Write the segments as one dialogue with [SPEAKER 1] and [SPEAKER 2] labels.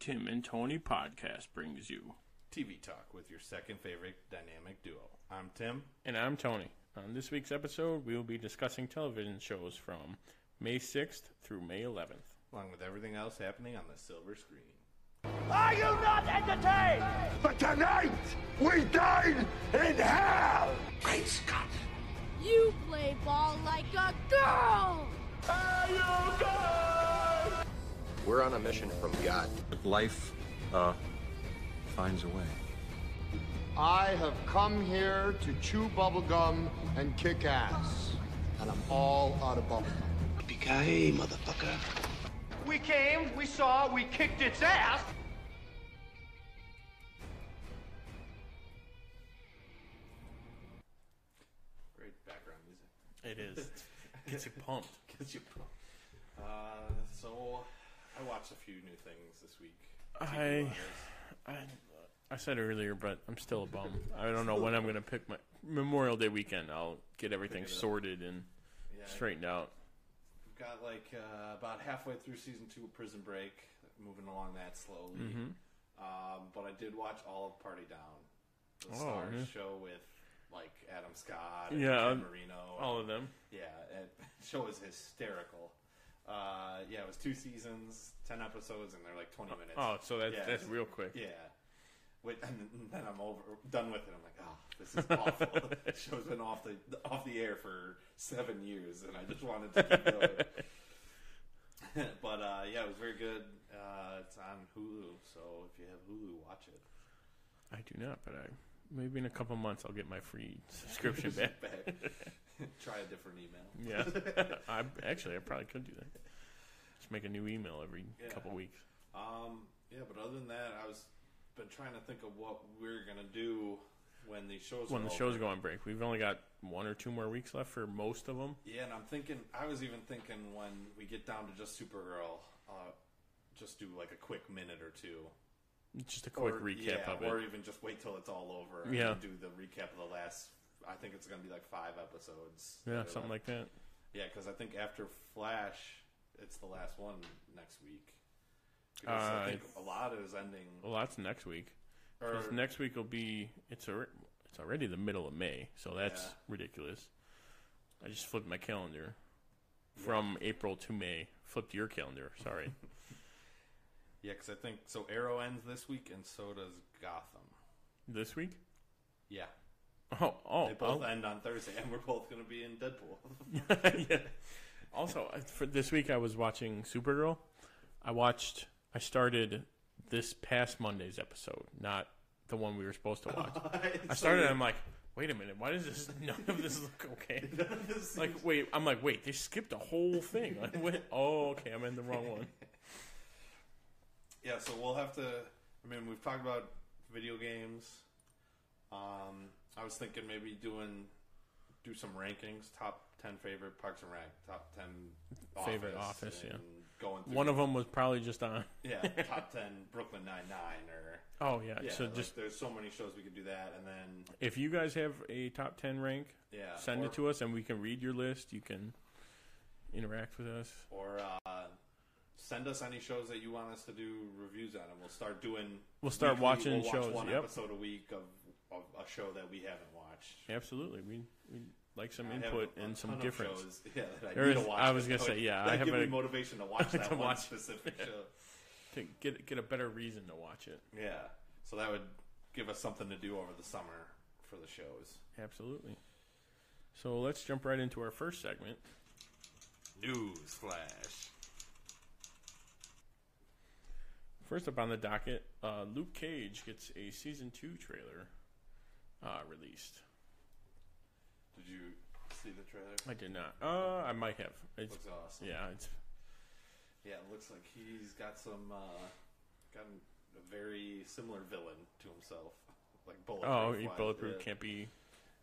[SPEAKER 1] Tim and Tony podcast brings you.
[SPEAKER 2] TV Talk with your second favorite dynamic duo. I'm Tim.
[SPEAKER 1] And I'm Tony. On this week's episode, we will be discussing television shows from May 6th through May 11th.
[SPEAKER 2] along with everything else happening on the silver screen.
[SPEAKER 3] Are you not entertained?
[SPEAKER 4] But tonight, we dine in hell! Great Scott!
[SPEAKER 5] You play ball like a girl!
[SPEAKER 6] We're on a mission from God.
[SPEAKER 7] life uh, finds a way.
[SPEAKER 8] I have come here to chew bubblegum and kick ass. And I'm all out of bubblegum.
[SPEAKER 3] We came, we saw, we kicked its ass.
[SPEAKER 2] Great background music.
[SPEAKER 1] It is. Gets you pumped.
[SPEAKER 2] Gets you pumped. Uh, so, I watched a few new things this week.
[SPEAKER 1] I, I, I said earlier, but I'm still a bum. I don't know when I'm going to pick my Memorial Day weekend. I'll get everything sorted and straightened out.
[SPEAKER 2] We've got like uh, about halfway through season two of Prison Break, moving along that slowly.
[SPEAKER 1] Mm-hmm.
[SPEAKER 2] Um, but I did watch all of Party Down, the
[SPEAKER 1] Oh,
[SPEAKER 2] Stars
[SPEAKER 1] yeah.
[SPEAKER 2] show with like Adam Scott, and
[SPEAKER 1] Yeah,
[SPEAKER 2] Ken
[SPEAKER 1] um,
[SPEAKER 2] Marino,
[SPEAKER 1] All of them.
[SPEAKER 2] Yeah, that show is hysterical. Uh, yeah, it was two seasons, ten episodes, and they're like twenty minutes.
[SPEAKER 1] Oh, so that's,
[SPEAKER 2] Yeah.
[SPEAKER 1] that's real quick.
[SPEAKER 2] yeah. Wait, and then I'm over, done with it. I'm like, oh, this is awful. this show's been off the off the air for seven years, and I just wanted to keep going. but uh, yeah, it was very good. Uh, it's on Hulu, so if you have Hulu, watch it.
[SPEAKER 1] I do not, but I maybe in a couple months I'll get my free subscription back.
[SPEAKER 2] Back. Try a different email.
[SPEAKER 1] Yeah, I actually I probably could do that. Just make a new email every couple weeks.
[SPEAKER 2] Um, yeah, but other than that, I was been trying to think of what we're gonna do when the shows
[SPEAKER 1] When
[SPEAKER 2] are
[SPEAKER 1] the
[SPEAKER 2] over.
[SPEAKER 1] shows go on break, we've only got one or two more weeks left for most of them.
[SPEAKER 2] Yeah, and I'm thinking. I was even thinking when we get down to just Supergirl, uh, just do like a quick minute or two.
[SPEAKER 1] Just a quick
[SPEAKER 2] Or-
[SPEAKER 1] recap
[SPEAKER 2] yeah,
[SPEAKER 1] of
[SPEAKER 2] or
[SPEAKER 1] it.
[SPEAKER 2] even just wait till it's all over. And
[SPEAKER 1] Yeah.
[SPEAKER 2] do the recap of the last. I think it's going to be like five episodes.
[SPEAKER 1] Yeah, something like that.
[SPEAKER 2] Yeah, because I think after Flash, it's the last one next week. Because
[SPEAKER 1] Uh, Oh.
[SPEAKER 2] I think a lot is ending.
[SPEAKER 1] Well, that's next week. 'Cause
[SPEAKER 2] Or-
[SPEAKER 1] next week will be it's already, it's already the middle of May, so that's
[SPEAKER 2] Yeah.
[SPEAKER 1] ridiculous. I just flipped my calendar from April to May. Flipped your calendar. Sorry.
[SPEAKER 2] Yeah, because I think so. Arrow ends this week, and so does Gotham.
[SPEAKER 1] this week?
[SPEAKER 2] Yeah,
[SPEAKER 1] Oh, oh,
[SPEAKER 2] they both
[SPEAKER 1] oh.
[SPEAKER 2] end on Thursday, and we're both going to be in Deadpool.
[SPEAKER 1] yeah. Also, I- for this week I was watching Supergirl. I watched. I started this past Monday's episode, not the one we were supposed to watch. I started. and I'm like, wait a minute. Why does this? None of this look okay. Like, wait. I'm like, wait. They skipped a whole thing. Like, what? Oh, okay. I'm in the wrong one.
[SPEAKER 2] Yeah, so we'll have to. I mean, we've talked about video games. Um, I was thinking maybe doing do some rankings, top ten favorite Parks and Rec, top ten
[SPEAKER 1] Favorite Office, yeah.
[SPEAKER 2] and going through,
[SPEAKER 1] One of them was probably just on.
[SPEAKER 2] yeah, top ten Brooklyn Nine Nine, or
[SPEAKER 1] Oh yeah.
[SPEAKER 2] yeah.
[SPEAKER 1] so
[SPEAKER 2] like,
[SPEAKER 1] just
[SPEAKER 2] there's so many shows we could do that, and then
[SPEAKER 1] if you guys have a top ten rank,
[SPEAKER 2] Yeah,
[SPEAKER 1] send
[SPEAKER 2] or-
[SPEAKER 1] it to us and we can read your list. You can interact with us.
[SPEAKER 2] or uh, send us any shows that you want us to do reviews on, and we'll start doing.
[SPEAKER 1] We'll start
[SPEAKER 2] weekly-
[SPEAKER 1] watching
[SPEAKER 2] we'll watch
[SPEAKER 1] shows,
[SPEAKER 2] One
[SPEAKER 1] yep.
[SPEAKER 2] episode a week of, of a show that we haven't watched.
[SPEAKER 1] Absolutely, we we like some
[SPEAKER 2] I have
[SPEAKER 1] input
[SPEAKER 2] a
[SPEAKER 1] and some
[SPEAKER 2] ton of
[SPEAKER 1] difference.
[SPEAKER 2] shows, Yeah, that I,
[SPEAKER 1] There
[SPEAKER 2] need to
[SPEAKER 1] is-
[SPEAKER 2] watch
[SPEAKER 1] I was
[SPEAKER 2] that
[SPEAKER 1] gonna
[SPEAKER 2] would-
[SPEAKER 1] say, yeah, I
[SPEAKER 2] that
[SPEAKER 1] have
[SPEAKER 2] give me
[SPEAKER 1] a-
[SPEAKER 2] motivation to watch that
[SPEAKER 1] to
[SPEAKER 2] one
[SPEAKER 1] watch-
[SPEAKER 2] specific show.
[SPEAKER 1] To get get a better reason to watch it.
[SPEAKER 2] Yeah, so that would give us something to do over the summer for the shows.
[SPEAKER 1] Absolutely. So let's jump right into our first segment.
[SPEAKER 2] News flash.
[SPEAKER 1] First up on the docket, uh, Luke Cage gets a season two trailer uh, released.
[SPEAKER 2] Did you see the trailer?
[SPEAKER 1] I did not. Uh, I might have. It's,
[SPEAKER 2] Looks awesome.
[SPEAKER 1] yeah, it's
[SPEAKER 2] Yeah, it looks like he's got some uh, got a very similar villain to himself, like bulletproof.
[SPEAKER 1] oh, he
[SPEAKER 2] Why-
[SPEAKER 1] bulletproof
[SPEAKER 2] yeah.
[SPEAKER 1] can't be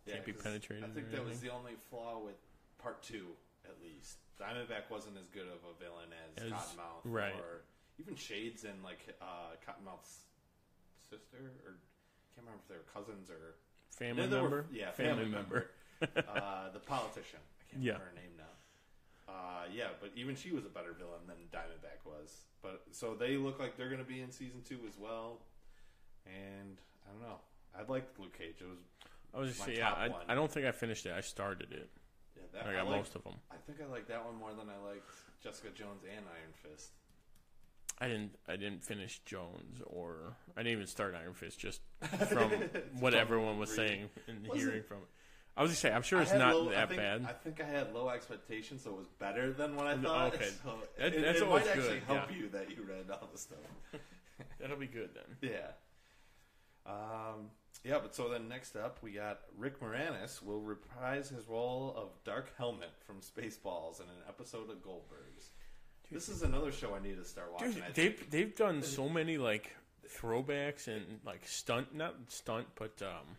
[SPEAKER 2] Yeah,
[SPEAKER 1] can't be
[SPEAKER 2] 'cause
[SPEAKER 1] penetrated
[SPEAKER 2] I
[SPEAKER 1] or
[SPEAKER 2] think that was
[SPEAKER 1] anything.
[SPEAKER 2] the only flaw with part two, at least. Diamondback wasn't as good of a villain as,
[SPEAKER 1] As-
[SPEAKER 2] Cottonmouth,
[SPEAKER 1] right.
[SPEAKER 2] Or even Shades and like uh, Cottonmouth's sister, or I can't remember if they were cousins or
[SPEAKER 1] family
[SPEAKER 2] No, they were-
[SPEAKER 1] member.
[SPEAKER 2] yeah,
[SPEAKER 1] family,
[SPEAKER 2] family
[SPEAKER 1] member.
[SPEAKER 2] uh, the politician. I can't
[SPEAKER 1] Yeah.
[SPEAKER 2] remember her name now. Uh, yeah, but even she was a better villain than Diamondback was. But so they look like they're going to be in season two as well. And I don't know. I liked Luke Cage. It was
[SPEAKER 1] I was just
[SPEAKER 2] My
[SPEAKER 1] say, yeah,
[SPEAKER 2] top
[SPEAKER 1] I,
[SPEAKER 2] one.
[SPEAKER 1] I don't think I finished it. I started it.
[SPEAKER 2] yeah, that,
[SPEAKER 1] I got
[SPEAKER 2] liked-
[SPEAKER 1] most of them.
[SPEAKER 2] I think I liked that one more than I liked Jessica Jones and Iron Fist.
[SPEAKER 1] I didn't. I didn't finish Jones, or I didn't even start Iron Fist. Just from what everyone was saying and
[SPEAKER 2] Wasn't-
[SPEAKER 1] hearing from it. I was just saying, I'm sure it's
[SPEAKER 2] I had
[SPEAKER 1] not
[SPEAKER 2] low- I
[SPEAKER 1] that
[SPEAKER 2] think,
[SPEAKER 1] bad.
[SPEAKER 2] I think I had low expectations, so it was better than what I thought.
[SPEAKER 1] okay.
[SPEAKER 2] So
[SPEAKER 1] That-
[SPEAKER 2] it,
[SPEAKER 1] that's
[SPEAKER 2] it
[SPEAKER 1] always
[SPEAKER 2] might actually
[SPEAKER 1] good,
[SPEAKER 2] help
[SPEAKER 1] yeah.
[SPEAKER 2] you that you read all the stuff.
[SPEAKER 1] That'll be good then.
[SPEAKER 2] yeah. Um, yeah, but so then next up we got Rick Moranis will reprise his role of Dark Helmet from Spaceballs in an episode of Goldbergs. this is another show I need to start watching.
[SPEAKER 1] Dude,
[SPEAKER 2] I think.
[SPEAKER 1] they've they've done so many like throwbacks and like stunt, not stunt, but um,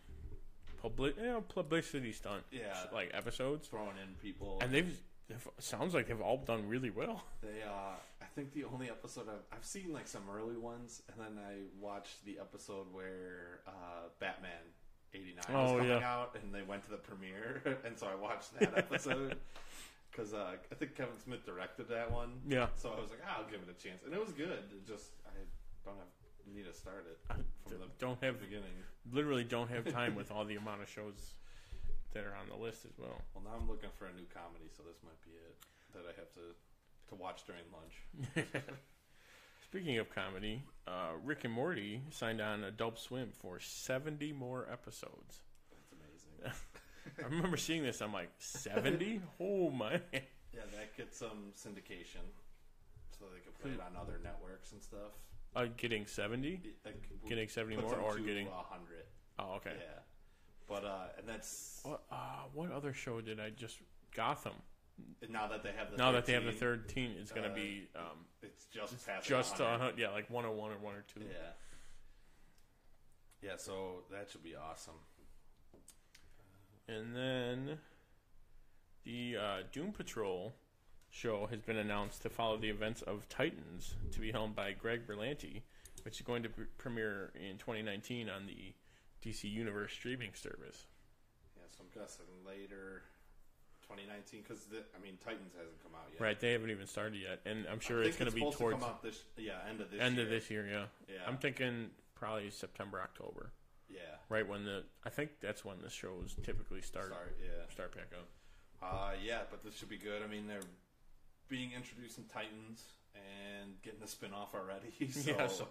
[SPEAKER 1] public, you know, publicity stunt,
[SPEAKER 2] Yeah.
[SPEAKER 1] like episodes.
[SPEAKER 2] throwing in people.
[SPEAKER 1] And they've, they've sounds like they've all done really well.
[SPEAKER 2] They, uh, I think the only episode I've, I've seen like some early ones, and then I watched the episode where uh, Batman '89 was
[SPEAKER 1] Oh,
[SPEAKER 2] coming
[SPEAKER 1] yeah.
[SPEAKER 2] out, and they went to the premiere, and so I watched that episode because uh, I think Kevin Smith directed that one.
[SPEAKER 1] Yeah.
[SPEAKER 2] So I was like, "Ah, I'll give it a chance, and it was good. It just I don't have need to start it from the
[SPEAKER 1] don't have
[SPEAKER 2] beginning.
[SPEAKER 1] literally don't have time with all the amount of shows that are on the list as well.
[SPEAKER 2] Well, now I'm looking for a new comedy, so this might be it that I have to to watch during lunch.
[SPEAKER 1] Speaking of comedy, uh, Rick and Morty signed on Adult Swim for 70 more episodes.
[SPEAKER 2] That's amazing.
[SPEAKER 1] I remember seeing this. I'm like, 70? Oh my!
[SPEAKER 2] Yeah, that gets some syndication, so they could put it on other networks and stuff.
[SPEAKER 1] Uh, getting 70?
[SPEAKER 2] That c-
[SPEAKER 1] Getting 70
[SPEAKER 2] puts
[SPEAKER 1] more
[SPEAKER 2] them
[SPEAKER 1] or
[SPEAKER 2] to
[SPEAKER 1] getting-
[SPEAKER 2] 100.
[SPEAKER 1] Oh, okay.
[SPEAKER 2] Yeah, but uh, and that's
[SPEAKER 1] What, uh, what other show did I just? Gotham.
[SPEAKER 2] now that they have the
[SPEAKER 1] Now that they have the
[SPEAKER 2] 13,
[SPEAKER 1] third team, it's going to
[SPEAKER 2] uh,
[SPEAKER 1] be um,
[SPEAKER 2] it's just past
[SPEAKER 1] just
[SPEAKER 2] 100.
[SPEAKER 1] uh, yeah, like 101 or 102.
[SPEAKER 2] yeah, yeah. So that should be awesome.
[SPEAKER 1] And then the uh, Doom Patrol show has been announced to follow the events of Titans to be helmed by Greg Berlanti, which is going to pre- premiere in 2019 on the DC Universe streaming service.
[SPEAKER 2] Yeah, so I'm guessing later 2019 because I mean Titans hasn't come out yet.
[SPEAKER 1] Right, they haven't even started yet, and I'm sure
[SPEAKER 2] I
[SPEAKER 1] it's
[SPEAKER 2] think
[SPEAKER 1] going to be
[SPEAKER 2] supposed
[SPEAKER 1] towards
[SPEAKER 2] come out this yeah end of this
[SPEAKER 1] end
[SPEAKER 2] year.
[SPEAKER 1] of this year. Yeah.
[SPEAKER 2] Yeah.
[SPEAKER 1] I'm thinking probably September, October,
[SPEAKER 2] Yeah,
[SPEAKER 1] right when the I think that's when the shows typically start
[SPEAKER 2] sorry. Yeah,
[SPEAKER 1] start back up.
[SPEAKER 2] Uh, yeah, but this should be good. I mean, they're being introduced in Titans and getting a spin off already. So,
[SPEAKER 1] yeah, so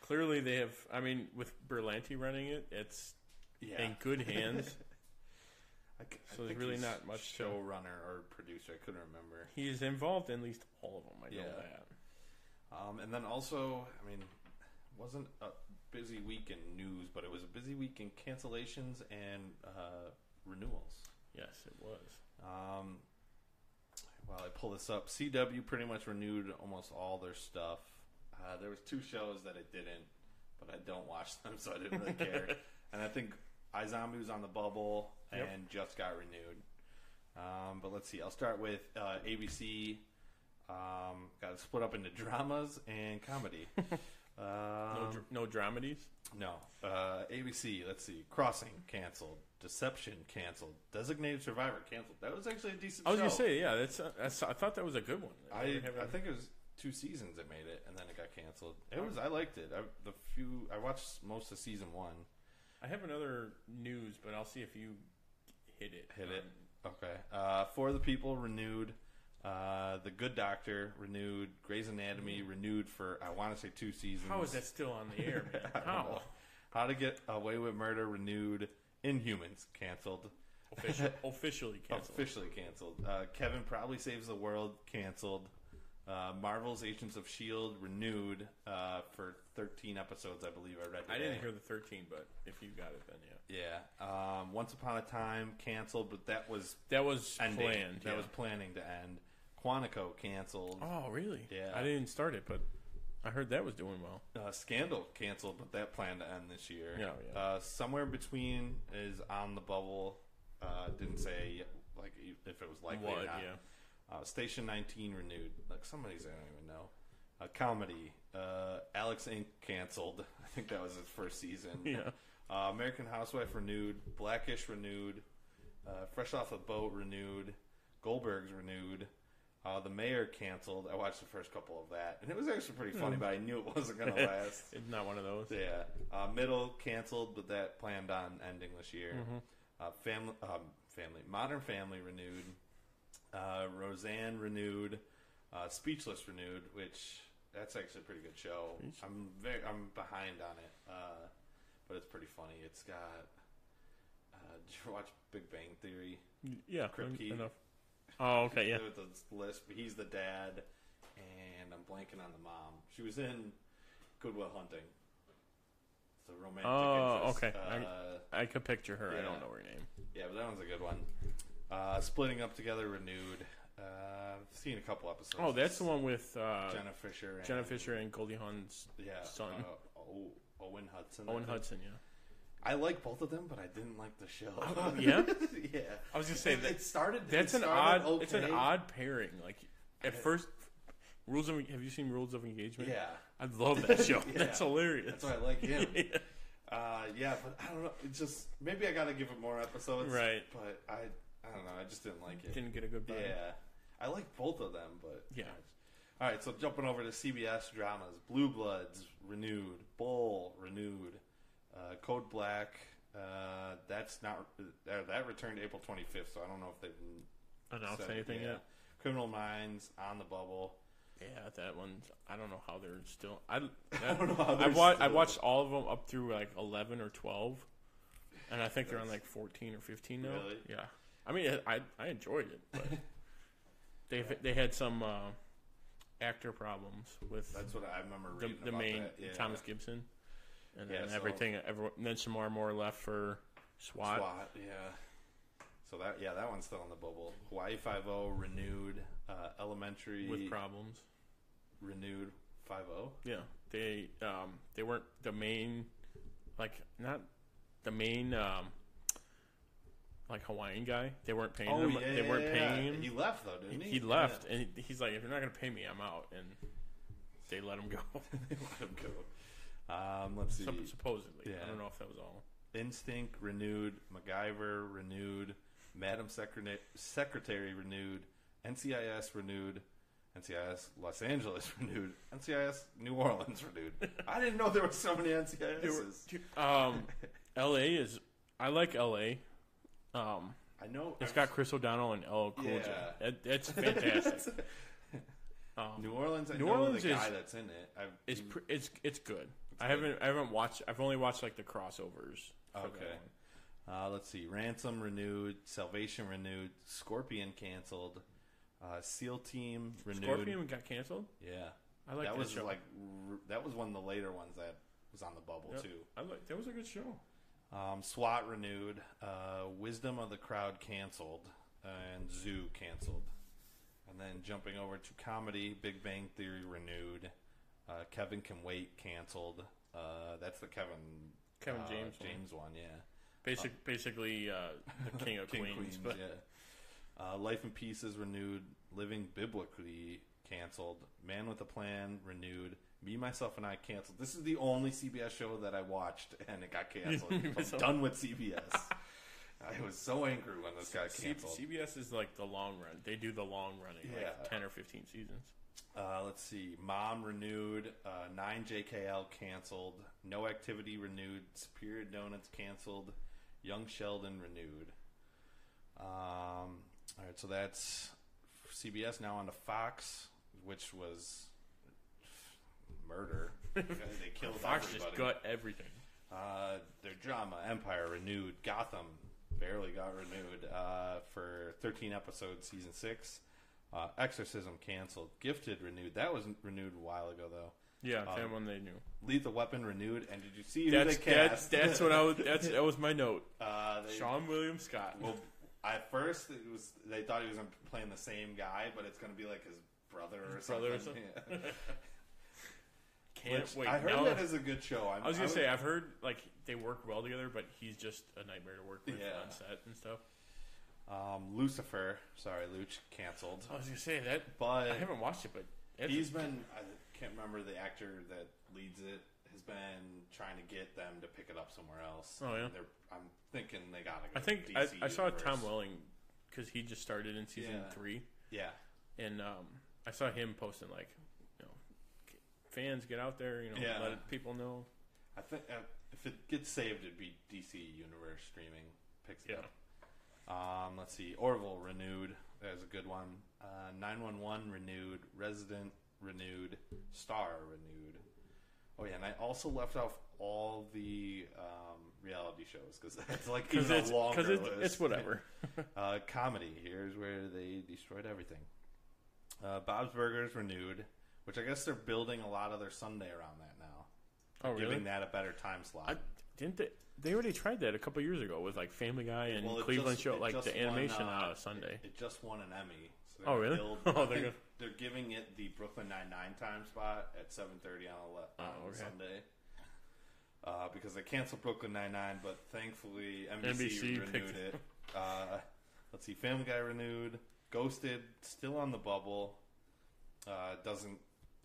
[SPEAKER 1] clearly they have. I mean, with Berlanti running it, it's
[SPEAKER 2] yeah.
[SPEAKER 1] in good hands.
[SPEAKER 2] I c- I
[SPEAKER 1] so there's
[SPEAKER 2] think
[SPEAKER 1] really
[SPEAKER 2] he's
[SPEAKER 1] not much to-
[SPEAKER 2] showrunner or producer. I couldn't remember.
[SPEAKER 1] he is involved in at least all of them. I know
[SPEAKER 2] Yeah.
[SPEAKER 1] that.
[SPEAKER 2] Um, and then also, I mean, wasn't a busy week in news, but it was a busy week in cancellations and uh, renewals.
[SPEAKER 1] Yes, it was.
[SPEAKER 2] Um, while I pull this up, CW pretty much renewed almost all their stuff. Uh, there was two shows that it didn't, but I don't watch them, so I didn't really care. and I think iZombie was on the bubble
[SPEAKER 1] Yep.
[SPEAKER 2] and just got renewed. Um, but let's see. I'll start with uh, ABC. Um, got split up into dramas and comedy.
[SPEAKER 1] No,
[SPEAKER 2] Um,
[SPEAKER 1] dr- no dramedies.
[SPEAKER 2] no. Uh, ABC, let's see. Crossing canceled. Deception canceled. Designated Survivor canceled. That was actually a decent
[SPEAKER 1] I was
[SPEAKER 2] show.
[SPEAKER 1] gonna say, yeah, that's, uh, that's. I thought that was a good one.
[SPEAKER 2] I,
[SPEAKER 1] haven't-
[SPEAKER 2] I think it was two seasons that made it, and then it got canceled. It
[SPEAKER 1] Oh.
[SPEAKER 2] was I liked it. I, the few I watched most of season one.
[SPEAKER 1] I have another news, but I'll see if you hit it.
[SPEAKER 2] Hit it.
[SPEAKER 1] Um,
[SPEAKER 2] Okay. Uh, For the People renewed. Uh, the Good Doctor renewed. Grey's Anatomy renewed for I want to say two seasons.
[SPEAKER 1] Mm. Um, How is that still on the air, man? How?
[SPEAKER 2] How to Get Away with Murder renewed. Inhumans canceled.
[SPEAKER 1] Official, officially canceled.
[SPEAKER 2] Officially canceled. Uh, Kevin probably saves the world. Canceled. Uh, Marvel's Agents of Shield E renewed uh, for 13 episodes, I believe. I read.
[SPEAKER 1] I didn't
[SPEAKER 2] today.
[SPEAKER 1] hear the 13, but if you got it, then yeah.
[SPEAKER 2] Yeah. Um, Once Upon a Time canceled, but that was
[SPEAKER 1] That was
[SPEAKER 2] ending.
[SPEAKER 1] planned.
[SPEAKER 2] That
[SPEAKER 1] yeah.
[SPEAKER 2] was planning to end. Quantico canceled.
[SPEAKER 1] Oh, really?
[SPEAKER 2] Yeah.
[SPEAKER 1] I didn't start it, but I heard that was doing well.
[SPEAKER 2] Uh, Scandal canceled, but that planned to end this year.
[SPEAKER 1] Yeah, yeah.
[SPEAKER 2] Uh, Somewhere in Between is on the bubble. Uh, didn't say like e, if it was likely or
[SPEAKER 1] What,
[SPEAKER 2] not.
[SPEAKER 1] yeah.
[SPEAKER 2] Uh, Station 19 renewed. Like some of these I don't even know. Uh, comedy. Uh, Alex Inc. canceled. I think that was his first season.
[SPEAKER 1] Yeah.
[SPEAKER 2] Uh, American Housewife renewed. Blackish renewed. Uh, Fresh Off the Boat renewed. Goldberg's renewed. Uh, the mayor canceled. I watched the first couple of that, and it was actually pretty funny, but I knew it wasn't going to last.
[SPEAKER 1] It's not one of those.
[SPEAKER 2] Yeah. Uh, middle canceled, but that planned on ending this year. Uh, family, um, family, Modern Family renewed. Uh, Roseanne renewed. Uh, Speechless renewed, which that's actually a pretty good show. I'm very, I'm behind on it, uh, but it's pretty funny. It's got. Uh, did you watch Big Bang Theory?
[SPEAKER 1] Yeah,
[SPEAKER 2] Kripke.
[SPEAKER 1] enough. Oh, okay, yeah.
[SPEAKER 2] with the lisp. He's the dad, and I'm blanking on the mom. She was in Goodwill Hunting. It's a romantic.
[SPEAKER 1] Oh,
[SPEAKER 2] interest.
[SPEAKER 1] okay.
[SPEAKER 2] Uh,
[SPEAKER 1] I could picture her. I
[SPEAKER 2] yeah.
[SPEAKER 1] don't know her name.
[SPEAKER 2] yeah, but that one's a good one. Uh, Splitting up together, renewed. Uh, I've seen a couple episodes.
[SPEAKER 1] Oh, that's the one with uh, Jenna,
[SPEAKER 2] Jenna Fisher. And,
[SPEAKER 1] Fisher and Goldie Hawn's
[SPEAKER 2] Yeah.
[SPEAKER 1] son,
[SPEAKER 2] uh, oh, Owen Hudson. I
[SPEAKER 1] Owen
[SPEAKER 2] think.
[SPEAKER 1] Hudson. Yeah.
[SPEAKER 2] I like both of them, but I didn't like the show.
[SPEAKER 1] Oh, yeah?
[SPEAKER 2] yeah.
[SPEAKER 1] I was gonna say
[SPEAKER 2] it,
[SPEAKER 1] that-
[SPEAKER 2] it started.
[SPEAKER 1] That's
[SPEAKER 2] it
[SPEAKER 1] an odd.
[SPEAKER 2] started
[SPEAKER 1] It's an
[SPEAKER 2] okay.
[SPEAKER 1] odd pairing. Like at first, rules of have you seen Rules of Engagement?
[SPEAKER 2] Yeah.
[SPEAKER 1] I love that show.
[SPEAKER 2] Yeah.
[SPEAKER 1] That's hilarious.
[SPEAKER 2] That's why I like him. Uh, yeah, but I don't know. It just maybe I gotta give it more episodes.
[SPEAKER 1] Right.
[SPEAKER 2] But I, I don't know. I just didn't like it.
[SPEAKER 1] Didn't get a good vibe.
[SPEAKER 2] yeah, I like both of them, but
[SPEAKER 1] Yeah.
[SPEAKER 2] All right, so jumping over to CBS dramas, Blue Bloods renewed, Bull renewed, uh, Code Black. Uh, that's not uh, that returned April twenty fifth, so I don't know if they've
[SPEAKER 1] Announced
[SPEAKER 2] said-
[SPEAKER 1] anything
[SPEAKER 2] yeah.
[SPEAKER 1] yet?
[SPEAKER 2] Criminal Minds on the bubble.
[SPEAKER 1] Yeah, that one's. I don't know how they're still. I, I
[SPEAKER 2] don't know how
[SPEAKER 1] I,
[SPEAKER 2] they're
[SPEAKER 1] wa- I
[SPEAKER 2] still-
[SPEAKER 1] watched all of them up through like eleven or twelve, and I think they're on like fourteen or fifteen now.
[SPEAKER 2] Really?
[SPEAKER 1] Yeah. I mean, I I enjoyed it, but they they had some uh, actor problems with
[SPEAKER 2] That's what I remember
[SPEAKER 1] the,
[SPEAKER 2] reading
[SPEAKER 1] the
[SPEAKER 2] about
[SPEAKER 1] main
[SPEAKER 2] that. Yeah.
[SPEAKER 1] Thomas Gibson, and
[SPEAKER 2] Yeah,
[SPEAKER 1] then
[SPEAKER 2] so-
[SPEAKER 1] everything. Everyone, and then Shamar Moore left for SWAT.
[SPEAKER 2] Squat, yeah. So that yeah, that one's still on the bubble. Hawaii Five O renewed, uh, Elementary
[SPEAKER 1] with problems.
[SPEAKER 2] renewed Five oh. O.
[SPEAKER 1] Yeah, they um they weren't the main, like not the main um like Hawaiian guy. They weren't
[SPEAKER 2] Oh,
[SPEAKER 1] paying them. they weren't paying
[SPEAKER 2] He
[SPEAKER 1] him.
[SPEAKER 2] left though, didn't
[SPEAKER 1] He,
[SPEAKER 2] he?
[SPEAKER 1] left, and he- he's like, "If you're not gonna pay me, I'm out." And they let him go.
[SPEAKER 2] Yeah. Let him go. Um, let's see.
[SPEAKER 1] Sup- Supposedly, I
[SPEAKER 2] Yeah.
[SPEAKER 1] don't know if that was all.
[SPEAKER 2] Instinct renewed, MacGyver renewed, Madam Secretary, Secretary renewed, NCIS renewed, NCIS Los Angeles renewed, NCIS New Orleans renewed. I didn't know there were so many NCISs.
[SPEAKER 1] Um, L.A. is I like L.A. Um,
[SPEAKER 2] I know
[SPEAKER 1] it's
[SPEAKER 2] I-
[SPEAKER 1] got Chris O'Donnell and L. Cool J.
[SPEAKER 2] Yeah.
[SPEAKER 1] That, that's fantastic.
[SPEAKER 2] New Orleans. I
[SPEAKER 1] Um, New
[SPEAKER 2] know
[SPEAKER 1] Orleans
[SPEAKER 2] the guy
[SPEAKER 1] is-
[SPEAKER 2] that's in it. I've,
[SPEAKER 1] It's pr- it's it's good. I haven't I haven't watched. I've only watched like the crossovers. for that
[SPEAKER 2] Okay.
[SPEAKER 1] one.
[SPEAKER 2] Uh, let's see. Ransom renewed. Salvation renewed. Scorpion canceled. Uh, Seal Team renewed.
[SPEAKER 1] Scorpion got canceled.
[SPEAKER 2] Yeah,
[SPEAKER 1] I like
[SPEAKER 2] that
[SPEAKER 1] that
[SPEAKER 2] was
[SPEAKER 1] show.
[SPEAKER 2] like r- that was one of the later ones that was on the bubble too.
[SPEAKER 1] I like that was a good show.
[SPEAKER 2] Um, SWAT renewed. Uh, Wisdom of the Crowd canceled, and Zoo canceled. And then jumping over to comedy, Big Bang Theory renewed. Uh, Kevin Can Wait canceled. Uh, that's the Kevin
[SPEAKER 1] Kevin
[SPEAKER 2] uh,
[SPEAKER 1] James one.
[SPEAKER 2] James one, yeah.
[SPEAKER 1] Basic, basically uh, the King of
[SPEAKER 2] King
[SPEAKER 1] Queens.
[SPEAKER 2] Queens,
[SPEAKER 1] but
[SPEAKER 2] yeah. Uh, Life in Pieces renewed, Living Biblically canceled, Man with a Plan renewed, Me Myself and I canceled. This is the only CBS show that I watched and it got canceled. I'm done with CBS. I was so angry when this got
[SPEAKER 1] C-
[SPEAKER 2] canceled.
[SPEAKER 1] CBS is like the long run. They do the long running,
[SPEAKER 2] Yeah.
[SPEAKER 1] like ten or fifteen seasons.
[SPEAKER 2] Uh, let's see. Mom renewed. Uh, 9JKL canceled. No Activity renewed. Superior Donuts canceled. Young Sheldon renewed. Um, all right, so that's CBS now on to Fox, which was murder. they killed
[SPEAKER 1] Fox
[SPEAKER 2] everybody.
[SPEAKER 1] just gut everything.
[SPEAKER 2] Uh, their drama Empire renewed. Gotham barely got renewed uh, for 13 episodes, season six. Uh, Exorcism canceled. Gifted renewed. That was renewed a while ago though.
[SPEAKER 1] Yeah, that one they knew.
[SPEAKER 2] Lethal Weapon renewed. And did you see who
[SPEAKER 1] That's
[SPEAKER 2] they
[SPEAKER 1] that's,
[SPEAKER 2] cast?
[SPEAKER 1] that's what I was. That's that was my note.
[SPEAKER 2] uh, they,
[SPEAKER 1] Sean William Scott.
[SPEAKER 2] Well, at first it was they thought he was gonna be playing the same guy, but it's gonna be like his brother or
[SPEAKER 1] brother or
[SPEAKER 2] something. Yeah.
[SPEAKER 1] Can't
[SPEAKER 2] Which
[SPEAKER 1] wait.
[SPEAKER 2] I heard
[SPEAKER 1] Now-
[SPEAKER 2] that is a good show. I'm,
[SPEAKER 1] I was gonna say I've heard like they work well together, but he's just a nightmare to work with
[SPEAKER 2] Yeah.
[SPEAKER 1] on set and stuff.
[SPEAKER 2] um, Lucifer. Sorry, Luch canceled.
[SPEAKER 1] I was gonna say that,
[SPEAKER 2] But-
[SPEAKER 1] I haven't watched it. But that's-
[SPEAKER 2] He's been. I can't remember the actor that leads it. Has been trying to get them to pick it up somewhere else.
[SPEAKER 1] Oh, yeah.
[SPEAKER 2] And They're, I'm thinking they gotta. Go
[SPEAKER 1] I think
[SPEAKER 2] to
[SPEAKER 1] I,
[SPEAKER 2] DC
[SPEAKER 1] I saw
[SPEAKER 2] Universe.
[SPEAKER 1] Tom Welling because he just started in season
[SPEAKER 2] Yeah.
[SPEAKER 1] three,
[SPEAKER 2] Yeah,
[SPEAKER 1] and um, I saw him posting like, you know, fans get out there, you know,
[SPEAKER 2] Yeah.
[SPEAKER 1] let people know.
[SPEAKER 2] I think uh, if it gets saved, it'd be DC Universe streaming picks it
[SPEAKER 1] Yeah.
[SPEAKER 2] up. Um, let's see. Orville renewed. There's a good one. Uh, Nine one one renewed. Resident renewed. Star renewed. Oh yeah, and I also left off all the um, reality shows because that's like
[SPEAKER 1] Because
[SPEAKER 2] even
[SPEAKER 1] it's,
[SPEAKER 2] a longer
[SPEAKER 1] cause it's,
[SPEAKER 2] list.
[SPEAKER 1] it's whatever.
[SPEAKER 2] uh, comedy. Here's where they destroyed everything. Uh, Bob's Burgers renewed, which I guess they're building a lot of their Sunday around that now,
[SPEAKER 1] oh, really?
[SPEAKER 2] giving that a better time slot.
[SPEAKER 1] I, didn't they? They already tried that a couple years ago with like Family Guy and
[SPEAKER 2] Well, it
[SPEAKER 1] Cleveland
[SPEAKER 2] just-
[SPEAKER 1] Show,
[SPEAKER 2] it
[SPEAKER 1] like
[SPEAKER 2] just
[SPEAKER 1] the
[SPEAKER 2] won,
[SPEAKER 1] animation
[SPEAKER 2] uh,
[SPEAKER 1] on a Sunday.
[SPEAKER 2] It just won an Emmy. So
[SPEAKER 1] Oh, really?
[SPEAKER 2] Build,
[SPEAKER 1] Oh,
[SPEAKER 2] oh,
[SPEAKER 1] they're
[SPEAKER 2] they're
[SPEAKER 1] gonna-
[SPEAKER 2] they're giving it the Brooklyn Nine Nine time spot at seven thirty on a le- on
[SPEAKER 1] Oh, okay.
[SPEAKER 2] Sunday. Uh, because they canceled Brooklyn Nine Nine, but thankfully
[SPEAKER 1] NBC
[SPEAKER 2] NBC, renewed
[SPEAKER 1] picked-
[SPEAKER 2] it. Uh, let's see, Family Guy renewed, Ghosted still on the bubble. Uh, doesn't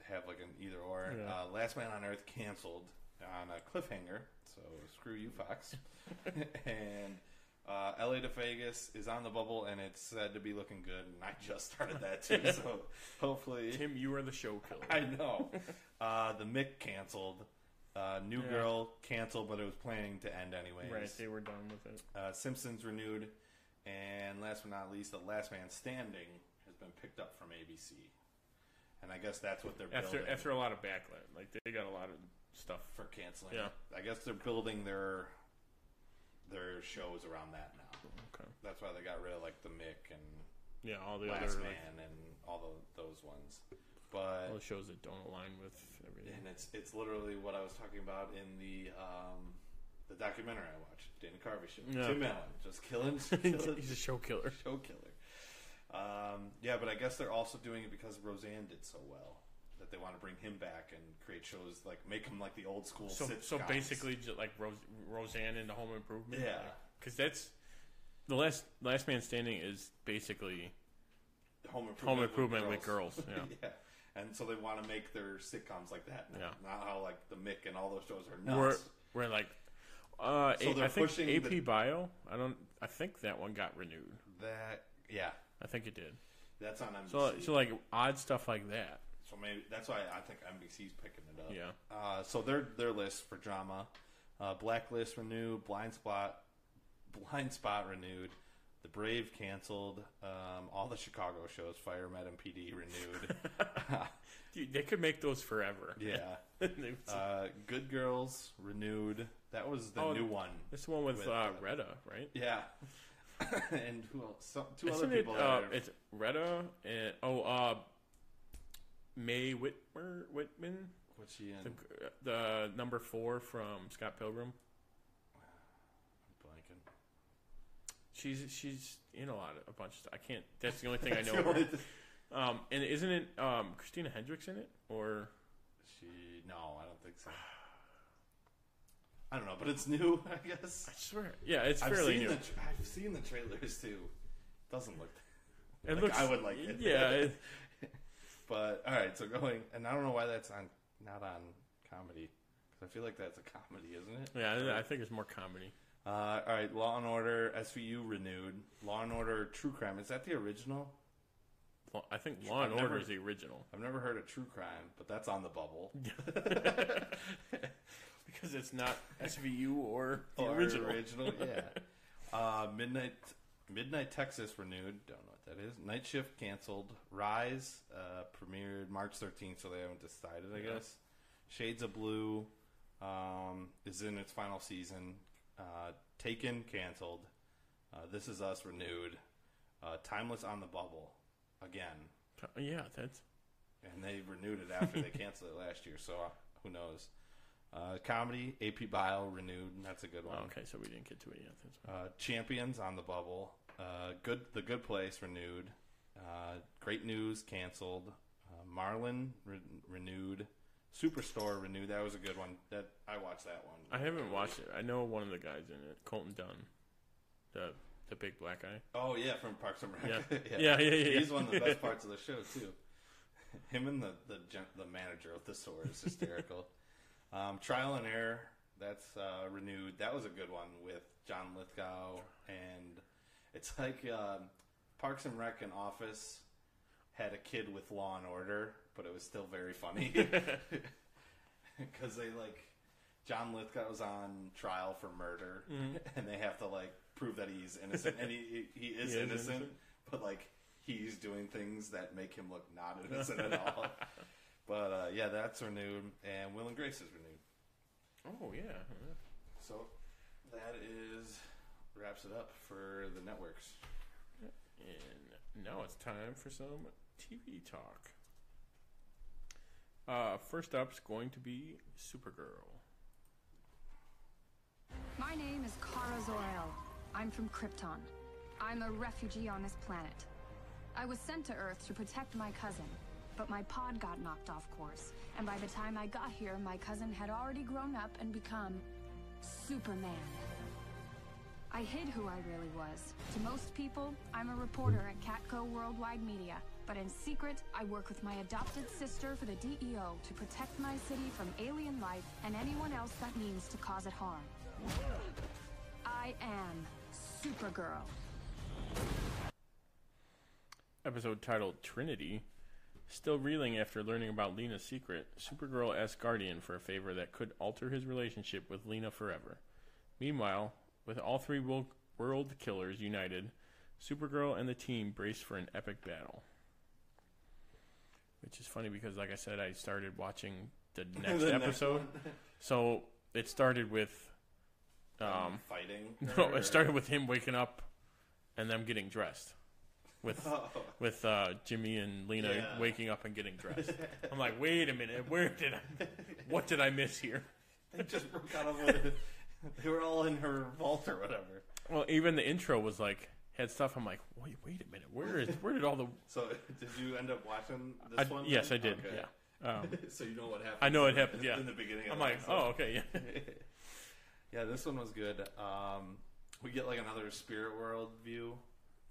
[SPEAKER 2] have like an either or.
[SPEAKER 1] Yeah.
[SPEAKER 2] Uh, Last Man on Earth canceled on a cliffhanger, so screw you, Fox. and uh, LA to Vegas is on the bubble, and it's said to be looking good. And I just started that too, so hopefully,
[SPEAKER 1] Tim, you are the show killer.
[SPEAKER 2] I know. Uh, the Mick canceled. Uh, New
[SPEAKER 1] Yeah.
[SPEAKER 2] Girl canceled, but it was planning to end anyways.
[SPEAKER 1] right, they were done with it.
[SPEAKER 2] Uh, Simpsons renewed, and last but not least, The Last Man Standing has been picked up from ABC, and I guess that's what they're
[SPEAKER 1] After
[SPEAKER 2] building
[SPEAKER 1] after a lot of backlash, like they got a lot of stuff.
[SPEAKER 2] for canceling.
[SPEAKER 1] Yeah.
[SPEAKER 2] I guess they're building their their shows around that now.
[SPEAKER 1] Okay.
[SPEAKER 2] That's why they got rid of like the Mick and
[SPEAKER 1] Yeah, all the
[SPEAKER 2] Last
[SPEAKER 1] other
[SPEAKER 2] Man
[SPEAKER 1] like, Oh,
[SPEAKER 2] and all the, those ones, but
[SPEAKER 1] all the shows that don't align with everything.
[SPEAKER 2] and it's it's literally what I was talking about in the um, the documentary I watched, Dana Carvey show.
[SPEAKER 1] Yeah.
[SPEAKER 2] Tim Allen just killing, killing
[SPEAKER 1] He's a show killer.
[SPEAKER 2] show killer. Um, yeah, but I guess they're also doing it because Roseanne did so well that they want to bring him back and create shows like make him like the old school.
[SPEAKER 1] So
[SPEAKER 2] sitcoms.
[SPEAKER 1] so basically, just like Rose, Roseanne and the Home Improvement.
[SPEAKER 2] Yeah.
[SPEAKER 1] because that's the last Last Man Standing is basically
[SPEAKER 2] Home Improvement,
[SPEAKER 1] Home Improvement with girls.
[SPEAKER 2] yeah. And so they want to make their sitcoms like that. now.
[SPEAKER 1] Yeah.
[SPEAKER 2] Not how like the Mick and all those shows are
[SPEAKER 1] Yeah, we're
[SPEAKER 2] nuts.
[SPEAKER 1] we're like. Uh,
[SPEAKER 2] So
[SPEAKER 1] A-
[SPEAKER 2] they're
[SPEAKER 1] I think
[SPEAKER 2] pushing
[SPEAKER 1] AP
[SPEAKER 2] the-
[SPEAKER 1] Bio. I don't. I think that one got renewed.
[SPEAKER 2] That yeah,
[SPEAKER 1] I think it did.
[SPEAKER 2] that's on NBC.
[SPEAKER 1] So, uh, so like odd stuff like that.
[SPEAKER 2] So maybe that's why I think NBC's picking it up.
[SPEAKER 1] Yeah.
[SPEAKER 2] Uh, so their their list for drama, uh, Blacklist renewed, Blind Spot, Blind Spot renewed, The Brave canceled, um, all the Chicago shows, Fire Med and PD renewed.
[SPEAKER 1] Dude, they could make those forever.
[SPEAKER 2] yeah.
[SPEAKER 1] They-
[SPEAKER 2] Uh, Good Girls renewed. That was the
[SPEAKER 1] Oh,
[SPEAKER 2] new one.
[SPEAKER 1] this one with,
[SPEAKER 2] with,
[SPEAKER 1] uh,
[SPEAKER 2] uh,
[SPEAKER 1] Retta, right?
[SPEAKER 2] Yeah. and who else? Some, 2
[SPEAKER 1] Isn't
[SPEAKER 2] other
[SPEAKER 1] it?
[SPEAKER 2] people. that
[SPEAKER 1] Uh,
[SPEAKER 2] are-
[SPEAKER 1] it's Retta and oh, uh, May Whitmer Whitman,
[SPEAKER 2] what's she in?
[SPEAKER 1] the, the number four from Scott Pilgrim.
[SPEAKER 2] Blanking.
[SPEAKER 1] She's she's in a lot of a bunch of stuff. I can't. That's the only thing I know. of her.
[SPEAKER 2] It's-
[SPEAKER 1] Um, and isn't it um Christina Hendricks in it or?
[SPEAKER 2] She no, I don't think so. I don't know, but it's new, I guess.
[SPEAKER 1] I swear, yeah, it's
[SPEAKER 2] I've
[SPEAKER 1] fairly
[SPEAKER 2] seen
[SPEAKER 1] new.
[SPEAKER 2] The tra- I've seen the trailers too. Doesn't look,
[SPEAKER 1] it
[SPEAKER 2] like I would like it.
[SPEAKER 1] Yeah, it,
[SPEAKER 2] but all right. So going, and I don't know why that's on not on comedy because I feel like that's a comedy, isn't it?
[SPEAKER 1] yeah. I- I think it's more comedy.
[SPEAKER 2] Uh, all right, Law and Order SVU renewed. Law and Order True Crime is that the original?
[SPEAKER 1] Law- I think Law and
[SPEAKER 2] I've
[SPEAKER 1] Order
[SPEAKER 2] never-
[SPEAKER 1] is the original
[SPEAKER 2] I've never heard of True Crime, but that's on the bubble.
[SPEAKER 1] because it's not SVU or the
[SPEAKER 2] Or
[SPEAKER 1] original.
[SPEAKER 2] original, yeah. uh, Midnight Midnight Texas renewed. Don't know what that is. Night Shift canceled. Rise uh, premiered March 13th, so they haven't decided, I guess. Shades of Blue um, is in its final season. Uh, Taken canceled. Uh, this is Us renewed. Uh, Timeless on the Bubble again,
[SPEAKER 1] Yeah, that's
[SPEAKER 2] and they renewed it after they canceled it last year. So uh, who knows? Uh, comedy AP Bio renewed. and That's a good one.
[SPEAKER 1] oh, okay. So we didn't get to it yet. That's fine.
[SPEAKER 2] Uh, Champions on the bubble. Uh, good, the Good Place renewed. Uh, Great News canceled. Uh, Marlin re- renewed. Superstore renewed. That was a good one. That I watched that one.
[SPEAKER 1] I haven't watched it. I know one of the guys in it, Colton Dunn, the the big black guy.
[SPEAKER 2] Oh yeah, from Parks and Rec.
[SPEAKER 1] Yeah. Yeah, yeah, yeah,
[SPEAKER 2] He's
[SPEAKER 1] yeah.
[SPEAKER 2] one of the best parts of the show too. Him and the the gen- the manager of the store is hysterical. um, Trial and Error. That's uh, renewed. That was a good one with John Lithgow and it's like um Parks and Rec and Office had a kid with Law and Order, but it was still very funny because they like John Lithgow was on trial for murder,
[SPEAKER 1] Mm-hmm.
[SPEAKER 2] and they have to like prove that he's innocent, and he he, he is,
[SPEAKER 1] He is
[SPEAKER 2] innocent,
[SPEAKER 1] innocent.
[SPEAKER 2] but like he's doing things that make him look not innocent at all. But uh, yeah, that's renewed, and Will and Grace is renewed.
[SPEAKER 1] Oh yeah.
[SPEAKER 2] So that is wraps it up for the networks.
[SPEAKER 1] And now it's time for some TV talk. Uh, first up's going to be Supergirl.
[SPEAKER 9] My name is Kara Zor-El. I'm from Krypton. I'm a refugee on this planet. I was sent to Earth to protect my cousin, but my pod got knocked off course, and by the time I got here, my cousin had already grown up and become Superman. I hid who I really was. To most people, I'm a reporter at Catco Worldwide Media. But in secret, I work with my adopted sister for the DEO to protect my city from alien life and anyone else that means to cause it harm. I am Supergirl.
[SPEAKER 1] Episode titled Trinity. Still reeling after learning about Lena's secret, Supergirl asks Guardian for a favor that could alter his relationship with Lena forever. Meanwhile, with all three wo- world killers united, Supergirl and the team brace for an epic battle. Which is funny because, like I said, I started watching the next
[SPEAKER 2] next
[SPEAKER 1] episode. so it started with. Um,
[SPEAKER 2] Fighting.
[SPEAKER 1] no, it started with him waking up and them getting dressed. With with uh, Jimmy and Lena
[SPEAKER 2] Oh. Yeah.
[SPEAKER 1] waking up and getting dressed. I'm like, wait a minute, where did I what did I miss here?
[SPEAKER 2] They just broke out of it. They were all in her vault or whatever.
[SPEAKER 1] Well, even the intro was like had stuff I'm like, wait wait a minute, where is where did all the
[SPEAKER 2] So did you end up watching
[SPEAKER 1] I,
[SPEAKER 2] this one?
[SPEAKER 1] Yes, I
[SPEAKER 2] then?
[SPEAKER 1] did.
[SPEAKER 2] Okay.
[SPEAKER 1] Yeah. Um,
[SPEAKER 2] So you know what happened.
[SPEAKER 1] I know it happened, yeah.
[SPEAKER 2] In the beginning. Of
[SPEAKER 1] I'm
[SPEAKER 2] the
[SPEAKER 1] like,
[SPEAKER 2] episode.
[SPEAKER 1] oh okay, yeah.
[SPEAKER 2] Yeah, this one was good. Um, we get like another spirit world view,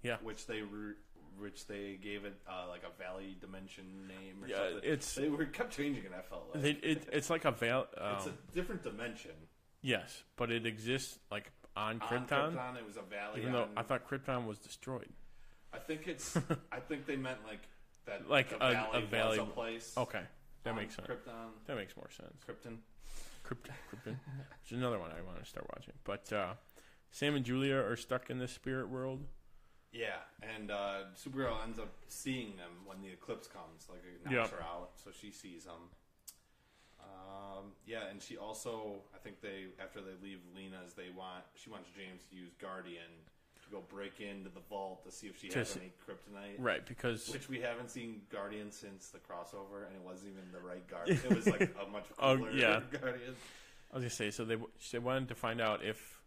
[SPEAKER 1] Yeah.
[SPEAKER 2] which they re- which they gave it uh, like a valley dimension name. Or
[SPEAKER 1] Yeah,
[SPEAKER 2] something.
[SPEAKER 1] it's-
[SPEAKER 2] they were kept changing it. I felt like
[SPEAKER 1] They, it, it's like a veil um,
[SPEAKER 2] it's a different dimension.
[SPEAKER 1] yes, but it exists like on
[SPEAKER 2] On
[SPEAKER 1] Krypton,
[SPEAKER 2] Krypton, it was a valley.
[SPEAKER 1] even though
[SPEAKER 2] on-
[SPEAKER 1] I thought Krypton was destroyed.
[SPEAKER 2] I think it's. I think they meant like that.
[SPEAKER 1] Like
[SPEAKER 2] the
[SPEAKER 1] a- a
[SPEAKER 2] valley,
[SPEAKER 1] valley-
[SPEAKER 2] was a place.
[SPEAKER 1] Okay. That
[SPEAKER 2] on
[SPEAKER 1] makes sense.
[SPEAKER 2] Krypton.
[SPEAKER 1] That makes more sense.
[SPEAKER 2] Krypton.
[SPEAKER 1] Krypton, Krypton, which is another one I want to start watching. But uh, Sam and Julia are stuck in this spirit world.
[SPEAKER 2] Yeah, and uh, Supergirl ends up seeing them when the eclipse comes. Like it knocks
[SPEAKER 1] Yep.
[SPEAKER 2] her out, so she sees them. Um, yeah, and she also, I think they after they leave Lena's, they want she wants James to use Guardian to go break into the vault to see if she
[SPEAKER 1] To
[SPEAKER 2] has
[SPEAKER 1] see-
[SPEAKER 2] any kryptonite.
[SPEAKER 1] Right, because
[SPEAKER 2] Which we haven't seen Guardian since the crossover, and it wasn't even the right Guardian. It was like a much
[SPEAKER 1] Oh,
[SPEAKER 2] cooler
[SPEAKER 1] yeah.
[SPEAKER 2] Guardian.
[SPEAKER 1] I was gonna say, so they w- they wanted to find out if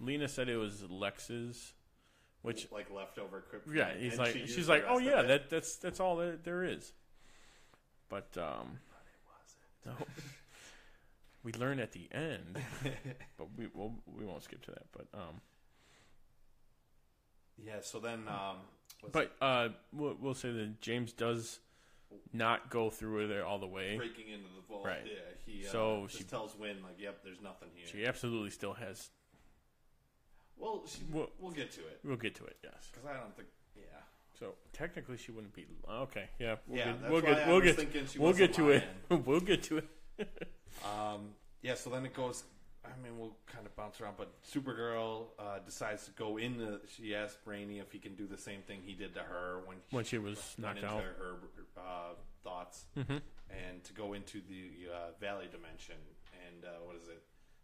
[SPEAKER 1] Lena said it was Lex's, which
[SPEAKER 2] Like leftover kryptonite.
[SPEAKER 1] yeah, he's
[SPEAKER 2] and
[SPEAKER 1] like
[SPEAKER 2] she used
[SPEAKER 1] she's
[SPEAKER 2] the
[SPEAKER 1] like,
[SPEAKER 2] rest
[SPEAKER 1] oh
[SPEAKER 2] of
[SPEAKER 1] yeah,
[SPEAKER 2] it.
[SPEAKER 1] that that's that's all there, there is. But um, no, we learn at the end, but we we'll, we won't skip to that. But um,
[SPEAKER 2] Yeah, so then, um, was
[SPEAKER 1] But uh, we'll, we'll say that James does not go through with it all the way.
[SPEAKER 2] breaking into the vault.
[SPEAKER 1] Right.
[SPEAKER 2] Yeah. He uh,
[SPEAKER 1] So
[SPEAKER 2] just
[SPEAKER 1] she-
[SPEAKER 2] tells Win like, "Yep, there's nothing here."
[SPEAKER 1] She absolutely still has.
[SPEAKER 2] well, she, we'll,
[SPEAKER 1] Well-
[SPEAKER 2] get to it
[SPEAKER 1] We'll get to it. Yes.
[SPEAKER 2] because I don't think. Yeah.
[SPEAKER 1] So technically, she wouldn't be. Okay. Yeah. We'll
[SPEAKER 2] Yeah,
[SPEAKER 1] Get,
[SPEAKER 2] that's
[SPEAKER 1] we'll
[SPEAKER 2] why
[SPEAKER 1] get.
[SPEAKER 2] I
[SPEAKER 1] We'll
[SPEAKER 2] was
[SPEAKER 1] get.
[SPEAKER 2] thinking she
[SPEAKER 1] we'll get
[SPEAKER 2] wasn't
[SPEAKER 1] to it. we'll get to it.
[SPEAKER 2] Yeah. So then it goes. I mean, we'll kind of bounce around, but Supergirl uh, decides to go in. The, she asks Brainy if he can do the same thing he did to her when she
[SPEAKER 1] When she was knocked
[SPEAKER 2] went into
[SPEAKER 1] out. Mm-hmm.
[SPEAKER 2] her uh, thoughts, and to go into the uh, Valley dimension. And uh, what is it?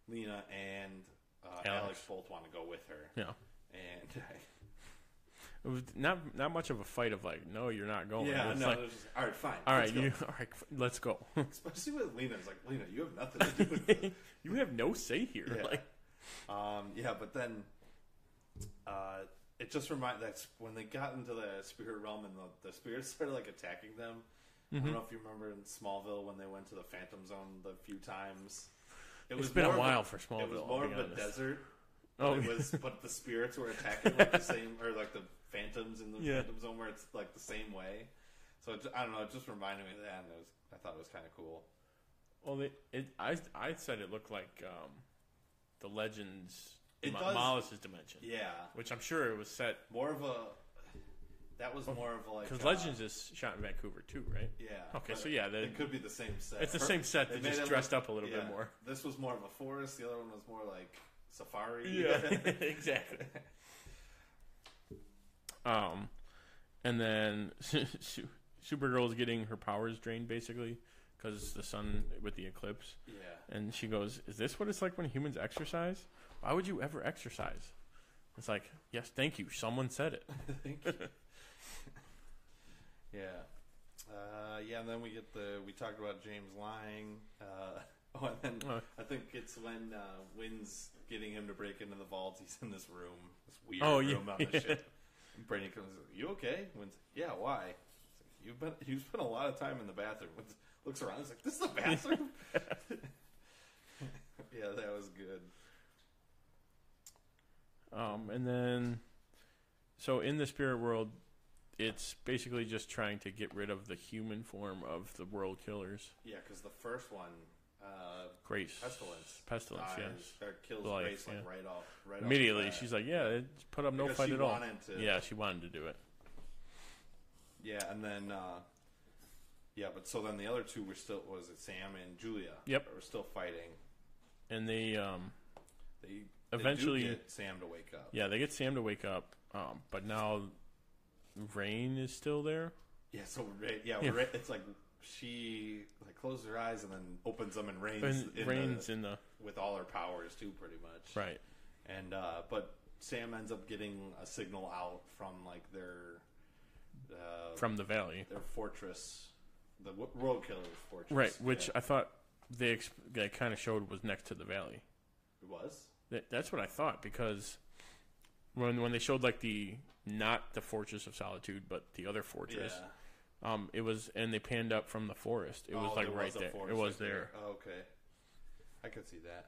[SPEAKER 2] Lena and uh, Alex. both want to go with her.
[SPEAKER 1] Yeah.
[SPEAKER 2] And
[SPEAKER 1] It was not not much of a fight of like, no, you're not going.
[SPEAKER 2] Yeah,
[SPEAKER 1] It's
[SPEAKER 2] no,
[SPEAKER 1] like,
[SPEAKER 2] there's just, all right, fine.
[SPEAKER 1] all
[SPEAKER 2] let's
[SPEAKER 1] right,
[SPEAKER 2] go."
[SPEAKER 1] you. All right, f- let's go.
[SPEAKER 2] Especially with Lena, it's like Lena, you have nothing to do with this.
[SPEAKER 1] you have no say here.
[SPEAKER 2] Yeah.
[SPEAKER 1] Like,
[SPEAKER 2] um, yeah, but then uh, it just reminds that's when they got into the spirit realm and the, the spirits started like attacking them. I
[SPEAKER 1] Mm-hmm.
[SPEAKER 2] don't know if you remember in Smallville when they went to the Phantom Zone the few times. It
[SPEAKER 1] It's been a
[SPEAKER 2] more of
[SPEAKER 1] while for
[SPEAKER 2] It
[SPEAKER 1] Smallville,
[SPEAKER 2] was
[SPEAKER 1] I'll
[SPEAKER 2] more
[SPEAKER 1] be
[SPEAKER 2] of a
[SPEAKER 1] honest.
[SPEAKER 2] desert.
[SPEAKER 1] Oh,
[SPEAKER 2] it
[SPEAKER 1] yeah.
[SPEAKER 2] was, but the spirits were attacking like the same, or like the phantoms in the
[SPEAKER 1] Yeah.
[SPEAKER 2] phantom zone where it's like the same way. So it, I don't know. It just reminded me of that, and it was, I thought it was kind of cool.
[SPEAKER 1] well, they, it, I I said it looked like um, the Legends,
[SPEAKER 2] It
[SPEAKER 1] Ma-
[SPEAKER 2] does-
[SPEAKER 1] Malice's dimension.
[SPEAKER 2] Yeah,
[SPEAKER 1] Which I'm sure it was set
[SPEAKER 2] more of a. That was more of like
[SPEAKER 1] Because
[SPEAKER 2] uh,
[SPEAKER 1] Oh, Legends is shot in Vancouver too, right?
[SPEAKER 2] Yeah.
[SPEAKER 1] Okay,
[SPEAKER 2] but
[SPEAKER 1] so yeah, the-
[SPEAKER 2] it could be the same set.
[SPEAKER 1] it's the same set, they
[SPEAKER 2] made
[SPEAKER 1] just
[SPEAKER 2] it
[SPEAKER 1] dressed up a little bit
[SPEAKER 2] yeah,
[SPEAKER 1] more.
[SPEAKER 2] This was more of a forest. The other one was more like safari.
[SPEAKER 1] exactly. Um, and then Su- Su- Supergirl is getting her powers drained basically because the sun with the eclipse.
[SPEAKER 2] Yeah.
[SPEAKER 1] And she goes, "Is this what it's like when humans exercise? Why would you ever exercise?" It's like, yes, thank you. Someone said it.
[SPEAKER 2] Thank you. yeah. Uh, yeah, and then we get the we talked about James lying. Uh, oh, and then
[SPEAKER 1] Oh.
[SPEAKER 2] I think it's when uh, Wynn's getting him to break into the vault. He's in this room, this weird
[SPEAKER 1] Oh, yeah,
[SPEAKER 2] room on the
[SPEAKER 1] yeah.
[SPEAKER 2] ship. And Brady comes, "You okay?" Wynn's, "Yeah, why?" It's like, You've been you spent a lot of time in the bathroom. Wynn's, looks around, he's like, "This is the bathroom." yeah, that was good.
[SPEAKER 1] Um, and then, so in the spirit world, it's basically just trying to get rid of the human form of the world killers.
[SPEAKER 2] Yeah, because the first one, uh,
[SPEAKER 1] Grace.
[SPEAKER 2] pestilence,
[SPEAKER 1] Pestilence,
[SPEAKER 2] dies,
[SPEAKER 1] yes.
[SPEAKER 2] or kills
[SPEAKER 1] Life,
[SPEAKER 2] Grace like
[SPEAKER 1] yeah.
[SPEAKER 2] right off, right
[SPEAKER 1] Immediately,
[SPEAKER 2] Off the bat.
[SPEAKER 1] she's like, "Yeah, it- put up no
[SPEAKER 2] Because
[SPEAKER 1] fight
[SPEAKER 2] she
[SPEAKER 1] at all."
[SPEAKER 2] wanted to-
[SPEAKER 1] Yeah, she wanted to do it.
[SPEAKER 2] yeah, and then uh, yeah, but so then the other two were still was it Sam and Julia?
[SPEAKER 1] Yep.
[SPEAKER 2] were still fighting.
[SPEAKER 1] And they, um,
[SPEAKER 2] They they do
[SPEAKER 1] Eventually-
[SPEAKER 2] get Sam to wake up.
[SPEAKER 1] yeah, they get Sam to wake up, um, but now Rain is still there.
[SPEAKER 2] yeah. So Ray, yeah,
[SPEAKER 1] Yeah.
[SPEAKER 2] Ray, it's like she like closes her eyes and then opens them and rains
[SPEAKER 1] And
[SPEAKER 2] in
[SPEAKER 1] Rain's
[SPEAKER 2] the,
[SPEAKER 1] in the
[SPEAKER 2] with all her powers too, pretty much.
[SPEAKER 1] right.
[SPEAKER 2] and uh, but Sam ends up getting a signal out from like their uh,
[SPEAKER 1] from the valley,
[SPEAKER 2] their fortress, the w- World Killer's fortress,
[SPEAKER 1] right? Which
[SPEAKER 2] yeah.
[SPEAKER 1] I thought they exp- they kind of showed was next to the valley.
[SPEAKER 2] it was.
[SPEAKER 1] That, that's what I thought because when when they showed like the not the Fortress of Solitude, but the other fortress,
[SPEAKER 2] Yeah.
[SPEAKER 1] um, it was and they panned up from the forest. It was
[SPEAKER 2] Oh,
[SPEAKER 1] like
[SPEAKER 2] there
[SPEAKER 1] right
[SPEAKER 2] a
[SPEAKER 1] there.
[SPEAKER 2] forest
[SPEAKER 1] It was
[SPEAKER 2] right
[SPEAKER 1] there.
[SPEAKER 2] Oh, okay, I could see that.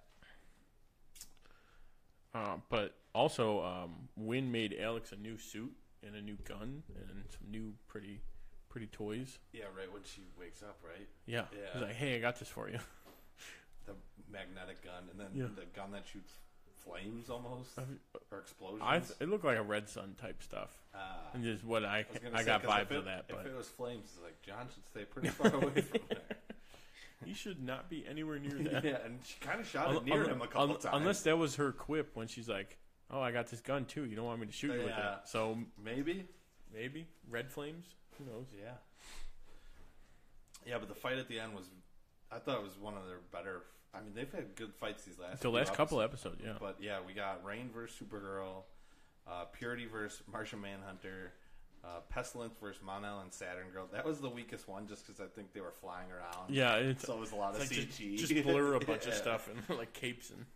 [SPEAKER 1] Uh, but also, um, Wynn made Alex a new suit and a new gun and some new pretty pretty toys.
[SPEAKER 2] Yeah, right when she wakes up, right?
[SPEAKER 1] Yeah,
[SPEAKER 2] Yeah.
[SPEAKER 1] he's like, hey, I got this for you.
[SPEAKER 2] The magnetic gun, and then
[SPEAKER 1] Yeah.
[SPEAKER 2] the gun that shoots flames almost or explosions.
[SPEAKER 1] I it looked like a Red Sun type stuff.
[SPEAKER 2] Ah.
[SPEAKER 1] and this is what I
[SPEAKER 2] I was gonna
[SPEAKER 1] I,
[SPEAKER 2] say,
[SPEAKER 1] got
[SPEAKER 2] 'cause if
[SPEAKER 1] vibes of
[SPEAKER 2] it-
[SPEAKER 1] that.
[SPEAKER 2] If
[SPEAKER 1] But
[SPEAKER 2] it was flames, it's like John should stay pretty far away from there.
[SPEAKER 1] he should not be anywhere near that.
[SPEAKER 2] yeah, and she kind of shot it
[SPEAKER 1] Un-
[SPEAKER 2] near
[SPEAKER 1] un-
[SPEAKER 2] him a couple
[SPEAKER 1] un-
[SPEAKER 2] times.
[SPEAKER 1] Unless that was her quip when she's like, "Oh, I got this gun too. You don't want me to shoot you with
[SPEAKER 2] Yeah.
[SPEAKER 1] it." So
[SPEAKER 2] maybe,
[SPEAKER 1] maybe red flames. Who knows?
[SPEAKER 2] Yeah. Yeah, but the fight at the end was, I thought it was one of their better. I mean, they've had good fights these last.
[SPEAKER 1] The
[SPEAKER 2] few
[SPEAKER 1] last couple
[SPEAKER 2] episodes,
[SPEAKER 1] episodes, yeah.
[SPEAKER 2] But yeah, we got Rain versus Supergirl, uh, Purity versus Martian Manhunter, uh, Pestilence versus Monel and Saturn Girl. That was the weakest one, just because I think they were flying around.
[SPEAKER 1] yeah, it's,
[SPEAKER 2] So it was a lot
[SPEAKER 1] it's
[SPEAKER 2] of
[SPEAKER 1] like just-
[SPEAKER 2] CG.
[SPEAKER 1] Just, blur a bunch of
[SPEAKER 2] Yeah.
[SPEAKER 1] stuff and like capes and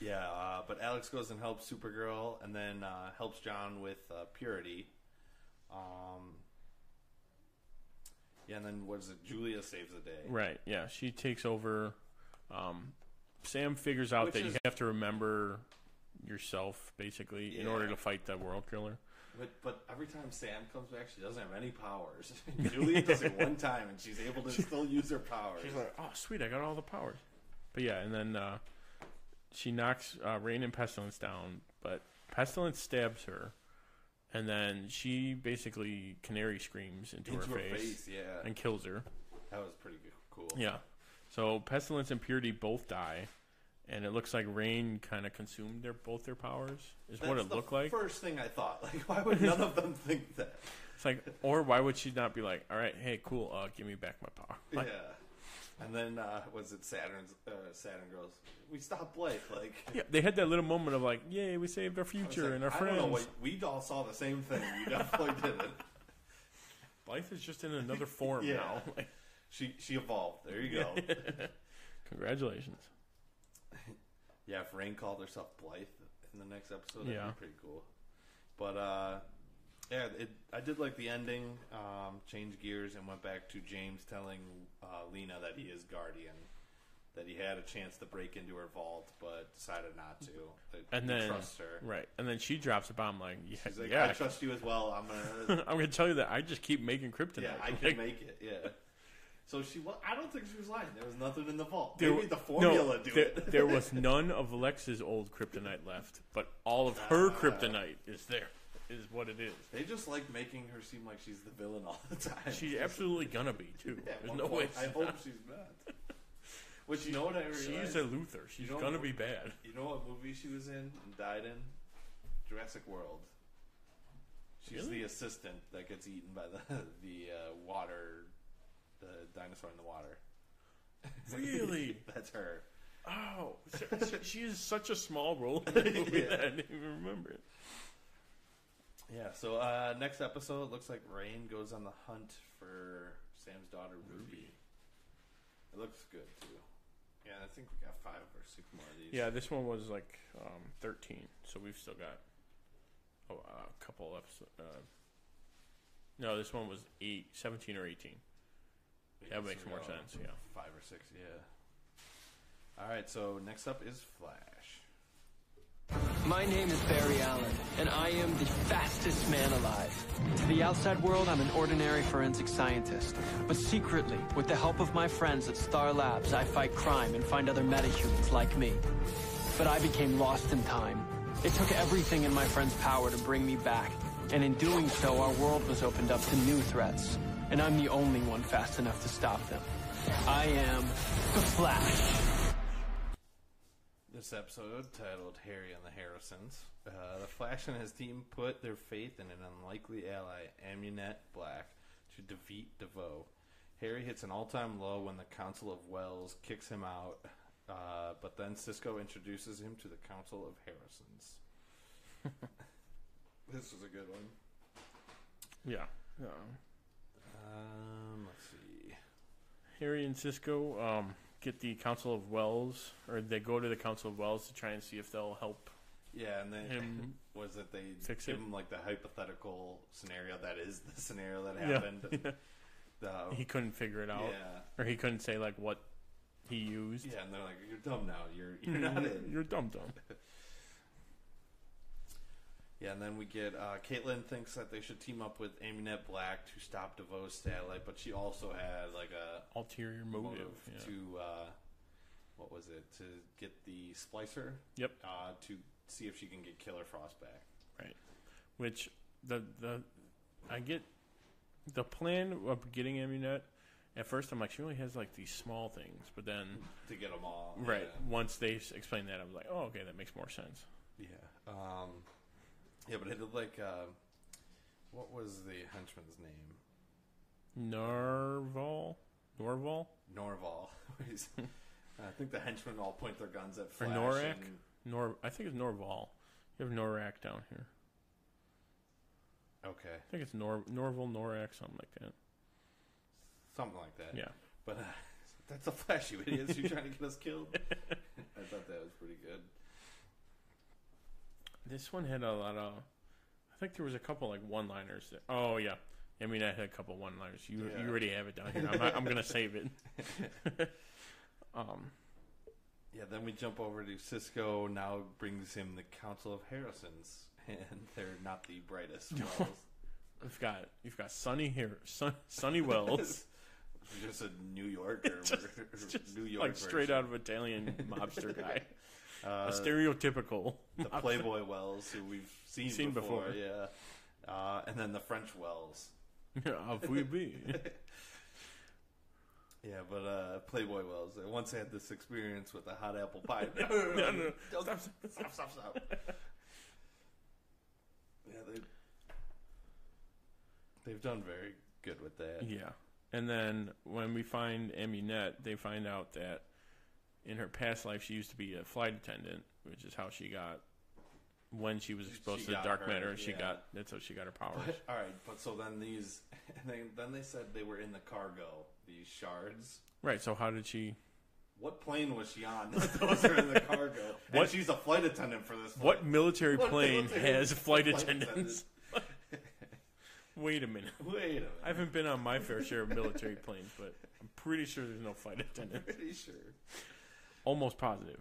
[SPEAKER 2] Yeah, uh, but Alex goes and helps Supergirl, and then uh, helps John with uh, Purity. Um, yeah, and then what is it? Julia saves the day.
[SPEAKER 1] right. Yeah, she takes over. Um, Sam figures out
[SPEAKER 2] Which
[SPEAKER 1] that you
[SPEAKER 2] is-
[SPEAKER 1] have to remember yourself basically in
[SPEAKER 2] Yeah.
[SPEAKER 1] order to fight the world killer.
[SPEAKER 2] But but every time Sam comes back, she doesn't have any powers. Julia does it one time, and she's able to still use her powers.
[SPEAKER 1] She's like, "Oh, sweet, I got all the powers." But yeah, and then uh, she knocks uh, Rain and Pestilence down, but Pestilence stabs her, and then she basically canary screams into,
[SPEAKER 2] into
[SPEAKER 1] her, face,
[SPEAKER 2] yeah.
[SPEAKER 1] and kills her.
[SPEAKER 2] that was pretty good, cool.
[SPEAKER 1] Yeah, so Pestilence and Purity both die, and it looks like Rain kind of consumed their both their powers. Is
[SPEAKER 2] That's
[SPEAKER 1] what it
[SPEAKER 2] the
[SPEAKER 1] looked like.
[SPEAKER 2] First thing I thought, like, why would none of them think that?
[SPEAKER 1] It's like, or why would she not be like, "All right, hey, cool, uh, give me back my power."
[SPEAKER 2] Yeah.
[SPEAKER 1] Like,
[SPEAKER 2] And then uh, was it Saturn's uh, Saturn girls? We stopped Blake. Like,
[SPEAKER 1] yeah, they had that little moment of like, "Yay, we saved our
[SPEAKER 2] I was
[SPEAKER 1] future
[SPEAKER 2] like,
[SPEAKER 1] and our
[SPEAKER 2] I
[SPEAKER 1] friends."
[SPEAKER 2] Don't know what, we all saw the same thing. You definitely didn't.
[SPEAKER 1] Life is just in another form
[SPEAKER 2] Yeah.
[SPEAKER 1] now. Like,
[SPEAKER 2] She she evolved. There you go.
[SPEAKER 1] congratulations.
[SPEAKER 2] Yeah, if Rain called herself Blythe in the next episode, that'd
[SPEAKER 1] Yeah.
[SPEAKER 2] be pretty cool. But uh, yeah, it, I did like the ending. Um, changed gears and went back to James telling uh, Lena that he is Guardian, that he had a chance to break into her vault, but decided not to. That
[SPEAKER 1] And
[SPEAKER 2] he
[SPEAKER 1] then
[SPEAKER 2] trusts her.
[SPEAKER 1] right, and then she drops a bomb like, yeah,
[SPEAKER 2] He's like,
[SPEAKER 1] yeah,
[SPEAKER 2] I trust you as well. I'm gonna,
[SPEAKER 1] I'm gonna tell you that I just keep making kryptonite.
[SPEAKER 2] yeah, I
[SPEAKER 1] Like,
[SPEAKER 2] can make it. Yeah. So she, wa- I don't think she was lying. There was nothing in the vault.
[SPEAKER 1] there-
[SPEAKER 2] Maybe the
[SPEAKER 1] no,
[SPEAKER 2] formula do
[SPEAKER 1] there,
[SPEAKER 2] it.
[SPEAKER 1] there
[SPEAKER 2] Ah.
[SPEAKER 1] was none of Lex's old kryptonite left, but all of her kryptonite is there. is what it is.
[SPEAKER 2] They just like making her seem like she's the villain all the time.
[SPEAKER 1] She's absolutely gonna be too.
[SPEAKER 2] At
[SPEAKER 1] There's
[SPEAKER 2] one
[SPEAKER 1] no way.
[SPEAKER 2] point, I hope she's not. Which you know what I realized?
[SPEAKER 1] She's a Luther. She's
[SPEAKER 2] know
[SPEAKER 1] gonna
[SPEAKER 2] what-
[SPEAKER 1] be bad.
[SPEAKER 2] You know what movie she was in and died in? Jurassic World. She's
[SPEAKER 1] Really?
[SPEAKER 2] the assistant that gets eaten by the the uh, water, the dinosaur in the water.
[SPEAKER 1] Really?
[SPEAKER 2] That's her.
[SPEAKER 1] Oh, so- so she is such a small role in that movie
[SPEAKER 2] Yeah.
[SPEAKER 1] that I didn't even remember it.
[SPEAKER 2] Yeah. So uh, next episode, it looks like Rain goes on the hunt for Sam's daughter Ruby. It looks good too. Yeah, I think we got five or six more of these.
[SPEAKER 1] Yeah, this one was like um, 13, so we've still got oh, a couple episodes. Uh, no, this one was eight, 17 or 18. That makes
[SPEAKER 2] we
[SPEAKER 1] more
[SPEAKER 2] got
[SPEAKER 1] sense, yeah.
[SPEAKER 2] Five or six. Yeah. All right. So next up is Flash.
[SPEAKER 10] My name is Barry Allen, and I am the fastest man alive. To the outside world, I'm an ordinary forensic scientist. But secretly, with the help of my friends at Star Labs, I fight crime and find other metahumans like me. But I became lost in time. It took everything in my friend's power to bring me back, and in doing so, our world was opened up to new threats. And I'm the only one fast enough to stop them. I am the Flash.
[SPEAKER 2] This episode, titled Harry and the Harrisons, uh, the Flash and his team put their faith in an unlikely ally, Amunet Black, to defeat DeVoe. Harry hits an all time low when the Council of Wells kicks him out, uh, but then Cisco introduces him to the Council of Harrisons. this was a good one.
[SPEAKER 1] Yeah. yeah.
[SPEAKER 2] Um, let's see.
[SPEAKER 1] Harry and Cisco um, get the Council of Wells, or they go to the Council of Wells to try and see if they'll help.
[SPEAKER 2] Yeah, and then
[SPEAKER 1] Him-
[SPEAKER 2] was it they
[SPEAKER 1] Fix
[SPEAKER 2] give
[SPEAKER 1] it?
[SPEAKER 2] him like the hypothetical scenario that is the scenario that
[SPEAKER 1] Yeah,
[SPEAKER 2] happened. and, uh,
[SPEAKER 1] He couldn't figure it out,
[SPEAKER 2] Yeah.
[SPEAKER 1] or he couldn't say like what he used.
[SPEAKER 2] Yeah, and they're like, "You're dumb now. You're
[SPEAKER 1] Mm-hmm.
[SPEAKER 2] you're not in."
[SPEAKER 1] You're dumb, dumb.
[SPEAKER 2] Yeah, and then we get uh, Caitlin thinks that they should team up with Amunet Black to stop DeVoe's satellite, but she also had like a
[SPEAKER 1] Ulterior motive.
[SPEAKER 2] motive
[SPEAKER 1] Oh, yeah.
[SPEAKER 2] to uh, what was it to get the splicer?
[SPEAKER 1] Yep.
[SPEAKER 2] Uh, to see if she can get Killer Frost back.
[SPEAKER 1] Right. Which the the I get the plan of getting Amunet. At first, I'm like, she only has like these small things, but then
[SPEAKER 2] To get them all
[SPEAKER 1] right
[SPEAKER 2] Yeah.
[SPEAKER 1] once they s- explain that, I was like, oh, okay, that makes more sense.
[SPEAKER 2] Yeah. Um, yeah, but it looked like uh, what was the henchman's name?
[SPEAKER 1] Narval, Norval,
[SPEAKER 2] Norval. I think the henchmen all point their guns at
[SPEAKER 1] or
[SPEAKER 2] Flash.
[SPEAKER 1] Norak,
[SPEAKER 2] and-
[SPEAKER 1] Nor. I think it's Norval. You have Norak down here.
[SPEAKER 2] okay,
[SPEAKER 1] I think it's Nor Norval Norak, something like that.
[SPEAKER 2] something like that.
[SPEAKER 1] Yeah.
[SPEAKER 2] But uh, that's a flash, you idiots. You're trying to get us killed. I thought that was pretty good.
[SPEAKER 1] This one had a lot of. I think there was a couple like one-liners. That, oh yeah, I mean I had a couple one-liners. You
[SPEAKER 2] Yeah.
[SPEAKER 1] you already have it down here. I'm, not, I'm gonna save it. um,
[SPEAKER 2] Yeah, then we jump over to Cisco. Now brings him the Council of Harrisons, and they're not the brightest. Wells.
[SPEAKER 1] I've got you've got Sunny here, Sun, Sunny Wells,
[SPEAKER 2] just a New Yorker. New York
[SPEAKER 1] like straight
[SPEAKER 2] version.
[SPEAKER 1] out of Italian mobster guy,
[SPEAKER 2] Uh,
[SPEAKER 1] a stereotypical.
[SPEAKER 2] the Playboy Wells, who we've seen,
[SPEAKER 1] Seen
[SPEAKER 2] before,
[SPEAKER 1] before.
[SPEAKER 2] Yeah, uh, and then the French Wells.
[SPEAKER 1] of we be.
[SPEAKER 2] Yeah, but uh, Playboy Wells. I once had this experience with a hot apple pie.
[SPEAKER 1] no, no.
[SPEAKER 2] Don't- Stop, stop, stop. yeah, they, they've done very good with that.
[SPEAKER 1] Yeah. And then when we find Amunet, they find out that in her past life she used to be a flight attendant, which is how she got when she was exposed to
[SPEAKER 2] got
[SPEAKER 1] dark
[SPEAKER 2] her,
[SPEAKER 1] matter, she
[SPEAKER 2] yeah.
[SPEAKER 1] got that's how she got her powers.
[SPEAKER 2] But, all right, but so then these, and they, then they said they were in the cargo, these shards.
[SPEAKER 1] right, so how did she
[SPEAKER 2] What plane was she on? that Those are in the cargo. And
[SPEAKER 1] What-
[SPEAKER 2] she's a flight attendant for this.
[SPEAKER 1] What
[SPEAKER 2] flight.
[SPEAKER 1] military
[SPEAKER 2] What
[SPEAKER 1] plane
[SPEAKER 2] military-
[SPEAKER 1] has flight,
[SPEAKER 2] flight
[SPEAKER 1] attendants? Wait a minute.
[SPEAKER 2] Wait a minute.
[SPEAKER 1] I haven't been on my fair share of military planes, but I'm pretty sure there's no flight attendant.
[SPEAKER 2] pretty sure.
[SPEAKER 1] Almost positive.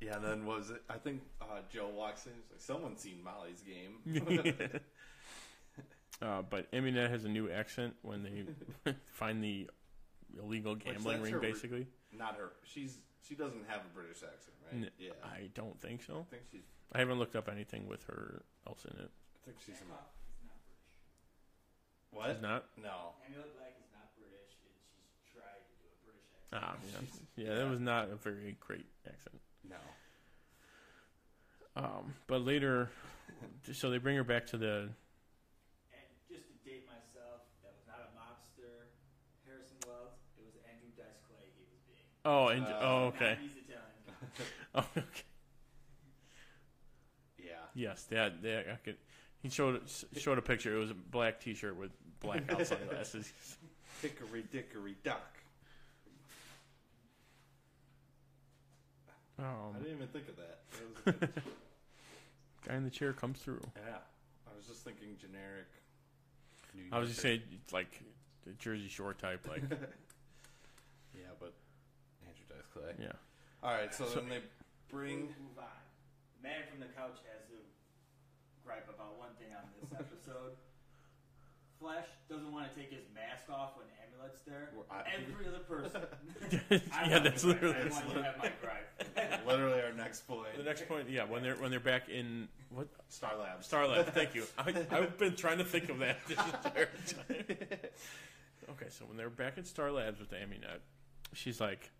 [SPEAKER 2] Yeah, and then was it? I think uh, Joe walks in. He's like, "Someone's seen Molly's game."
[SPEAKER 1] Uh, but Amunet has a new accent when they find the illegal gambling ring,
[SPEAKER 2] that's her-
[SPEAKER 1] basically.
[SPEAKER 2] Not her. She's she doesn't have a British accent, right?
[SPEAKER 1] N-
[SPEAKER 2] yeah, I
[SPEAKER 1] I don't think so.
[SPEAKER 2] think she's.
[SPEAKER 1] I haven't looked up anything with her else in it.
[SPEAKER 2] I think she's a. What?
[SPEAKER 1] She's not?
[SPEAKER 2] No.
[SPEAKER 11] Angela Black is not British, and she's tried to do a British accent.
[SPEAKER 1] Ah, yeah. yeah, that was not a very great accent.
[SPEAKER 2] No.
[SPEAKER 1] Um, but later, so they bring her back to the.
[SPEAKER 11] And just to date myself, that was not a mobster, Harrison Wells. It was Andrew Dice Clay. He was being.
[SPEAKER 1] Oh, and,
[SPEAKER 2] Uh,
[SPEAKER 1] oh, okay.
[SPEAKER 11] He's Italian.
[SPEAKER 1] Oh, okay.
[SPEAKER 2] Yeah.
[SPEAKER 1] Yes, that that I could. He showed showed a picture. It was a black T-shirt with black outside glasses.
[SPEAKER 2] Hickory dickory dock. I
[SPEAKER 1] Um,
[SPEAKER 2] didn't even think of that. That was good.
[SPEAKER 1] guy in the chair comes through.
[SPEAKER 2] yeah. I was just thinking generic. New
[SPEAKER 1] I was just
[SPEAKER 2] Yorker.
[SPEAKER 1] saying, like the Jersey Shore type, like
[SPEAKER 2] Yeah, but Andrew Dice Clay.
[SPEAKER 1] yeah.
[SPEAKER 2] All right, so, then they bring.
[SPEAKER 11] Move on. Man from the couch has a gripe about one thing on this episode. Flash doesn't want to take his mask off when Amulet's there.
[SPEAKER 2] Well, I-
[SPEAKER 11] Every other person. I
[SPEAKER 1] yeah,
[SPEAKER 11] want
[SPEAKER 1] that's
[SPEAKER 11] the gripe.
[SPEAKER 1] literally.
[SPEAKER 11] I want you to have my gripe.
[SPEAKER 2] Literally, our next point.
[SPEAKER 1] The next point, yeah, when they're when they're back in what
[SPEAKER 2] Star Labs.
[SPEAKER 1] Starlight. Thank you. I, I've been trying to think of that. This entire time. okay, so when they're back at Star Labs with the Amunet, she's like,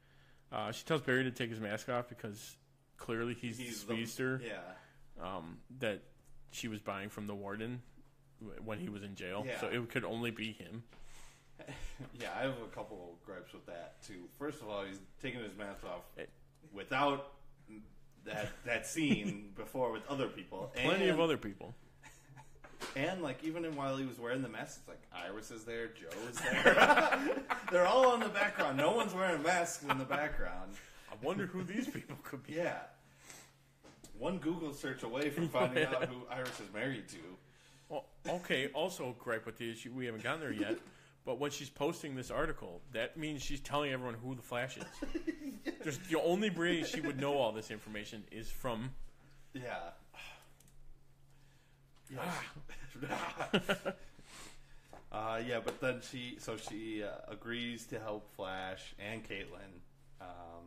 [SPEAKER 1] uh, she tells Barry to take his mask off because clearly he's,
[SPEAKER 2] He's
[SPEAKER 1] the speedster
[SPEAKER 2] Yeah.
[SPEAKER 1] um, that she was buying from the warden w- when he was in jail.
[SPEAKER 2] Yeah.
[SPEAKER 1] So it could only be him.
[SPEAKER 2] Yeah, I have a couple of gripes with that too. First of all, he's taking his mask off
[SPEAKER 1] It-
[SPEAKER 2] without that that scene before with other people.
[SPEAKER 1] Plenty
[SPEAKER 2] and,
[SPEAKER 1] of other people.
[SPEAKER 2] and like even in while he was wearing the mask, it's like Iris is there, Joe is there. They're all in the background. No one's wearing masks in the background.
[SPEAKER 1] I wonder who these people could be.
[SPEAKER 2] Yeah, one Google search away from finding out who Iris is married to.
[SPEAKER 1] Well, okay. Also, gripe with the issue we haven't gotten there yet. But when she's posting this article, that means she's telling everyone who the Flash is. There's the only way she would know all this information is from.
[SPEAKER 2] Yeah. uh, yeah, but then she, so she uh, agrees to help Flash and Caitlin, um,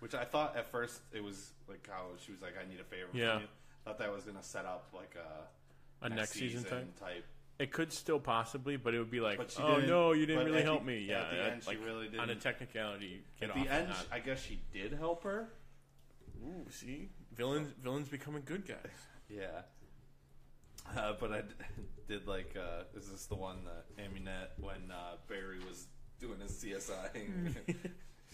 [SPEAKER 2] which I thought at first it was like how she was like, "I need a favor."
[SPEAKER 1] Yeah.
[SPEAKER 2] From you. Thought that was gonna set up like a
[SPEAKER 1] A next season type? It could still possibly, but it would be like,
[SPEAKER 2] But she
[SPEAKER 1] oh
[SPEAKER 2] didn't-
[SPEAKER 1] no, you didn't
[SPEAKER 2] but
[SPEAKER 1] really
[SPEAKER 2] at the-
[SPEAKER 1] help me.
[SPEAKER 2] at
[SPEAKER 1] Yeah,
[SPEAKER 2] the
[SPEAKER 1] uh,
[SPEAKER 2] end, she
[SPEAKER 1] like,
[SPEAKER 2] really
[SPEAKER 1] On a
[SPEAKER 2] didn't-
[SPEAKER 1] technicality, get
[SPEAKER 2] At
[SPEAKER 1] off
[SPEAKER 2] the end,
[SPEAKER 1] and
[SPEAKER 2] sh- I guess she did help her.
[SPEAKER 1] on. Ooh, see, villains, villains becoming good guys.
[SPEAKER 2] Yeah. Uh, but I d- did like, uh, is this the one that Aminette, when uh, Barry was doing his CSI? he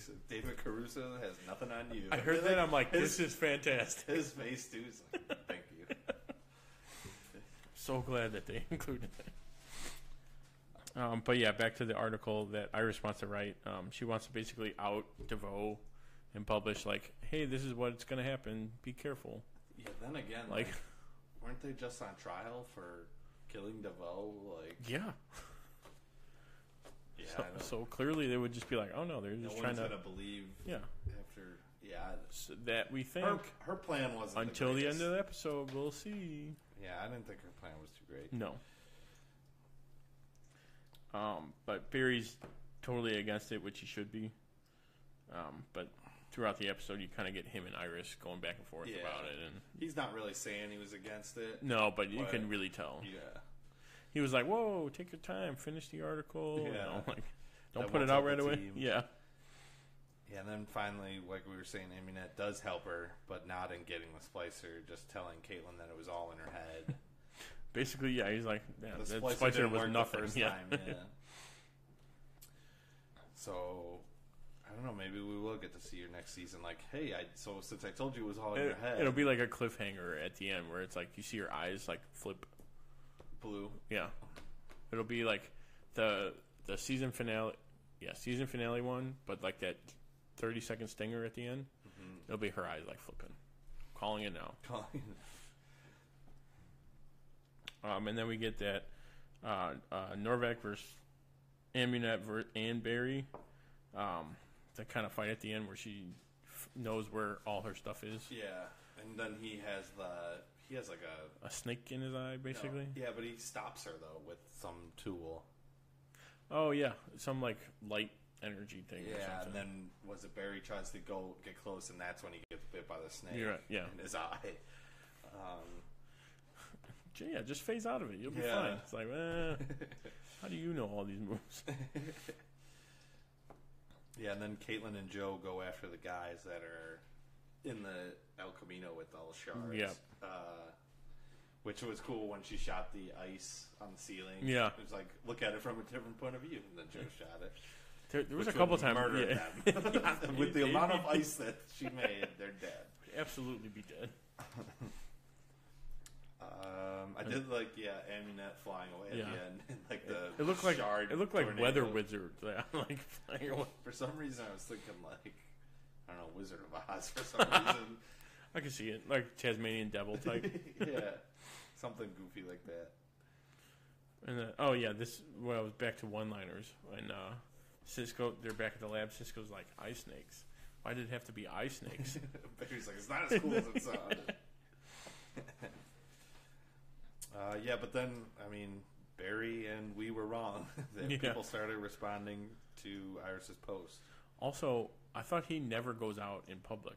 [SPEAKER 2] said, David Caruso has nothing on you.
[SPEAKER 1] I heard that, um, I'm like, this is fantastic.
[SPEAKER 2] His face, too, is like, thank you.
[SPEAKER 1] So glad that they included that. Um, but yeah, back to the article that Iris wants to write. Um, she wants to basically out DeVoe and publish like, "Hey, this is what's going to happen. Be careful."
[SPEAKER 2] Yeah, then again, like,
[SPEAKER 1] Like,
[SPEAKER 2] weren't they just on trial for killing DeVoe? Like,
[SPEAKER 1] yeah.
[SPEAKER 2] yeah,
[SPEAKER 1] So,
[SPEAKER 2] I know.
[SPEAKER 1] so clearly they would just be like, "Oh no, they're
[SPEAKER 2] no
[SPEAKER 1] just
[SPEAKER 2] one's
[SPEAKER 1] trying to."
[SPEAKER 2] going to believe
[SPEAKER 1] Yeah,
[SPEAKER 2] after. Yeah.
[SPEAKER 1] so that we think
[SPEAKER 2] Her, her plan wasn't
[SPEAKER 1] until the end
[SPEAKER 2] greatest.
[SPEAKER 1] of the episode, we'll see.
[SPEAKER 2] Yeah, I didn't think her plan was too great.
[SPEAKER 1] No. Um, but Barry's totally against it, which he should be. Um, but throughout the episode, you kind of get him and Iris going back and forth
[SPEAKER 2] Yeah.
[SPEAKER 1] about it, and
[SPEAKER 2] He's not really saying he was against it.
[SPEAKER 1] no, but you
[SPEAKER 2] But-
[SPEAKER 1] can really tell
[SPEAKER 2] Yeah.
[SPEAKER 1] he was like, "Whoa, take your time, finish the article." you
[SPEAKER 2] Yeah.
[SPEAKER 1] know, like, don't
[SPEAKER 2] That
[SPEAKER 1] put it
[SPEAKER 2] won't
[SPEAKER 1] out
[SPEAKER 2] help
[SPEAKER 1] right
[SPEAKER 2] the
[SPEAKER 1] away.
[SPEAKER 2] team.
[SPEAKER 1] Yeah,
[SPEAKER 2] Yeah, and then finally, like we were saying, Aminette does help her, but not in getting the splicer, just telling Caitlin that it was all in her head.
[SPEAKER 1] basically, yeah. He's like, "Yeah,
[SPEAKER 2] The
[SPEAKER 1] that
[SPEAKER 2] splicer,
[SPEAKER 1] Spicer
[SPEAKER 2] didn't
[SPEAKER 1] was
[SPEAKER 2] work
[SPEAKER 1] nothing."
[SPEAKER 2] the first
[SPEAKER 1] yeah.
[SPEAKER 2] time, yeah. so, I don't know, maybe we will get to see her next season. Like, hey, I so since I told you it was all in
[SPEAKER 1] It,
[SPEAKER 2] your head,
[SPEAKER 1] it'll be like a cliffhanger at the end where it's like you see her eyes like flip
[SPEAKER 2] blue.
[SPEAKER 1] Yeah. It'll be like the the season finale yeah, season finale one, but like that thirty second stinger at the end.
[SPEAKER 2] Mm-hmm.
[SPEAKER 1] It'll be her eyes like flipping. Calling it now. Um, and then we get that uh, uh, Norvac versus Amunet ver- and Barry. Um, that kind of fight at the end where she f- knows where all her stuff is.
[SPEAKER 2] yeah, and then he has the he has like a
[SPEAKER 1] A snake in his eye, basically.
[SPEAKER 2] yeah, but he stops her though with some tool.
[SPEAKER 1] Oh yeah, some like light energy thing. or
[SPEAKER 2] Yeah,
[SPEAKER 1] something.
[SPEAKER 2] and then was it Barry tries to go get close, and that's when he gets bit by the snake
[SPEAKER 1] You're right, yeah.
[SPEAKER 2] in his eye. Um,
[SPEAKER 1] J- Yeah, just phase out of it. You'll be
[SPEAKER 2] Yeah.
[SPEAKER 1] fine. It's like, eh, how do you know all these moves?
[SPEAKER 2] Yeah, and then Caitlin and Joe go after the guys that are in the El Camino with all the shards.
[SPEAKER 1] Yep.
[SPEAKER 2] Uh, which was cool when she shot the ice on the ceiling.
[SPEAKER 1] Yeah.
[SPEAKER 2] It was like, look at it from a different point of view. And then Joe shot it.
[SPEAKER 1] There, there was
[SPEAKER 2] Which
[SPEAKER 1] a couple
[SPEAKER 2] would
[SPEAKER 1] times.
[SPEAKER 2] murder
[SPEAKER 1] yeah.
[SPEAKER 2] them. With the
[SPEAKER 1] You'd
[SPEAKER 2] amount of
[SPEAKER 1] be-
[SPEAKER 2] ice that she made, they're dead.
[SPEAKER 1] absolutely be dead.
[SPEAKER 2] Um, I did like, yeah, Amunet flying away at
[SPEAKER 1] Yeah.
[SPEAKER 2] the end. And like the
[SPEAKER 1] It looked like
[SPEAKER 2] shard
[SPEAKER 1] it looked like
[SPEAKER 2] tornado.
[SPEAKER 1] weather wizard. Yeah, like flying away.
[SPEAKER 2] For some reason, I was thinking like, I don't know, Wizard of Oz for some reason.
[SPEAKER 1] I can see it, like Tasmanian devil type.
[SPEAKER 2] yeah, something goofy like that.
[SPEAKER 1] And then, oh yeah, this well, I was back to one-liners when uh, Cisco. They're back at the lab. Cisco's like eye snakes. Why did it have to be eye snakes?
[SPEAKER 2] Barry's like, it's not as cool as it sounded. uh, yeah, but then I mean, Barry and we were wrong. that
[SPEAKER 1] Yeah.
[SPEAKER 2] People started responding to Iris's post.
[SPEAKER 1] also, I thought he never goes out in public.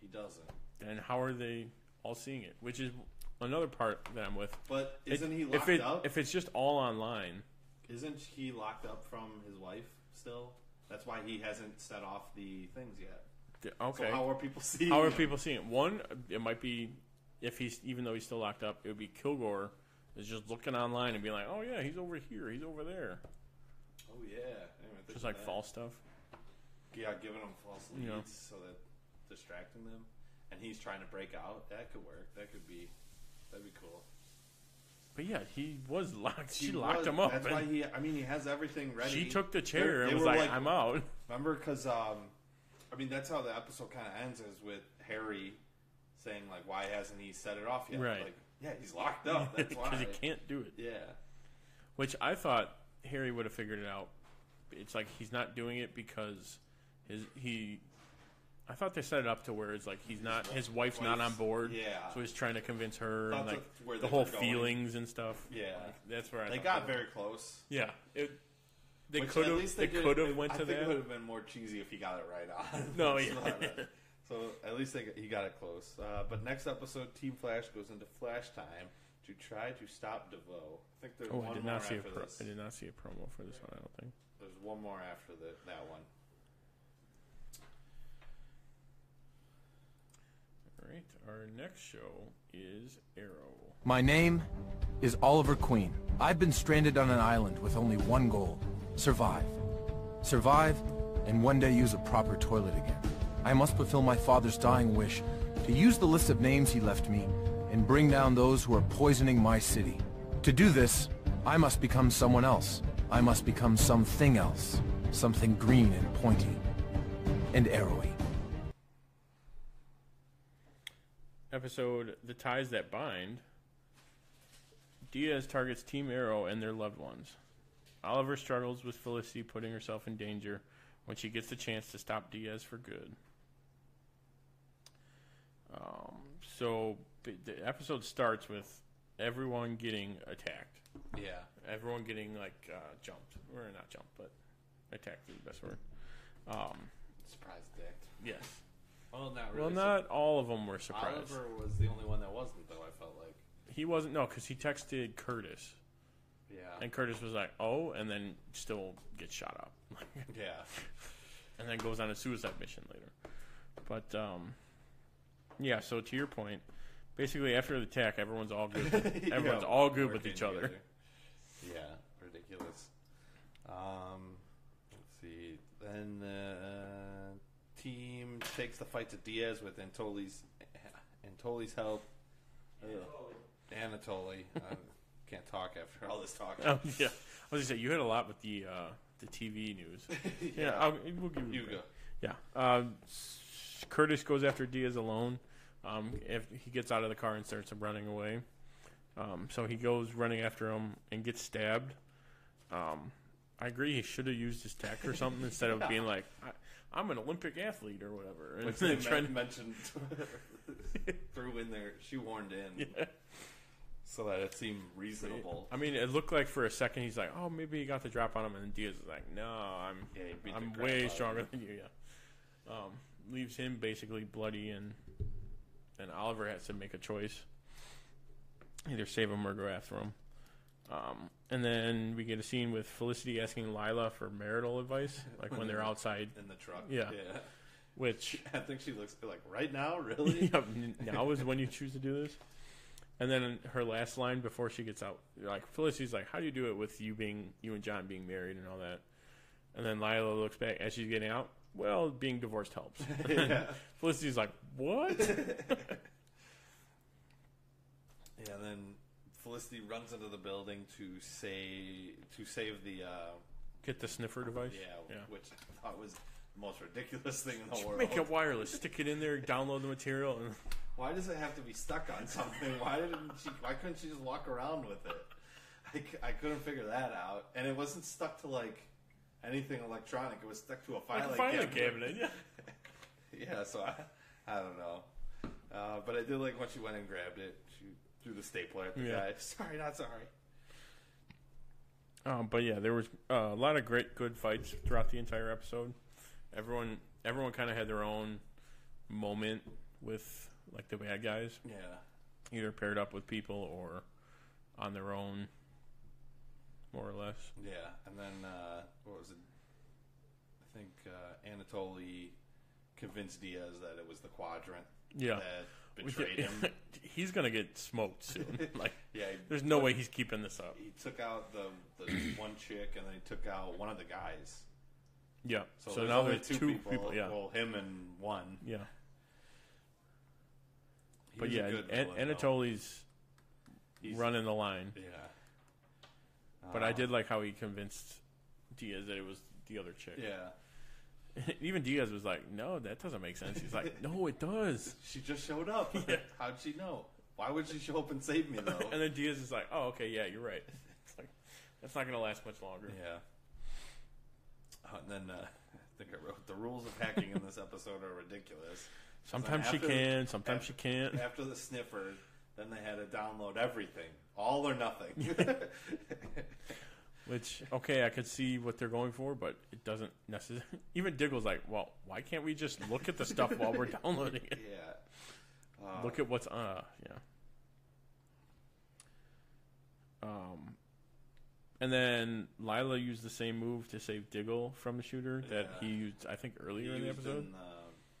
[SPEAKER 2] He doesn't.
[SPEAKER 1] Then how are they all seeing it? Which is another part that I'm with.
[SPEAKER 2] But
[SPEAKER 1] It-
[SPEAKER 2] isn't he
[SPEAKER 1] if
[SPEAKER 2] locked
[SPEAKER 1] it,
[SPEAKER 2] up?
[SPEAKER 1] If it's just all online,
[SPEAKER 2] Isn't he locked up from his wife still? That's why he hasn't set off the things yet.
[SPEAKER 1] th- okay.
[SPEAKER 2] So how are people seeing?
[SPEAKER 1] How are
[SPEAKER 2] him?
[SPEAKER 1] people seeing it? One, it might be if he's even though he's still locked up, it would be Kilgore is just looking online and being like, "Oh yeah, he's over here, he's over there,"
[SPEAKER 2] Oh yeah, anyway,
[SPEAKER 1] just like false stuff.
[SPEAKER 2] Yeah, giving them false leads
[SPEAKER 1] Yeah.
[SPEAKER 2] so that distracting them, and he's trying to break out. That could work. That could be. That'd be cool.
[SPEAKER 1] But yeah, he was locked. She
[SPEAKER 2] He
[SPEAKER 1] locked
[SPEAKER 2] was-
[SPEAKER 1] him up.
[SPEAKER 2] That's
[SPEAKER 1] and
[SPEAKER 2] why he. I mean, he has everything ready.
[SPEAKER 1] she took the
[SPEAKER 2] They're-
[SPEAKER 1] chair
[SPEAKER 2] they
[SPEAKER 1] and was
[SPEAKER 2] were
[SPEAKER 1] like, "I'm out."
[SPEAKER 2] Remember, because um, I mean, that's how the episode kind of ends is with Harry saying like, "Why hasn't he set it off yet?"
[SPEAKER 1] Right.
[SPEAKER 2] Like, yeah, he's locked up. That's why.
[SPEAKER 1] Because he can't do it.
[SPEAKER 2] Yeah.
[SPEAKER 1] Which I thought Harry would have figured it out. It's like he's not doing it because his he. I thought they set it up to where it's like he's not his wife's, not on
[SPEAKER 2] wife's-
[SPEAKER 1] board.
[SPEAKER 2] yeah.
[SPEAKER 1] so he's trying to convince her and
[SPEAKER 2] That's
[SPEAKER 1] like
[SPEAKER 2] where
[SPEAKER 1] the
[SPEAKER 2] they
[SPEAKER 1] whole
[SPEAKER 2] were going.
[SPEAKER 1] feelings and stuff.
[SPEAKER 2] Yeah.
[SPEAKER 1] Like, that's where I
[SPEAKER 2] They
[SPEAKER 1] thought
[SPEAKER 2] got
[SPEAKER 1] they-
[SPEAKER 2] very close.
[SPEAKER 1] Yeah, it, they
[SPEAKER 2] Which
[SPEAKER 1] could
[SPEAKER 2] at
[SPEAKER 1] have.
[SPEAKER 2] least
[SPEAKER 1] They,
[SPEAKER 2] did-
[SPEAKER 1] could
[SPEAKER 2] it-
[SPEAKER 1] have went
[SPEAKER 2] I
[SPEAKER 1] to
[SPEAKER 2] think It would
[SPEAKER 1] that.
[SPEAKER 2] have been more cheesy if he got it right on.
[SPEAKER 1] No,
[SPEAKER 2] That's
[SPEAKER 1] yeah.
[SPEAKER 2] not it. so at least they, he got it close. Uh, but next episode, Team Flash goes into Flash time to try to stop DeVoe. I think there's
[SPEAKER 1] Oh,
[SPEAKER 2] one
[SPEAKER 1] I did
[SPEAKER 2] more
[SPEAKER 1] not see a
[SPEAKER 2] after
[SPEAKER 1] pro-
[SPEAKER 2] this.
[SPEAKER 1] I did not see a promo for this one. I don't think.
[SPEAKER 2] There's one more after the, that one.
[SPEAKER 1] All right, our next show is Arrow.
[SPEAKER 12] My name is Oliver Queen. I've been stranded on an island with only one goal survive. Survive, and one day use a proper toilet again. I must fulfill my father's dying wish to use the list of names he left me and bring down those who are poisoning my city. To do this, I must become someone else. I must become something else. Something green and pointy and arrowy.
[SPEAKER 1] episode The Ties That Bind, Diaz targets Team Arrow and their loved ones. Oliver struggles with Felicity putting herself in danger when she gets the chance to stop Diaz for good. Um, so b- the episode starts with everyone getting attacked,
[SPEAKER 2] Yeah.
[SPEAKER 1] everyone getting like uh, jumped, or not jumped, but attacked is the best word. Um,
[SPEAKER 2] Surprise dick.
[SPEAKER 1] yes.
[SPEAKER 2] Well, not
[SPEAKER 1] Well, not all of them were surprised.
[SPEAKER 2] Oliver was the only one that wasn't, though, I felt like.
[SPEAKER 1] He wasn't no, because he texted Curtis,
[SPEAKER 2] Yeah.
[SPEAKER 1] and Curtis was like, "Oh," and then still gets shot up,
[SPEAKER 2] Yeah.
[SPEAKER 1] and then goes on a suicide mission later. But um, yeah. So to your point, basically after the attack, everyone's all good. Everyone's
[SPEAKER 2] Yeah,
[SPEAKER 1] all good with
[SPEAKER 2] working
[SPEAKER 1] each other.
[SPEAKER 2] together. Yeah, ridiculous. Um, let's see. Then uh, team takes the fight to Diaz with Antoli's Antoli's help. Ugh. Anatoly, I can't talk after all this talking.
[SPEAKER 1] Um, yeah, I was gonna say you had a lot with the uh, the TV news. yeah, I'll, we'll give you.
[SPEAKER 2] You
[SPEAKER 1] a
[SPEAKER 2] go.
[SPEAKER 1] break. Yeah, Um s- Curtis goes after Diaz alone. Um, if he gets out of the car and starts running away, um, so he goes running after him and gets stabbed. Um, I agree. He should have used his tech or something instead of being like, I, "I'm an Olympic athlete" or whatever. And
[SPEAKER 2] Which they
[SPEAKER 1] trying to-
[SPEAKER 2] men- mentioned threw in there. She warned in so that it seemed reasonable.
[SPEAKER 1] I mean, it looked like for a second he's like, "Oh, maybe he got the drop on him," and then Diaz is like, "No, I'm
[SPEAKER 2] Yeah, he beat the
[SPEAKER 1] I'm
[SPEAKER 2] crap out
[SPEAKER 1] way
[SPEAKER 2] of
[SPEAKER 1] stronger
[SPEAKER 2] him."
[SPEAKER 1] than you." Yeah, um, leaves him basically bloody, and and Oliver has to make a choice. either save him or go after him. Um, and then we get a scene with Felicity asking Lila for marital advice, like when they're outside
[SPEAKER 2] in the truck.
[SPEAKER 1] Yeah,
[SPEAKER 2] yeah.
[SPEAKER 1] Which
[SPEAKER 2] I think she looks like right now, really.
[SPEAKER 1] Yeah, now is when you choose to do this. And then her last line before she gets out, like Felicity's like, "How do you do it with you being you and John being married and all that?" And then Lila looks back as she's getting out. Well, being divorced helps.
[SPEAKER 2] Yeah.
[SPEAKER 1] Felicity's like, "What?"
[SPEAKER 2] Yeah, and then Felicity runs into the building to say to save the uh,
[SPEAKER 1] Get the sniffer device.
[SPEAKER 2] Yeah, which I thought was the most ridiculous thing in the
[SPEAKER 1] Just
[SPEAKER 2] world.
[SPEAKER 1] make it wireless. Stick it in there. Download the material. And
[SPEAKER 2] Why does it have to be stuck on something? Why didn't she? Why couldn't she just walk around with it? I, c- I couldn't figure that out, and it wasn't stuck to like anything electronic. It was stuck to a
[SPEAKER 1] Like
[SPEAKER 2] filing
[SPEAKER 1] a filing
[SPEAKER 2] cabinet.
[SPEAKER 1] cabinet, yeah.
[SPEAKER 2] yeah. So I, I don't know, uh, but I did like when she went and grabbed it. She threw the stapler at the
[SPEAKER 1] Yeah.
[SPEAKER 2] guy. Sorry, not sorry.
[SPEAKER 1] Um, but yeah, there was uh, a lot of great, good fights throughout the entire episode. Everyone, everyone kind of had their own moment with like the bad guys.
[SPEAKER 2] Yeah.
[SPEAKER 1] either paired up with people or on their own, more or less.
[SPEAKER 2] Yeah, and then uh, what was it? I think uh, Anatoly convinced Diaz that it was the quadrant.
[SPEAKER 1] Yeah,
[SPEAKER 2] that
[SPEAKER 1] Which-
[SPEAKER 2] betrayed him.
[SPEAKER 1] he's gonna get smoked soon. Like,
[SPEAKER 2] Yeah, he-
[SPEAKER 1] there's no way he's keeping this up.
[SPEAKER 2] He took out the, the one chick, and then he took out one of the guys.
[SPEAKER 1] Yeah.
[SPEAKER 2] So,
[SPEAKER 1] So
[SPEAKER 2] there's
[SPEAKER 1] now
[SPEAKER 2] only
[SPEAKER 1] there's
[SPEAKER 2] two,
[SPEAKER 1] two
[SPEAKER 2] people.
[SPEAKER 1] people, yeah.
[SPEAKER 2] Well, him and one.
[SPEAKER 1] Yeah.
[SPEAKER 2] He
[SPEAKER 1] but
[SPEAKER 2] was a
[SPEAKER 1] yeah,
[SPEAKER 2] good
[SPEAKER 1] An-
[SPEAKER 2] villain, though.
[SPEAKER 1] Anatoly's running the line.
[SPEAKER 2] Yeah.
[SPEAKER 1] But I
[SPEAKER 2] Uh,
[SPEAKER 1] did like how he convinced Diaz that it was the other chick.
[SPEAKER 2] Yeah.
[SPEAKER 1] Even Diaz was like, "No, that doesn't make sense." He's like, "No, it does."
[SPEAKER 2] She just showed up. How'd she know? Why would she show up and save me though?
[SPEAKER 1] and then Diaz is like, "Oh, okay, yeah, you're right." It's like that's not gonna last much longer.
[SPEAKER 2] Yeah. Uh, and then uh, I think I wrote the rules of hacking in this episode are ridiculous. 'Cause then
[SPEAKER 1] Sometimes she
[SPEAKER 2] after-
[SPEAKER 1] can, sometimes
[SPEAKER 2] af-
[SPEAKER 1] she can't.
[SPEAKER 2] After the sniffer, then they had to download everything, all or nothing.
[SPEAKER 1] Which okay, I could see what they're going for, but it doesn't necessarily. Even Diggle's like, well, why can't we just look at the stuff while we're downloading it?
[SPEAKER 2] Yeah. Uh,
[SPEAKER 1] look at what's uh yeah. Um, and then Lila used the same move to save Diggle from the shooter that
[SPEAKER 2] Yeah.
[SPEAKER 1] he used, I think, earlier in the
[SPEAKER 2] used
[SPEAKER 1] episode.
[SPEAKER 2] In, uh,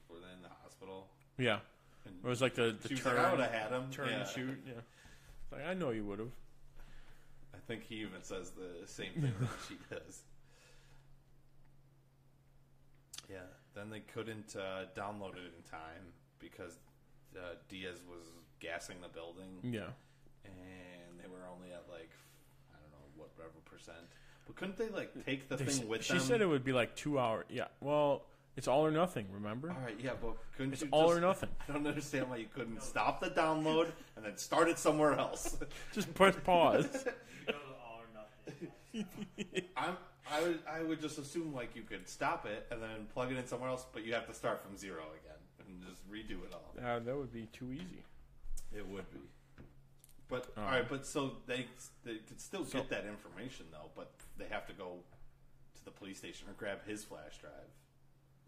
[SPEAKER 2] were they in the hospital?
[SPEAKER 1] yeah,
[SPEAKER 2] And
[SPEAKER 1] it was like the the
[SPEAKER 2] she was
[SPEAKER 1] turn.
[SPEAKER 2] like, I would've had him.
[SPEAKER 1] Turn
[SPEAKER 2] Yeah.
[SPEAKER 1] and shoot. Yeah, It's like I know you would have.
[SPEAKER 2] I think he even says the same thing that she does. Yeah. Then they couldn't uh, download it in time because uh, Diaz was gassing the building.
[SPEAKER 1] Yeah.
[SPEAKER 2] And they were only at like I don't know whatever percent. But couldn't they like take the
[SPEAKER 1] They s-
[SPEAKER 2] thing with
[SPEAKER 1] she
[SPEAKER 2] them?
[SPEAKER 1] said it would be like two hours. Yeah. Well, it's all or nothing. Remember?
[SPEAKER 2] All right, yeah, but couldn't
[SPEAKER 1] It's
[SPEAKER 2] you
[SPEAKER 1] all
[SPEAKER 2] just-
[SPEAKER 1] or nothing.
[SPEAKER 2] I don't understand why you couldn't stop the download and then start it somewhere else.
[SPEAKER 1] Just press pause.
[SPEAKER 11] Go to all or nothing.
[SPEAKER 2] I'm, I would I would just assume like you could stop it and then plug it in somewhere else, but you have to start from zero again and just redo it all.
[SPEAKER 1] Uh, that would be too easy.
[SPEAKER 2] It would be. But
[SPEAKER 1] Um,
[SPEAKER 2] all right, but so they they could still
[SPEAKER 1] So-
[SPEAKER 2] get that information though, but they have to go to the police station or grab his flash drive.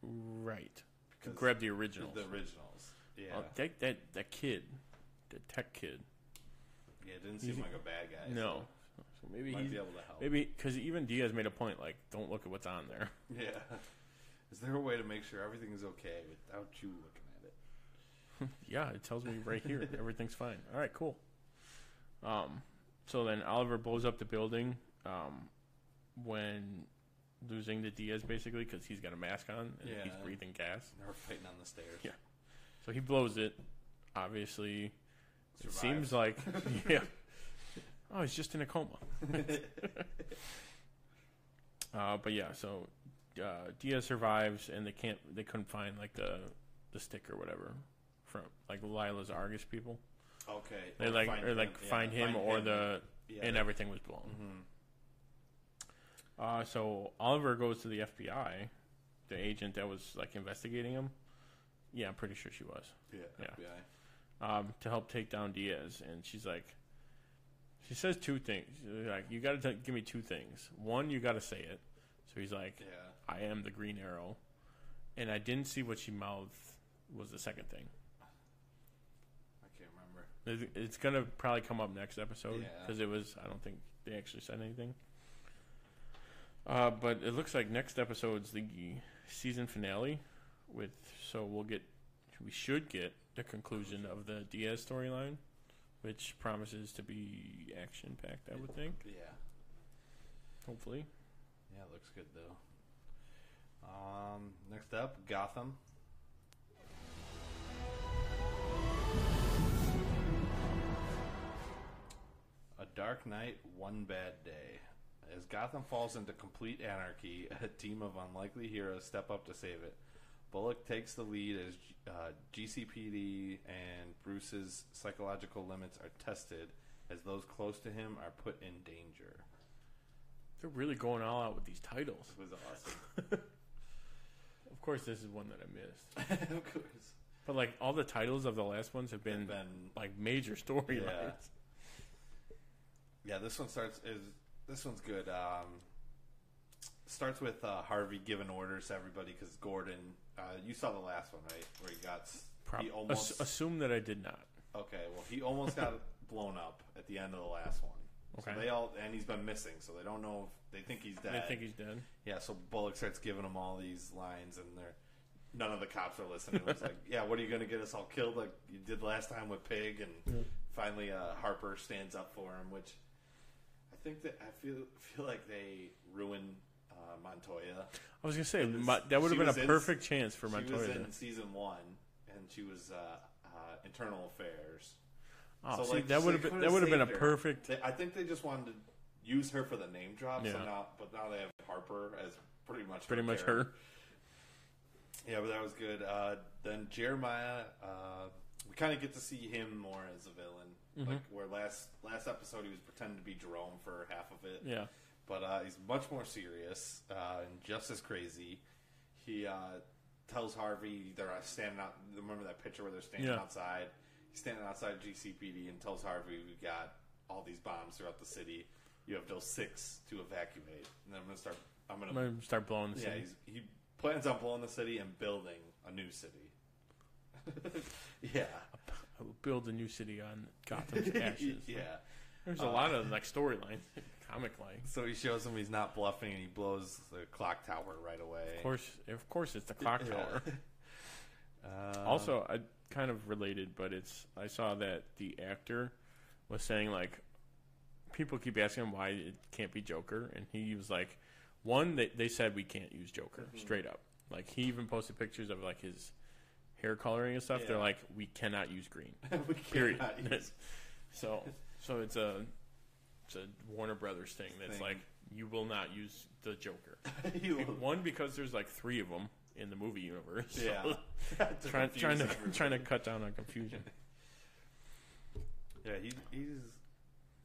[SPEAKER 1] Right.
[SPEAKER 2] Because-
[SPEAKER 1] Grab the originals.
[SPEAKER 2] The originals. Yeah.
[SPEAKER 1] Uh, that, that that kid, the tech kid.
[SPEAKER 2] yeah, it didn't seem
[SPEAKER 1] Easy.
[SPEAKER 2] like a bad guy.
[SPEAKER 1] no.
[SPEAKER 2] so-
[SPEAKER 1] So maybe
[SPEAKER 2] Might
[SPEAKER 1] he's
[SPEAKER 2] be able to help.
[SPEAKER 1] maybe because even Diaz made a point like, don't look at what's on there.
[SPEAKER 2] Yeah. Is there a way to make sure everything's okay without you looking at it?
[SPEAKER 1] yeah, it tells me right here everything's fine. All right, cool. Um, so then Oliver blows up the building. Um, when losing to Diaz basically because he's got a mask on and he's
[SPEAKER 2] Yeah.
[SPEAKER 1] breathing gas.
[SPEAKER 2] They're fighting on the stairs.
[SPEAKER 1] Yeah. So he blows it. Obviously, it
[SPEAKER 2] Survives.
[SPEAKER 1] seems like yeah. Oh, he's just in a coma. uh, but yeah, so uh, Diaz survives, and they can't. They couldn't find like the the stick or whatever from like Lila's Argus people.
[SPEAKER 2] Okay.
[SPEAKER 1] They
[SPEAKER 2] Or
[SPEAKER 1] like
[SPEAKER 2] find
[SPEAKER 1] or like
[SPEAKER 2] yeah,
[SPEAKER 1] find him or the
[SPEAKER 2] Yeah, Mm-hmm.
[SPEAKER 1] and
[SPEAKER 2] they-
[SPEAKER 1] everything was blown. Uh, so Oliver goes to the FBI, the agent that was like investigating him. Yeah, I'm pretty sure she was
[SPEAKER 2] Yeah.
[SPEAKER 1] Yeah.
[SPEAKER 2] FBI.
[SPEAKER 1] um, to help take down Diaz, and she's like, she says two things. She's like, you got to give me two things. One, you got to say it. So he's like,
[SPEAKER 2] Yeah.
[SPEAKER 1] I am the Green Arrow, and I didn't see what she mouthed was the second thing.
[SPEAKER 2] I can't remember.
[SPEAKER 1] It's- It's gonna probably come up next episode
[SPEAKER 2] Yeah.
[SPEAKER 1] because it was. I don't think they actually said anything. Uh, but it looks like next episode's the season finale, with so we'll get, we should get the conclusion of the Diaz storyline, which promises to be action packed. I would think.
[SPEAKER 2] Yeah.
[SPEAKER 1] Hopefully.
[SPEAKER 2] Yeah, it looks good though. Um, next up, Gotham. A dark night, one bad day. As Gotham falls into complete anarchy, a team of unlikely heroes step up to save it. Bullock takes the lead as uh, GCPD and Bruce's psychological limits are tested as those close to him are put in danger.
[SPEAKER 1] They're really going all out with these titles.
[SPEAKER 2] It was awesome.
[SPEAKER 1] Of course, this is one that I missed.
[SPEAKER 2] of course.
[SPEAKER 1] But like all the titles of the last ones have been,
[SPEAKER 2] been-
[SPEAKER 1] like major storylines.
[SPEAKER 2] Yeah. Yeah, this one starts is this one's good. Um, starts with uh, Harvey giving orders to everybody because Gordon. Uh, you saw the last one, right? Where he got s-
[SPEAKER 1] Prob-
[SPEAKER 2] he
[SPEAKER 1] ass-
[SPEAKER 2] almost
[SPEAKER 1] assume that I did not.
[SPEAKER 2] okay. Well, he almost got blown up at the end of the last one.
[SPEAKER 1] Okay.
[SPEAKER 2] So they all and he's been missing, so they don't know. if They think he's dead.
[SPEAKER 1] They think he's dead.
[SPEAKER 2] Yeah, so Bullock starts giving them all these lines, and they're none of the cops are listening. It's like, yeah, what are you going to get us all killed like you did last time with Pig? And finally, uh, Harper stands up for him, which I think that I feel feel like they ruin uh, Montoya.
[SPEAKER 1] I was gonna say
[SPEAKER 2] Because
[SPEAKER 1] Mo- that would
[SPEAKER 2] she
[SPEAKER 1] have been
[SPEAKER 2] was
[SPEAKER 1] a
[SPEAKER 2] in-
[SPEAKER 1] perfect chance for
[SPEAKER 2] She was
[SPEAKER 1] Montoya.
[SPEAKER 2] in season one, and she was uh, uh, internal affairs.
[SPEAKER 1] Oh, see,
[SPEAKER 2] like,
[SPEAKER 1] that
[SPEAKER 2] they
[SPEAKER 1] would've been-
[SPEAKER 2] could've
[SPEAKER 1] that would've been
[SPEAKER 2] saved
[SPEAKER 1] a
[SPEAKER 2] her.
[SPEAKER 1] perfect-
[SPEAKER 2] They- I think they just wanted to use her for the name drop. So
[SPEAKER 1] Yeah.
[SPEAKER 2] now, but now they have Harper as pretty much
[SPEAKER 1] Pretty
[SPEAKER 2] her
[SPEAKER 1] much
[SPEAKER 2] character.
[SPEAKER 1] her.
[SPEAKER 2] Yeah, but that was good. Uh, then Jeremiah, uh, we kind of get to see him more as a villain.
[SPEAKER 1] Mm-hmm.
[SPEAKER 2] Like where last last episode he was pretending to be Jerome for half of it.
[SPEAKER 1] Yeah.
[SPEAKER 2] but uh, he's much more serious uh, and just as crazy. He uh, tells Harvey they're uh, standing out. Remember that picture where they're standing
[SPEAKER 1] Yeah.
[SPEAKER 2] outside? He's standing outside GCPD and tells Harvey we got all these bombs throughout the city. You have those six to evacuate, and then I'm gonna start. I'm gonna
[SPEAKER 1] I'm gonna start blowing the
[SPEAKER 2] yeah,
[SPEAKER 1] city.
[SPEAKER 2] he's, he plans on blowing the city and building a new city. yeah,
[SPEAKER 1] I will build a new city on Gotham's ashes.
[SPEAKER 2] yeah.
[SPEAKER 1] There's a lot of like storylines, comic like.
[SPEAKER 2] So he shows him he's not bluffing, and he blows the clock tower right away.
[SPEAKER 1] Of course, of course, it's the clock
[SPEAKER 2] Yeah.
[SPEAKER 1] tower. Um,
[SPEAKER 2] Uh,
[SPEAKER 1] also, I kind of related, but it's I saw that the actor was saying like people keep asking him why it can't be Joker, and he was like, one they they said we can't use Joker
[SPEAKER 2] Mm-hmm.
[SPEAKER 1] straight up. Like he even posted pictures of like his hair coloring and stuff. They're
[SPEAKER 2] Yeah.
[SPEAKER 1] like we cannot use green.
[SPEAKER 2] we
[SPEAKER 1] period.
[SPEAKER 2] cannot use
[SPEAKER 1] so so it's a it's a Warner Brothers thing that's
[SPEAKER 2] Thing.
[SPEAKER 1] like you will not use the Joker.
[SPEAKER 2] you
[SPEAKER 1] One because there's like three of them in the movie universe. so
[SPEAKER 2] yeah, To
[SPEAKER 1] trying,
[SPEAKER 2] confuse
[SPEAKER 1] trying to
[SPEAKER 2] everybody.
[SPEAKER 1] trying to cut down on confusion.
[SPEAKER 2] yeah, he, he's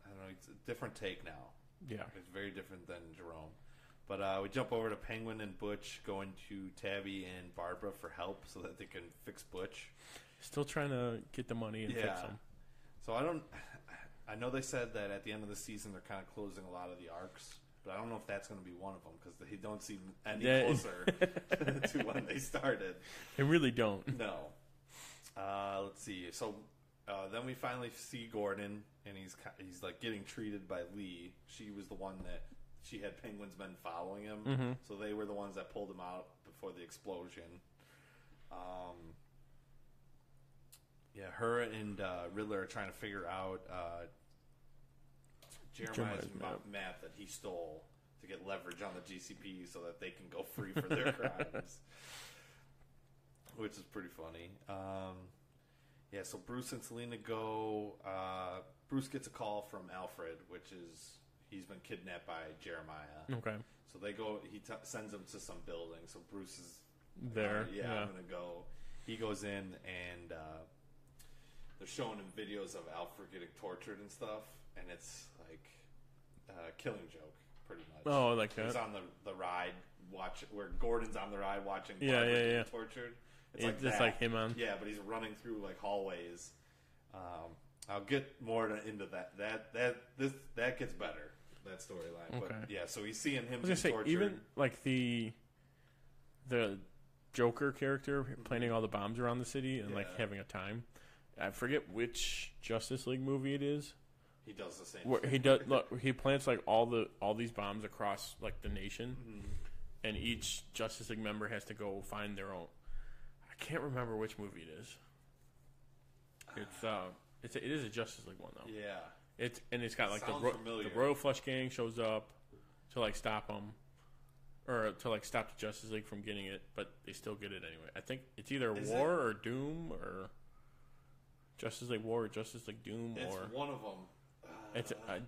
[SPEAKER 2] I don't know, it's a different take now.
[SPEAKER 1] Yeah.
[SPEAKER 2] It's very different than Jerome. But uh, we jump over to Penguin and Butch going to Tabby and Barbara for help so that they can fix Butch.
[SPEAKER 1] Still trying to get the money and fix them.
[SPEAKER 2] So I don't. I know they said that at the end of the season they're kind of closing a lot of the arcs, but I don't know if that's going to be one of them because they don't seem any
[SPEAKER 1] That-
[SPEAKER 2] closer to when they started.
[SPEAKER 1] They really don't.
[SPEAKER 2] No. Uh, let's see. So uh, then we finally see Gordon, and he's ki- he's like getting treated by Lee. She was the one that she had Penguin's men following him, so they were the ones that pulled him out before the explosion. Um, yeah, her and uh, Riddler are trying to figure out uh, Jeremiah's,
[SPEAKER 1] Jeremiah's
[SPEAKER 2] map. map that he stole to get leverage on the GCP so that they can go free for their crimes, which is pretty funny. Um, yeah, so Bruce and Selena go. Uh, Bruce gets a call from Alfred, which is he's been kidnapped by Jeremiah.
[SPEAKER 1] Okay.
[SPEAKER 2] So they go. He t- sends him to some building. So Bruce is
[SPEAKER 1] There,
[SPEAKER 2] "All right, yeah,
[SPEAKER 1] yeah.
[SPEAKER 2] I'm gonna go. He goes in and uh, they're showing him videos of Alfred getting tortured and stuff, and it's like uh, Killing Joke, pretty much.
[SPEAKER 1] Oh, I like that.
[SPEAKER 2] He's on the the ride watch where Gordon's on the ride watching.
[SPEAKER 1] Yeah,
[SPEAKER 2] Barbara
[SPEAKER 1] yeah,
[SPEAKER 2] getting
[SPEAKER 1] yeah.
[SPEAKER 2] Tortured.
[SPEAKER 1] It's just
[SPEAKER 2] that.
[SPEAKER 1] like him on-
[SPEAKER 2] Yeah, but he's running through like hallways. Um, I'll get more to- into that. That that this that gets better. That storyline. But
[SPEAKER 1] Okay.
[SPEAKER 2] yeah, so he's seeing him
[SPEAKER 1] I was gonna
[SPEAKER 2] get
[SPEAKER 1] say
[SPEAKER 2] tortured.
[SPEAKER 1] even like the the Joker character planting all the bombs around the city and like
[SPEAKER 2] Mm-hmm. Yeah.
[SPEAKER 1] having a time. I forget which Justice League movie it is.
[SPEAKER 2] He does the same.
[SPEAKER 1] Where
[SPEAKER 2] thing.
[SPEAKER 1] he does look, he plants like all the all these bombs across like the nation,
[SPEAKER 2] Mm-hmm.
[SPEAKER 1] and each Justice League member has to go find their own. I can't remember which movie it is. It's uh, it's a, it is a Justice League one though.
[SPEAKER 2] Yeah.
[SPEAKER 1] It's and it's got like the,
[SPEAKER 2] Sounds
[SPEAKER 1] Ro-
[SPEAKER 2] familiar.
[SPEAKER 1] the Royal Flush Gang shows up to like stop them, or to like stop the Justice League from getting it, but they still get it anyway. I think it's either
[SPEAKER 2] Is
[SPEAKER 1] War or Doom or Justice League War or Justice League Doom
[SPEAKER 2] It's
[SPEAKER 1] or
[SPEAKER 2] one of them.
[SPEAKER 1] it's I,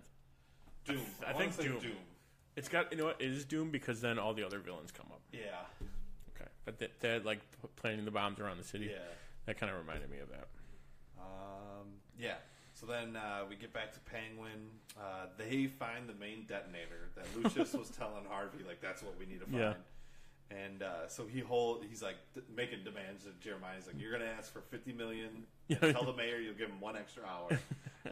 [SPEAKER 2] Doom.
[SPEAKER 1] I,
[SPEAKER 2] I wanna
[SPEAKER 1] think
[SPEAKER 2] say
[SPEAKER 1] Doom.
[SPEAKER 2] Doom.
[SPEAKER 1] It's got you know what it is Doom because then all the other villains come up.
[SPEAKER 2] Yeah.
[SPEAKER 1] Okay, but they, they're like p- planting the bombs around the city.
[SPEAKER 2] Yeah.
[SPEAKER 1] that kind of reminded me of that.
[SPEAKER 2] Um, yeah. So then uh, we get back to Penguin. Uh, they find the main detonator that Lucius was telling Harvey, like that's what we need to find.
[SPEAKER 1] Yeah.
[SPEAKER 2] And uh, so he hold he's like d- making demands to Jeremiah. He's like, "You're gonna ask for fifty million. Tell the mayor you'll give him one extra hour."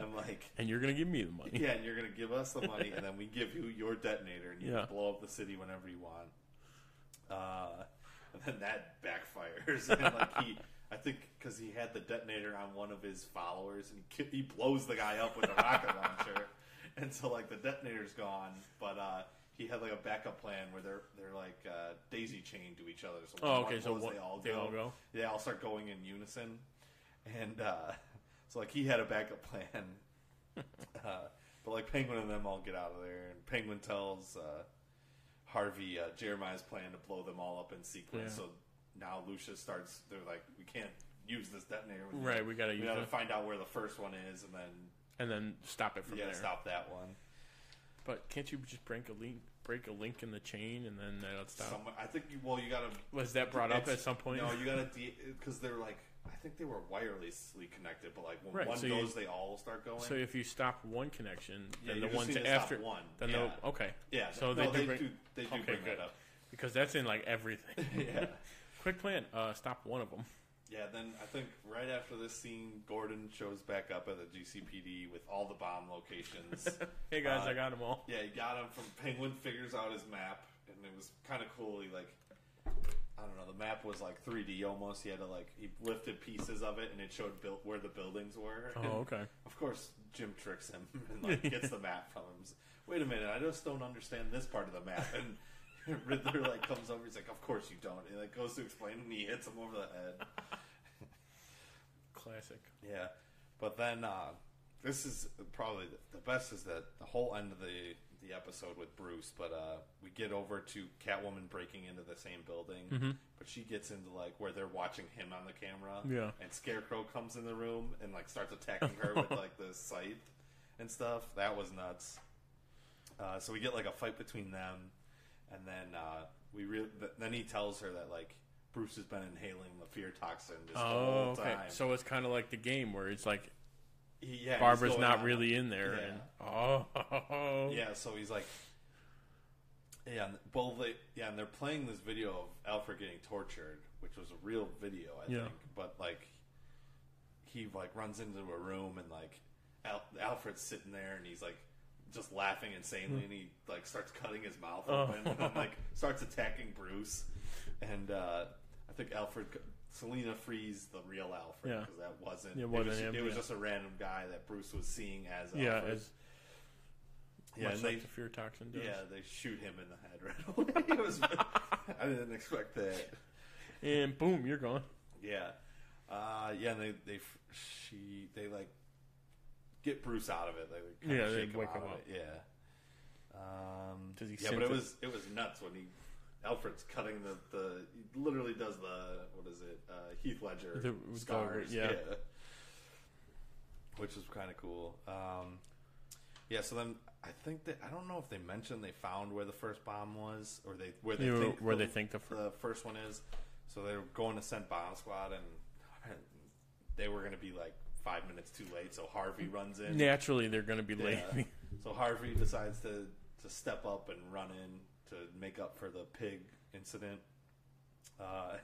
[SPEAKER 2] I'm like,
[SPEAKER 1] And you're gonna give me the money.
[SPEAKER 2] "Yeah, and you're gonna give us the money, and then we give you your detonator, and you
[SPEAKER 1] Yeah.
[SPEAKER 2] can blow up the city whenever you want." Uh, and then that backfires. and like he, I think because he had the detonator on one of his followers, and he, ki- he blows the guy up with a rocket launcher, and so like the detonator's gone. But uh, he had like a backup plan where they're they're like uh, daisy chained to each other. So
[SPEAKER 1] Oh,
[SPEAKER 2] when
[SPEAKER 1] okay,
[SPEAKER 2] one
[SPEAKER 1] so
[SPEAKER 2] blows,
[SPEAKER 1] one- they all go?
[SPEAKER 2] They all start going in unison, and uh, so like he had a backup plan. uh, but like Penguin and them all get out of there, and Penguin tells. Uh, Harvey uh, Jeremiah's plan to blow them all up in sequence.
[SPEAKER 1] Yeah.
[SPEAKER 2] So now Lucia starts. They're like, we can't use this detonator. We
[SPEAKER 1] Right, we gotta
[SPEAKER 2] we
[SPEAKER 1] use
[SPEAKER 2] gotta
[SPEAKER 1] it."
[SPEAKER 2] find out where the first one is, and then
[SPEAKER 1] And then stop it from
[SPEAKER 2] yeah,
[SPEAKER 1] there.
[SPEAKER 2] stop that one.
[SPEAKER 1] But can't you just break a link, break a link in the chain, and then that'll stop?
[SPEAKER 2] Someone, I think. You, well, you gotta.
[SPEAKER 1] Was that brought up
[SPEAKER 2] it's-
[SPEAKER 1] at some point?
[SPEAKER 2] No, you gotta because they're like. I think they were wirelessly connected, but like when
[SPEAKER 1] Right,
[SPEAKER 2] one
[SPEAKER 1] so you-
[SPEAKER 2] goes, they all start going.
[SPEAKER 1] So if you stop one connection,
[SPEAKER 2] Yeah,
[SPEAKER 1] then
[SPEAKER 2] you
[SPEAKER 1] the
[SPEAKER 2] just
[SPEAKER 1] ones
[SPEAKER 2] need to stop
[SPEAKER 1] after
[SPEAKER 2] one.
[SPEAKER 1] then
[SPEAKER 2] Yeah.
[SPEAKER 1] the okay,
[SPEAKER 2] Yeah,
[SPEAKER 1] So
[SPEAKER 2] no,
[SPEAKER 1] they,
[SPEAKER 2] they
[SPEAKER 1] do, bring,
[SPEAKER 2] do- they do
[SPEAKER 1] okay,
[SPEAKER 2] bring that
[SPEAKER 1] good.
[SPEAKER 2] up.
[SPEAKER 1] because that's in like everything.
[SPEAKER 2] Yeah.
[SPEAKER 1] Quick plan: uh, stop one of them.
[SPEAKER 2] Yeah, then I think right after this scene, Gordon shows back up at the GCPD with all the bomb locations.
[SPEAKER 1] Hey, guys,
[SPEAKER 2] Uh,
[SPEAKER 1] I got 'em all.
[SPEAKER 2] Yeah, he got them from Penguin. Figures out his map, and it was kind of cool. He like, I don't know, the map was like 3D almost. He had to like he lifted pieces of it, and it showed built where the buildings were.
[SPEAKER 1] Oh,
[SPEAKER 2] And
[SPEAKER 1] okay.
[SPEAKER 2] Of course, Jim tricks him and like gets the map from him. Wait a minute, I just don't understand this part of the map. And Riddler like comes over. He's like, "Of course you don't." And like goes to explain, and he hits him over the head.
[SPEAKER 1] Classic.
[SPEAKER 2] Yeah, but then uh, this is probably the- the best is that the whole end of the the episode with Bruce. But uh, we get over to Catwoman breaking into the same building,
[SPEAKER 1] Mhm.
[SPEAKER 2] but she gets into like where they're watching him on the camera.
[SPEAKER 1] Yeah.
[SPEAKER 2] and Scarecrow comes in the room and like starts attacking her with like the scythe and stuff. That was nuts. Uh, so we get like a fight between them, and then uh, we re- th- then he tells her that like Bruce has been inhaling the fear toxin this
[SPEAKER 1] Oh,
[SPEAKER 2] whole
[SPEAKER 1] okay.
[SPEAKER 2] time.
[SPEAKER 1] So it's kind of like the game where it's like
[SPEAKER 2] He- yeah, he's
[SPEAKER 1] Barbara's
[SPEAKER 2] going
[SPEAKER 1] not
[SPEAKER 2] on.
[SPEAKER 1] really in there,
[SPEAKER 2] Yeah.
[SPEAKER 1] and oh,
[SPEAKER 2] Yeah, so he's like, yeah, and, well, they, yeah, and they're playing this video of Alfred getting tortured, which was a real video, I
[SPEAKER 1] Yeah.
[SPEAKER 2] think. But like, he like runs into a room and like, Al- Alfred's sitting there and he's like, just laughing insanely, and he like starts cutting his mouth
[SPEAKER 1] Oh.
[SPEAKER 2] open and then, like starts attacking Bruce, and uh, I think Alfred. Selena frees the real Alfred
[SPEAKER 1] Yeah.
[SPEAKER 2] because that wasn't.
[SPEAKER 1] It
[SPEAKER 2] It,
[SPEAKER 1] wasn't
[SPEAKER 2] was,
[SPEAKER 1] him,
[SPEAKER 2] it was
[SPEAKER 1] yeah.
[SPEAKER 2] just a random guy that Bruce was seeing as.
[SPEAKER 1] yeah,
[SPEAKER 2] Alfred.
[SPEAKER 1] as
[SPEAKER 2] Yeah,
[SPEAKER 1] much
[SPEAKER 2] and
[SPEAKER 1] like
[SPEAKER 2] they-
[SPEAKER 1] the fear toxin does.
[SPEAKER 2] Yeah, they shoot him in the head right away. It was- I didn't expect that.
[SPEAKER 1] and boom, you're gone.
[SPEAKER 2] Yeah, uh, yeah. And they they f- she they like get Bruce out of it. They kind
[SPEAKER 1] Yeah,
[SPEAKER 2] of
[SPEAKER 1] they
[SPEAKER 2] shake him
[SPEAKER 1] wake
[SPEAKER 2] out
[SPEAKER 1] him
[SPEAKER 2] of
[SPEAKER 1] up.
[SPEAKER 2] it. Yeah. Um,
[SPEAKER 1] Does he
[SPEAKER 2] yeah, but
[SPEAKER 1] sense
[SPEAKER 2] it
[SPEAKER 1] it?
[SPEAKER 2] was it was nuts when he Alfred's cutting the the he literally does the what is it uh, Heath Ledger
[SPEAKER 1] The- the-
[SPEAKER 2] scars.
[SPEAKER 1] yeah.
[SPEAKER 2] Which was kind of cool. Um, yeah, so then I think that I don't know if they mentioned they found where the first bomb was, or they where they
[SPEAKER 1] Yeah,
[SPEAKER 2] think
[SPEAKER 1] where they think the fir-
[SPEAKER 2] the first one is. So they're going to send bomb squad, and they were going to be like five minutes too late. So Harvey runs in.
[SPEAKER 1] Naturally, they're going to be late.
[SPEAKER 2] Yeah. So Harvey decides to to step up and run in to make up for the pig incident. Uh,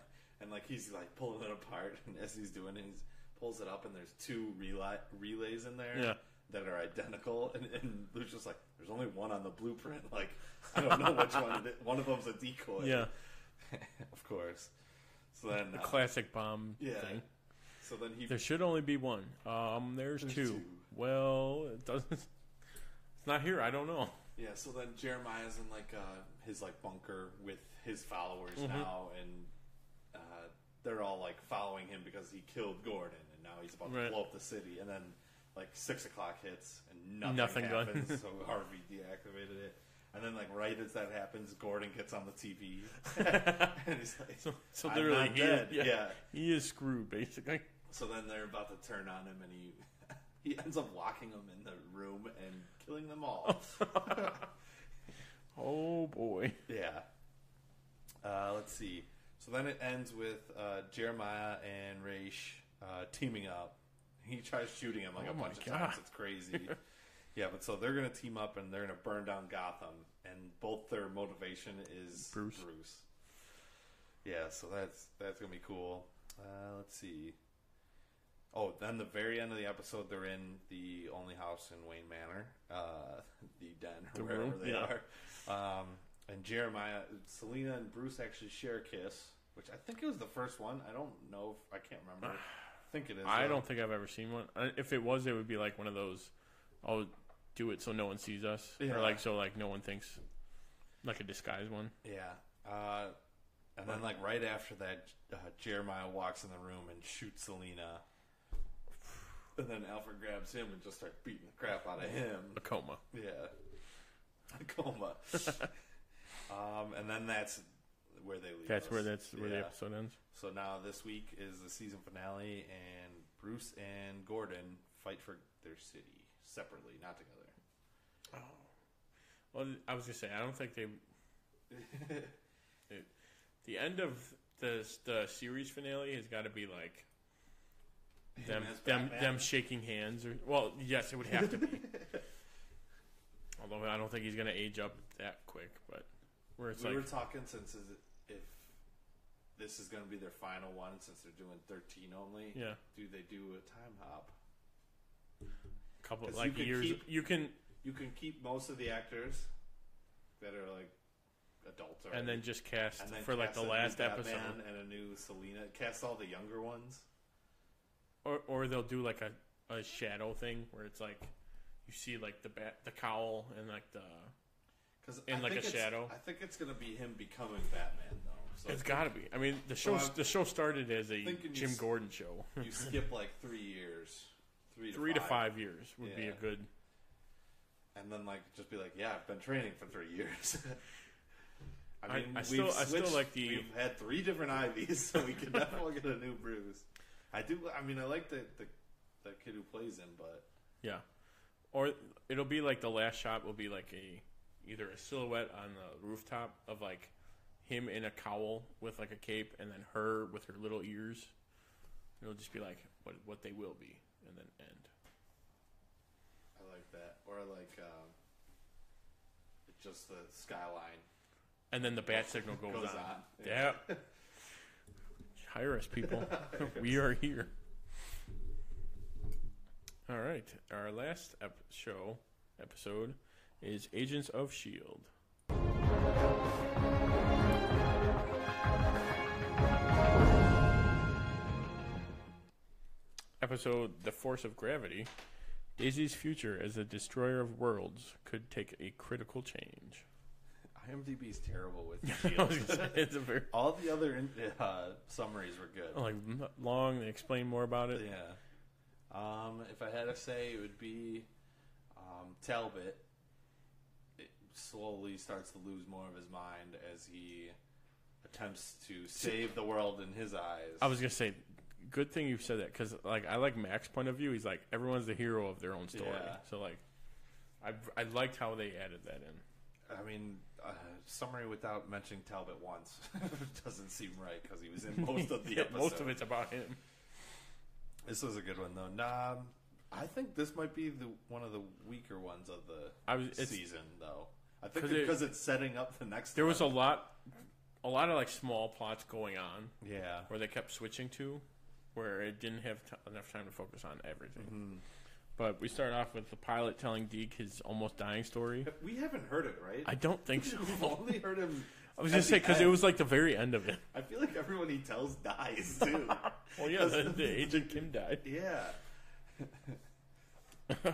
[SPEAKER 2] and like he's like pulling it apart, and as he's doing it, he pulls it up, and there's two relay relays in there
[SPEAKER 1] Yeah.
[SPEAKER 2] that are identical. And, and Lucius like, there's only one on the blueprint. Like I don't know which one. It is. One of them's a decoy.
[SPEAKER 1] Yeah.
[SPEAKER 2] of course. So then
[SPEAKER 1] The
[SPEAKER 2] uh,
[SPEAKER 1] classic bomb
[SPEAKER 2] yeah.
[SPEAKER 1] thing.
[SPEAKER 2] So then he
[SPEAKER 1] There should only be one. Um, there's,
[SPEAKER 2] There's
[SPEAKER 1] two.
[SPEAKER 2] two.
[SPEAKER 1] Well, it doesn't. It's not here. I don't know.
[SPEAKER 2] Yeah, so then Jeremiah's in like uh, his like bunker with his followers
[SPEAKER 1] Mhm.
[SPEAKER 2] now, and uh, they're all like following him because he killed Gordon, and now he's about
[SPEAKER 1] Right.
[SPEAKER 2] to blow up the city. And then like six o'clock hits, and nothing,
[SPEAKER 1] Nothing done.
[SPEAKER 2] happens. so Harvey deactivated it, and then like right as that happens, Gordon gets on the TV, and he's like,
[SPEAKER 1] So, so
[SPEAKER 2] "I'm
[SPEAKER 1] literally,
[SPEAKER 2] not
[SPEAKER 1] he,
[SPEAKER 2] dead."
[SPEAKER 1] Yeah,
[SPEAKER 2] yeah.
[SPEAKER 1] he is screwed basically.
[SPEAKER 2] So then they're about to turn on him, and he he ends up locking them in the room and killing them all.
[SPEAKER 1] Oh boy.
[SPEAKER 2] Yeah. Uh, let's see. So then it ends with uh, Jeremiah and Raish uh, teaming up. He tries shooting him like
[SPEAKER 1] Oh
[SPEAKER 2] a
[SPEAKER 1] my
[SPEAKER 2] bunch
[SPEAKER 1] God.
[SPEAKER 2] of times. It's crazy. yeah, but so they're going to team up and they're going to burn down Gotham. And both their motivation is
[SPEAKER 1] Bruce.
[SPEAKER 2] Bruce. Yeah, so that's that's going to be cool. Uh, let's see. Oh, then the very end of the episode, they're in the only house in Wayne Manor, uh, the den,
[SPEAKER 1] The
[SPEAKER 2] wherever
[SPEAKER 1] room,
[SPEAKER 2] they
[SPEAKER 1] yeah.
[SPEAKER 2] are. Um, and Jeremiah, Selena, and Bruce actually share a kiss, which I think it was the first one. I don't know. If, I can't remember. I think it is.
[SPEAKER 1] I
[SPEAKER 2] though.
[SPEAKER 1] don't think I've ever seen one. I- If it was, it would be like one of those. I'll do it so no one sees us,
[SPEAKER 2] Yeah.
[SPEAKER 1] or like so like no one thinks, like a disguise one.
[SPEAKER 2] Yeah. Uh, and then, like right after that, uh, Jeremiah walks in the room and shoots Selena. And then Alfred grabs him and just starts beating the crap out of him.
[SPEAKER 1] A coma.
[SPEAKER 2] Yeah. A coma. um, and then that's where they leave.
[SPEAKER 1] That's
[SPEAKER 2] us.
[SPEAKER 1] where that's where the
[SPEAKER 2] Yeah.
[SPEAKER 1] episode ends.
[SPEAKER 2] So now this week is the season finale, and Bruce and Gordon fight for their city separately, not together.
[SPEAKER 1] Well, I was gonna say I don't think they. It- the end of the the series finale has got to be like them
[SPEAKER 2] as
[SPEAKER 1] them
[SPEAKER 2] Batman?
[SPEAKER 1] them shaking hands or well yes it would have to be. Although I don't think he's gonna age up that quick, but where it's
[SPEAKER 2] we
[SPEAKER 1] like
[SPEAKER 2] were talking since is- if this is going to be their final one, since they're doing thirteen only.
[SPEAKER 1] Yeah.
[SPEAKER 2] Do they do a time hop?
[SPEAKER 1] a couple
[SPEAKER 2] 'Cause you
[SPEAKER 1] like
[SPEAKER 2] can
[SPEAKER 1] years
[SPEAKER 2] keep-
[SPEAKER 1] you can
[SPEAKER 2] You can keep most of the actors that are like adults, already.
[SPEAKER 1] and then just cast
[SPEAKER 2] And then
[SPEAKER 1] for like
[SPEAKER 2] cast
[SPEAKER 1] the
[SPEAKER 2] a new
[SPEAKER 1] last
[SPEAKER 2] Batman
[SPEAKER 1] episode
[SPEAKER 2] and a new Selena. Cast all the younger ones.
[SPEAKER 1] or or they'll do like a, a shadow thing where it's like you see like the bat the cowl and like the
[SPEAKER 2] Because
[SPEAKER 1] In, like, a shadow?
[SPEAKER 2] I think it's gonna be him becoming Batman though. So
[SPEAKER 1] It's got to be. I mean, the show
[SPEAKER 2] I'm
[SPEAKER 1] the show started as a
[SPEAKER 2] thinking you
[SPEAKER 1] Jim
[SPEAKER 2] s-
[SPEAKER 1] Gordon show.
[SPEAKER 2] you skip like three years, three to
[SPEAKER 1] Three
[SPEAKER 2] five,
[SPEAKER 1] to five years would be a
[SPEAKER 2] Yeah.
[SPEAKER 1] good.
[SPEAKER 2] and then like just be like, yeah, I've been training for three years.
[SPEAKER 1] I- I still- I still like the-
[SPEAKER 2] We've had three different IVs, so we can definitely get a new Bruce. I do. I mean, I like the the, the kid who plays him, but
[SPEAKER 1] Yeah, or it'll be like the last shot will be like a either a silhouette on the rooftop of like him in a cowl with like a cape, and then her with her little ears. It'll just be like what what they will be, and then end.
[SPEAKER 2] I like that. Or like um, just the skyline.
[SPEAKER 1] And then the bat signal goes,
[SPEAKER 2] Goes
[SPEAKER 1] on.
[SPEAKER 2] on.
[SPEAKER 1] Yeah. Hire us, people. we are here. All right. Our last ep- show episode is Agents of S.H.I.E.L.D. Episode The Force of Gravity. Daisy's future as a destroyer of worlds could take a critical change.
[SPEAKER 2] IMDb is terrible with
[SPEAKER 1] I
[SPEAKER 2] shields.
[SPEAKER 1] was gonna say, it's a very
[SPEAKER 2] All the other in- uh, summaries were good.
[SPEAKER 1] like m- long. They explain more about it.
[SPEAKER 2] Yeah. Um, if I had to say, it would be um, Talbot. It slowly starts to lose more of his mind as he attempts to save the world in his eyes.
[SPEAKER 1] I was gonna say, good thing you said that because like I like Mac's point of view. He's like everyone's the hero of their own story.
[SPEAKER 2] Yeah.
[SPEAKER 1] So like, I I liked how they added that in.
[SPEAKER 2] I mean, uh, summary without mentioning Talbot once doesn't seem right because he was in most of the
[SPEAKER 1] Yeah,
[SPEAKER 2] episode.
[SPEAKER 1] most of it's about him.
[SPEAKER 2] This was a good one though. Nah, I think this might be the one of the weaker ones of the
[SPEAKER 1] I was- it's-
[SPEAKER 2] season though. I think
[SPEAKER 1] 'Cause it-
[SPEAKER 2] because it's setting up the next.
[SPEAKER 1] There was a
[SPEAKER 2] one.
[SPEAKER 1] lot, a lot of like small plots going on
[SPEAKER 2] yeah.
[SPEAKER 1] where they kept switching to, where it didn't have t- enough time to focus on everything. But we start off with the pilot telling Deke his almost dying story.
[SPEAKER 2] We haven't heard it, right?
[SPEAKER 1] I don't think so.
[SPEAKER 2] We've only heard him
[SPEAKER 1] I was gonna say because it was like the very end of it.
[SPEAKER 2] I feel like everyone he tells dies too.
[SPEAKER 1] Well, yeah, the, the agent Kim died.
[SPEAKER 2] Yeah.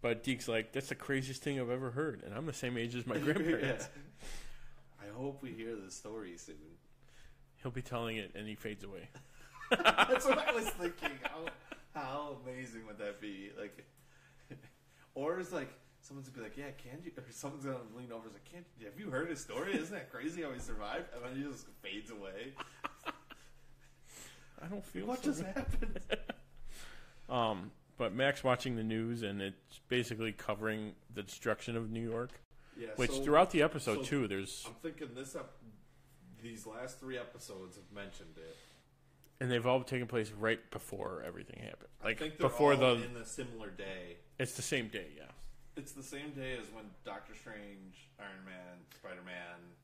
[SPEAKER 1] But Deke's like, that's the craziest thing I've ever heard, and I'm the same age as my grandparents.
[SPEAKER 2] Yeah. I hope we hear the story soon.
[SPEAKER 1] He'll be telling it, and he fades away.
[SPEAKER 2] That's what I was thinking. How, how amazing would that be? Like, or it's like someone's gonna be like, "Yeah, can you?" Or someone's gonna lean over and like, "Can't you- have you heard his story? Isn't that crazy how he survived?" And then he just fades away.
[SPEAKER 1] I don't feel
[SPEAKER 2] What
[SPEAKER 1] so
[SPEAKER 2] just
[SPEAKER 1] good.
[SPEAKER 2] happened?
[SPEAKER 1] Um, but Max watching the news, and it's basically covering the destruction of New York.
[SPEAKER 2] Yeah,
[SPEAKER 1] which
[SPEAKER 2] so-
[SPEAKER 1] throughout the episode
[SPEAKER 2] so
[SPEAKER 1] too, there's
[SPEAKER 2] I'm thinking this up. These last three episodes have mentioned it.
[SPEAKER 1] and they've all taken place right before everything happened. Like
[SPEAKER 2] I think they're
[SPEAKER 1] before
[SPEAKER 2] all
[SPEAKER 1] the
[SPEAKER 2] in the similar day.
[SPEAKER 1] it's the same day, yeah.
[SPEAKER 2] It's the same day as when Doctor Strange, Iron Man, Spider Man,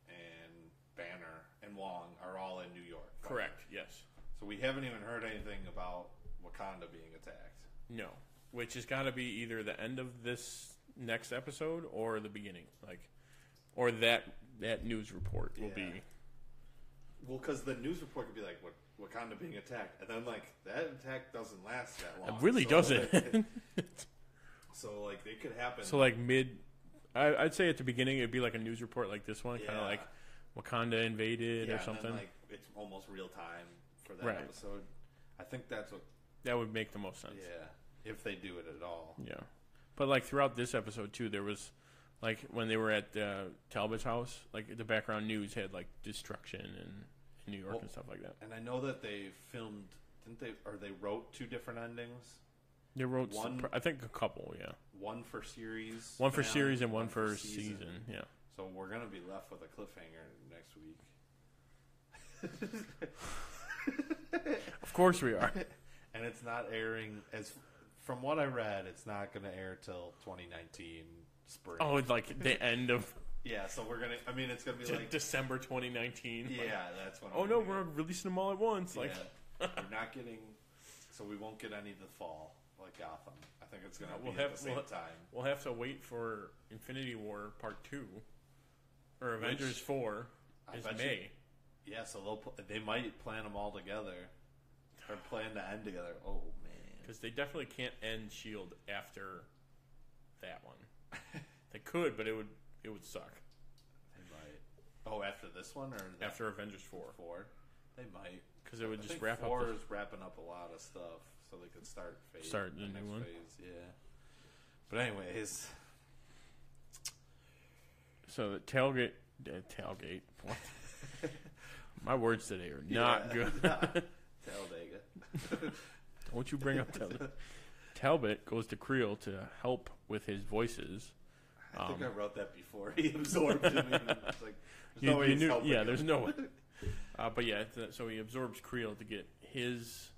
[SPEAKER 2] and Banner and Wong are all in New York. right?
[SPEAKER 1] Correct. Yes.
[SPEAKER 2] So we haven't even heard anything about Wakanda being attacked.
[SPEAKER 1] No. Which has got to be either the end of this next episode or the beginning, like, or that that news report will
[SPEAKER 2] Yeah.
[SPEAKER 1] be.
[SPEAKER 2] Well, because the news report could be like, "Wak- Wakanda being attacked," and then like that attack doesn't last that long.
[SPEAKER 1] It really
[SPEAKER 2] So,
[SPEAKER 1] doesn't.
[SPEAKER 2] so like it could happen.
[SPEAKER 1] so like mid, I, I'd say at the beginning it'd be like a news report like this one, kind
[SPEAKER 2] Yeah.
[SPEAKER 1] of like Wakanda invaded
[SPEAKER 2] yeah,
[SPEAKER 1] or something.
[SPEAKER 2] And then, like it's almost real time for that
[SPEAKER 1] Right.
[SPEAKER 2] episode. I think that's what.
[SPEAKER 1] that would make the most sense.
[SPEAKER 2] Yeah, if they do it at all.
[SPEAKER 1] Yeah, but like throughout this episode too, there was like when they were at uh, Talbot's house, like the background news had like destruction and in New York
[SPEAKER 2] Well-
[SPEAKER 1] and stuff like that.
[SPEAKER 2] And I know that they filmed, didn't they? Or they wrote two different endings.
[SPEAKER 1] They wrote,
[SPEAKER 2] One-
[SPEAKER 1] some, I think, a couple. Yeah,
[SPEAKER 2] One for series,
[SPEAKER 1] one for
[SPEAKER 2] finale,
[SPEAKER 1] series and one, for season. Yeah,
[SPEAKER 2] So we're gonna be left with a cliffhanger next week.
[SPEAKER 1] of course we are.
[SPEAKER 2] and it's not airing as from what I read, it's not going to air till 2019 spring.
[SPEAKER 1] oh, it's like the end of
[SPEAKER 2] yeah, so we're gonna. I mean, it's gonna be like
[SPEAKER 1] December 2019. like,
[SPEAKER 2] yeah, that's when.
[SPEAKER 1] oh
[SPEAKER 2] I'm
[SPEAKER 1] no,
[SPEAKER 2] gonna
[SPEAKER 1] we're releasing them all at once.
[SPEAKER 2] get-
[SPEAKER 1] Like,
[SPEAKER 2] yeah, we're not getting, so we won't get any of the fall like Gotham. I think it's gonna
[SPEAKER 1] we'll
[SPEAKER 2] be
[SPEAKER 1] have
[SPEAKER 2] at the same
[SPEAKER 1] we'll,
[SPEAKER 2] time.
[SPEAKER 1] we'll have to wait for Infinity War Part Two or Avengers Four
[SPEAKER 2] I
[SPEAKER 1] is
[SPEAKER 2] bet you-
[SPEAKER 1] May.
[SPEAKER 2] Yeah, so they'll pl- they might plan them all together, or plan to end together. Oh man,
[SPEAKER 1] Because they definitely can't end Shield E after that one. they could, but it would it would suck
[SPEAKER 2] they might. Oh, after this one or that
[SPEAKER 1] after Avengers four
[SPEAKER 2] four, they might.
[SPEAKER 1] because it would
[SPEAKER 2] I
[SPEAKER 1] just
[SPEAKER 2] think
[SPEAKER 1] wrap up.
[SPEAKER 2] four
[SPEAKER 1] The,
[SPEAKER 2] is wrapping up a lot of stuff, so they could start phase
[SPEAKER 1] Start the new
[SPEAKER 2] next
[SPEAKER 1] one.
[SPEAKER 2] Phase, yeah. But anyways,
[SPEAKER 1] so the tailgate, uh, tailgate. What? My words today are not
[SPEAKER 2] yeah.
[SPEAKER 1] good.
[SPEAKER 2] Talladega.
[SPEAKER 1] Don't you bring up Talbot? Talbot goes to Creel to help with his voices.
[SPEAKER 2] I think I
[SPEAKER 1] Um,
[SPEAKER 2] wrote that before he absorbed it. It's like there's
[SPEAKER 1] You-
[SPEAKER 2] no way
[SPEAKER 1] you
[SPEAKER 2] he's
[SPEAKER 1] knew-
[SPEAKER 2] helping
[SPEAKER 1] yeah,
[SPEAKER 2] him.
[SPEAKER 1] there's no way. Uh, but yeah, it's, uh, so he absorbs Creel to get his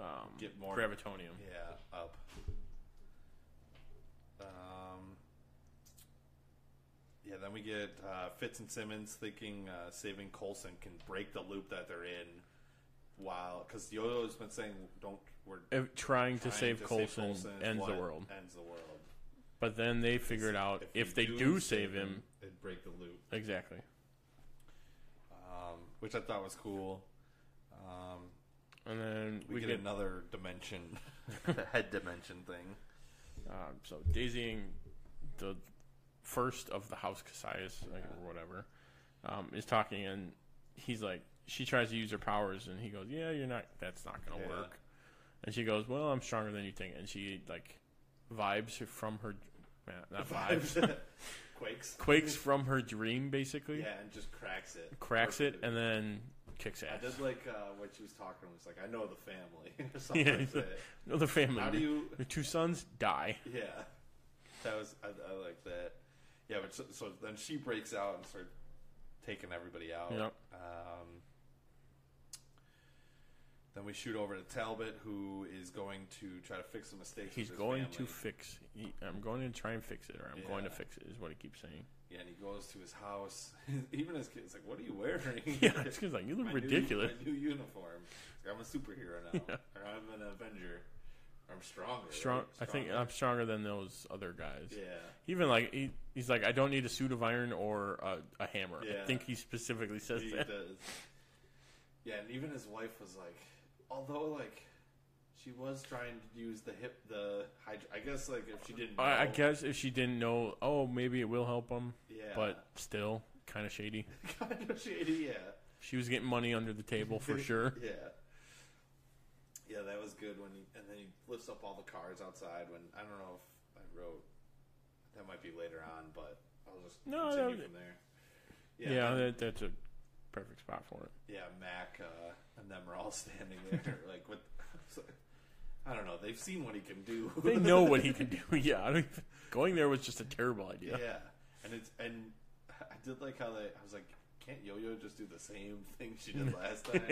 [SPEAKER 1] um,
[SPEAKER 2] Get more-
[SPEAKER 1] gravitonium.
[SPEAKER 2] Yeah, up. Um. Yeah, then we get uh, Fitz and Simmons thinking uh, saving Colson can break the loop that they're in, while because Yodo's been saying don't we're
[SPEAKER 1] If- Uh, trying to
[SPEAKER 2] trying
[SPEAKER 1] save Coulson
[SPEAKER 2] Coulson is
[SPEAKER 1] ends the
[SPEAKER 2] what
[SPEAKER 1] world.
[SPEAKER 2] Ends the world.
[SPEAKER 1] But then they figured out if,
[SPEAKER 2] we
[SPEAKER 1] they do save him,
[SPEAKER 2] it'd break the loop,
[SPEAKER 1] exactly.
[SPEAKER 2] um, which I thought was cool. Um,
[SPEAKER 1] And then
[SPEAKER 2] we, get, another dimension, the head dimension thing.
[SPEAKER 1] uh, so daisying the first of the House Cassius like, or whatever um, is talking, and he's like, she tries to use her powers, and he goes, "Yeah, you're not. That's not gonna
[SPEAKER 2] Yeah.
[SPEAKER 1] work." And she goes, "Well, I'm stronger than you think," and she like vibes from her, not vibes,
[SPEAKER 2] quakes,
[SPEAKER 1] quakes from her dream basically,
[SPEAKER 2] yeah, and just cracks it,
[SPEAKER 1] cracks it,
[SPEAKER 2] Perfectly.
[SPEAKER 1] and then kicks
[SPEAKER 2] I
[SPEAKER 1] ass.
[SPEAKER 2] did like uh, what she was talking. Was like, I know the family or something. like
[SPEAKER 1] Yeah,
[SPEAKER 2] that.
[SPEAKER 1] another family.
[SPEAKER 2] How do you-
[SPEAKER 1] Your two sons die.
[SPEAKER 2] Yeah, that was I, I like that. Yeah, but so, so then she breaks out and starts taking everybody out.
[SPEAKER 1] Yep.
[SPEAKER 2] Um, then we shoot over to Talbot, who is going to try to fix the mistakes.
[SPEAKER 1] He's
[SPEAKER 2] with his
[SPEAKER 1] going
[SPEAKER 2] family.
[SPEAKER 1] to fix. He, I'm going to try and fix it, or I'm going to
[SPEAKER 2] Yeah.
[SPEAKER 1] fix it. Is what he keeps saying.
[SPEAKER 2] yeah, and he goes to his house. Even his kid's like, "What are you wearing?"
[SPEAKER 1] Yeah, it's 'cause, like, you look
[SPEAKER 2] My
[SPEAKER 1] ridiculous.
[SPEAKER 2] New, my new uniform. It's like, I'm a superhero now. Or I'm an Avenger. I'm stronger. right?
[SPEAKER 1] Strong. I think
[SPEAKER 2] Stronger.
[SPEAKER 1] I'm stronger than those other guys.
[SPEAKER 2] Yeah.
[SPEAKER 1] Even like he, he's like, I don't need a suit of iron or a, a hammer.
[SPEAKER 2] Yeah.
[SPEAKER 1] I think he specifically says
[SPEAKER 2] He
[SPEAKER 1] that.
[SPEAKER 2] does. Yeah, and even his wife was like, although like she was trying to use the hip, the hydro. I guess like if she didn't,
[SPEAKER 1] I, I
[SPEAKER 2] know-
[SPEAKER 1] guess if she didn't know, oh, maybe it will help him.
[SPEAKER 2] Yeah.
[SPEAKER 1] But still, kind of shady.
[SPEAKER 2] kind of shady. Yeah,
[SPEAKER 1] She was getting money under the table for sure.
[SPEAKER 2] yeah, yeah. That was good when he and then he lifts up all the cars outside. When I don't know if I wrote that might be later on, but I'll just
[SPEAKER 1] No,
[SPEAKER 2] continue
[SPEAKER 1] that-
[SPEAKER 2] from there.
[SPEAKER 1] Yeah, that, that's a perfect spot for it.
[SPEAKER 2] Yeah, Mac uh, and them are all standing there, like with. I don't know. They've seen what he can do.
[SPEAKER 1] They know what he can do. Yeah, I don't even, going there was just a terrible idea.
[SPEAKER 2] Yeah. and it's and I did like how they. I was like, can't Yo-Yo just do the same thing she did last time?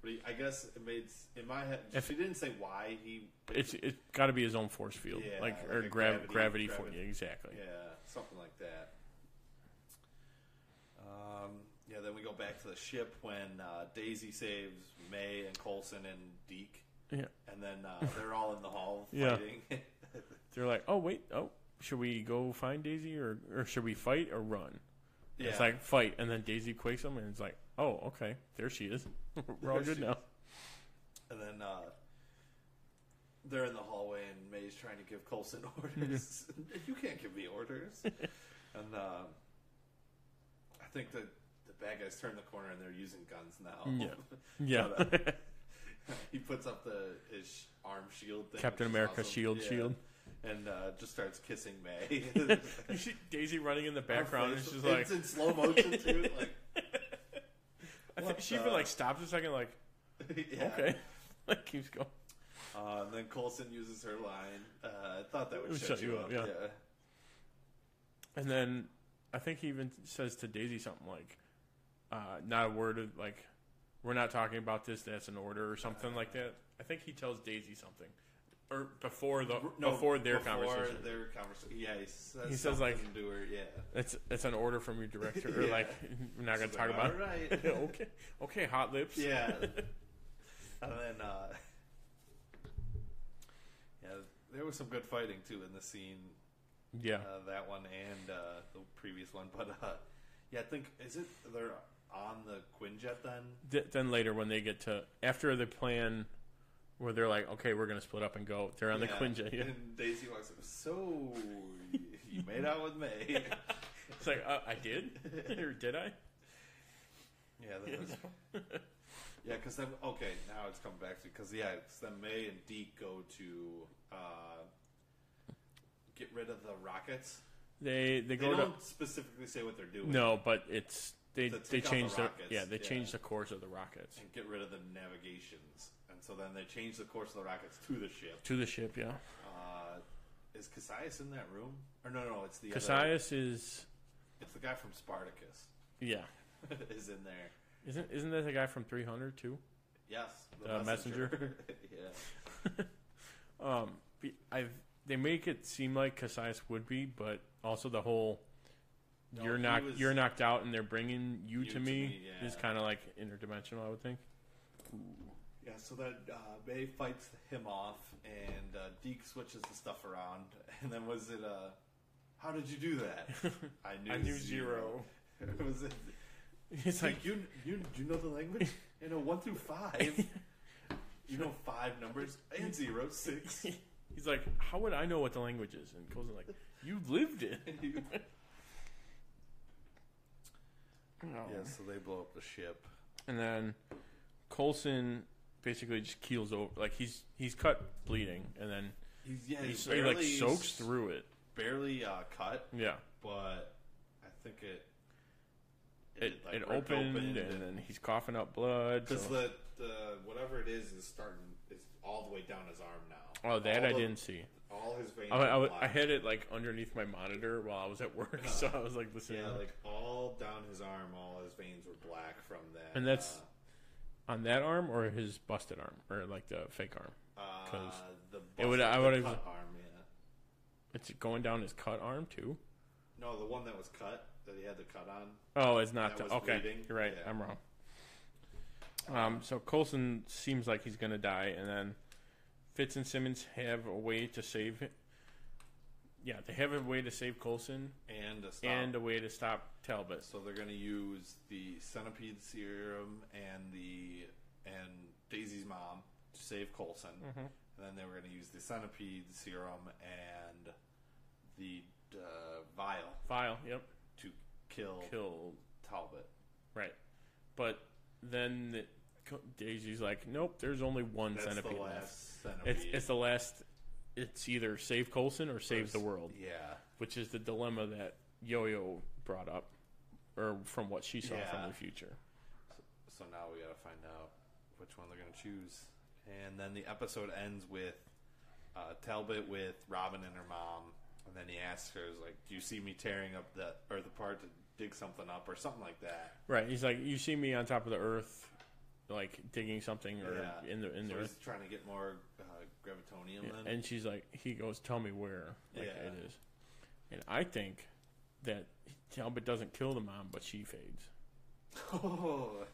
[SPEAKER 2] but he, I guess it made s- in my head.
[SPEAKER 1] If-
[SPEAKER 2] she didn't say why he.
[SPEAKER 1] It's it's got to be his own force field,
[SPEAKER 2] Yeah,
[SPEAKER 1] like or
[SPEAKER 2] a
[SPEAKER 1] grav- gravity, for
[SPEAKER 2] gravity-
[SPEAKER 1] yeah, exactly.
[SPEAKER 2] Yeah, something like that. Um, yeah, then we go back to the ship when uh, Daisy saves May and Colson and Deke.
[SPEAKER 1] Yeah.
[SPEAKER 2] and then uh, they're all in the hall
[SPEAKER 1] Yeah.
[SPEAKER 2] fighting.
[SPEAKER 1] They're like, oh wait, oh, should we go find Daisy or or should we fight or run?
[SPEAKER 2] Yeah.
[SPEAKER 1] It's like fight, and then Daisy quakes him, and it's like, oh okay, there she is. We're all
[SPEAKER 2] There
[SPEAKER 1] good
[SPEAKER 2] she
[SPEAKER 1] now.
[SPEAKER 2] is. And then uh, they're in the hallway, and May's trying to give Colson orders. you can't give me orders. and um I think the the bad guys turn the corner, and they're using guns now.
[SPEAKER 1] Yeah. Yeah.
[SPEAKER 2] But, uh, he puts up the his sh- arm shield thing.
[SPEAKER 1] Captain
[SPEAKER 2] which is
[SPEAKER 1] America shield shield.
[SPEAKER 2] And uh, just starts kissing May.
[SPEAKER 1] you see Daisy running in the background,
[SPEAKER 2] Her
[SPEAKER 1] and
[SPEAKER 2] face-
[SPEAKER 1] she's
[SPEAKER 2] it's
[SPEAKER 1] like,
[SPEAKER 2] in slow motion too. Like,
[SPEAKER 1] I think
[SPEAKER 2] what
[SPEAKER 1] she
[SPEAKER 2] the-
[SPEAKER 1] even like stops a second, like,
[SPEAKER 2] Yeah.
[SPEAKER 1] okay, like keeps going.
[SPEAKER 2] Uh, and then Colson uses her line. Uh, I thought that would,
[SPEAKER 1] It would
[SPEAKER 2] shut, you up. yeah.
[SPEAKER 1] And then I think he even says to Daisy something like, uh, "Not a word of like, we're not talking about this. That's an order or something like that." I think he tells Daisy something, or before the before their conversation.
[SPEAKER 2] their conversation. Yeah, he says,
[SPEAKER 1] He says, like-
[SPEAKER 2] something to her. Yeah,
[SPEAKER 1] It's it's an order from your director, or
[SPEAKER 2] Yeah.
[SPEAKER 1] like we're not going to
[SPEAKER 2] She's
[SPEAKER 1] talk
[SPEAKER 2] like,
[SPEAKER 1] about
[SPEAKER 2] "All
[SPEAKER 1] it.
[SPEAKER 2] right.
[SPEAKER 1] okay, okay, hot lips.
[SPEAKER 2] yeah. and then, uh, yeah, there was some good fighting too in the scene.
[SPEAKER 1] yeah.
[SPEAKER 2] uh, that one and uh, the previous one. But uh, yeah, I think is it they're on the Quinjet then?
[SPEAKER 1] Th- then later when they get to after the plan, where they're like, okay, we're going to split up and go. They're on
[SPEAKER 2] Yeah.
[SPEAKER 1] the Quinjet. Yeah.
[SPEAKER 2] And Daisy walks up. So you made out with May?
[SPEAKER 1] It's like uh, I did, or did I?
[SPEAKER 2] Yeah, that was. Yeah, because then okay, now it's coming back to because yeah, it's then May and Deke go to uh, get rid of the rockets.
[SPEAKER 1] They they
[SPEAKER 2] They
[SPEAKER 1] go to
[SPEAKER 2] don't specifically say what they're doing.
[SPEAKER 1] no, but it's they
[SPEAKER 2] To
[SPEAKER 1] they
[SPEAKER 2] take out
[SPEAKER 1] changed
[SPEAKER 2] the
[SPEAKER 1] their
[SPEAKER 2] rockets,
[SPEAKER 1] yeah they
[SPEAKER 2] yeah.
[SPEAKER 1] changed the course of the rockets
[SPEAKER 2] and get rid of the navigations, and so then they change the course of the rockets to the ship.
[SPEAKER 1] to the ship. Yeah,
[SPEAKER 2] Uh, is Cassius in that room? Or no, no, it's the Other,
[SPEAKER 1] Cassius is
[SPEAKER 2] it's the guy from Spartacus
[SPEAKER 1] yeah
[SPEAKER 2] is in there.
[SPEAKER 1] isn't isn't that the guy from Three Hundred too?
[SPEAKER 2] Yes,
[SPEAKER 1] The messenger?
[SPEAKER 2] yeah,
[SPEAKER 1] Um, be- I've they make it seem like Cassius would be, but also the whole you're
[SPEAKER 2] he
[SPEAKER 1] not
[SPEAKER 2] was-
[SPEAKER 1] you're knocked out and they're bringing you,
[SPEAKER 2] You
[SPEAKER 1] to
[SPEAKER 2] to
[SPEAKER 1] me,
[SPEAKER 2] me, yeah.
[SPEAKER 1] is kind of like interdimensional. I would think.
[SPEAKER 2] yeah. So then uh, May fights him off, and uh, Deke switches the stuff around. And then was it? Uh, how did you do that? I knew.
[SPEAKER 1] I knew zero.
[SPEAKER 2] was it?
[SPEAKER 1] It's like
[SPEAKER 2] Deke, you, you you know the language? You know one through five. you know five numbers and zero six.
[SPEAKER 1] he's like, how would I know what the language is? And Cole's like, you lived it. Oh.
[SPEAKER 2] Yeah, so they blow up the ship.
[SPEAKER 1] and then Colson basically just keels over. Like he's he's cut bleeding, and then
[SPEAKER 2] He's, yeah,
[SPEAKER 1] he,
[SPEAKER 2] he's
[SPEAKER 1] he like
[SPEAKER 2] barely-
[SPEAKER 1] soaks through it.
[SPEAKER 2] barely uh, cut,
[SPEAKER 1] Yeah,
[SPEAKER 2] but I think it
[SPEAKER 1] it
[SPEAKER 2] like,
[SPEAKER 1] it
[SPEAKER 2] ripped
[SPEAKER 1] opened, and then he's coughing up blood.
[SPEAKER 2] because
[SPEAKER 1] so-
[SPEAKER 2] the, the whatever it is is starting is all the way down his arm now.
[SPEAKER 1] oh, that
[SPEAKER 2] All
[SPEAKER 1] I
[SPEAKER 2] the-
[SPEAKER 1] didn't see.
[SPEAKER 2] All his veins.
[SPEAKER 1] I, I,
[SPEAKER 2] are
[SPEAKER 1] was- I
[SPEAKER 2] black.
[SPEAKER 1] had it like underneath my monitor while I was at work, so I was like listening.
[SPEAKER 2] Uh-huh. yeah, like all down his arm, all his veins were black from that.
[SPEAKER 1] and that's
[SPEAKER 2] uh,
[SPEAKER 1] on that arm or his busted arm or like the fake arm.
[SPEAKER 2] uh,
[SPEAKER 1] 'cause
[SPEAKER 2] the
[SPEAKER 1] it would-
[SPEAKER 2] busted-
[SPEAKER 1] I
[SPEAKER 2] the
[SPEAKER 1] would've-
[SPEAKER 2] cut arm. Yeah,
[SPEAKER 1] It's going down his cut arm too.
[SPEAKER 2] no, the one that was cut that he had the cut on.
[SPEAKER 1] Oh, it's not
[SPEAKER 2] That
[SPEAKER 1] the
[SPEAKER 2] was
[SPEAKER 1] okay.
[SPEAKER 2] bleeding?
[SPEAKER 1] You're right.
[SPEAKER 2] Yeah.
[SPEAKER 1] I'm wrong. Um, so Colson seems like he's gonna die, and then Fitz and Simmons have a way to save it. Yeah, they have a way to save Colson
[SPEAKER 2] And a stop.
[SPEAKER 1] and a way to stop Talbot.
[SPEAKER 2] So they're going to use the centipede serum and the and Daisy's mom to save Colson.
[SPEAKER 1] Mhm.
[SPEAKER 2] And then they were going to use the centipede serum and the uh, vial
[SPEAKER 1] File, yep,
[SPEAKER 2] to kill,
[SPEAKER 1] kill
[SPEAKER 2] Talbot.
[SPEAKER 1] right. But then the, Co- Daisy's like, nope, there's only one
[SPEAKER 2] That's the
[SPEAKER 1] centipede left.
[SPEAKER 2] last centipede.
[SPEAKER 1] It's, it's the last. It's either save Colson or save the world.
[SPEAKER 2] Yeah.
[SPEAKER 1] which is the dilemma that Yo-Yo brought up, or from what she saw
[SPEAKER 2] Yeah.
[SPEAKER 1] from the future.
[SPEAKER 2] So now we gotta find out which one they're gonna choose. And then the episode ends with uh, Talbot with Robin and her mom, and then he asks her, he's like, "Do you see me tearing up the or the part to dig something up or something like that?"
[SPEAKER 1] Right. He's like, you see me on top of the earth, like digging something or
[SPEAKER 2] Yeah.
[SPEAKER 1] in the in the
[SPEAKER 2] so he's
[SPEAKER 1] earth.
[SPEAKER 2] trying to get more uh, gravitonium. then.
[SPEAKER 1] And she's like, he goes, tell me where like,
[SPEAKER 2] Yeah.
[SPEAKER 1] it is. And I think that Talbot doesn't kill the mom, but she fades.
[SPEAKER 2] oh,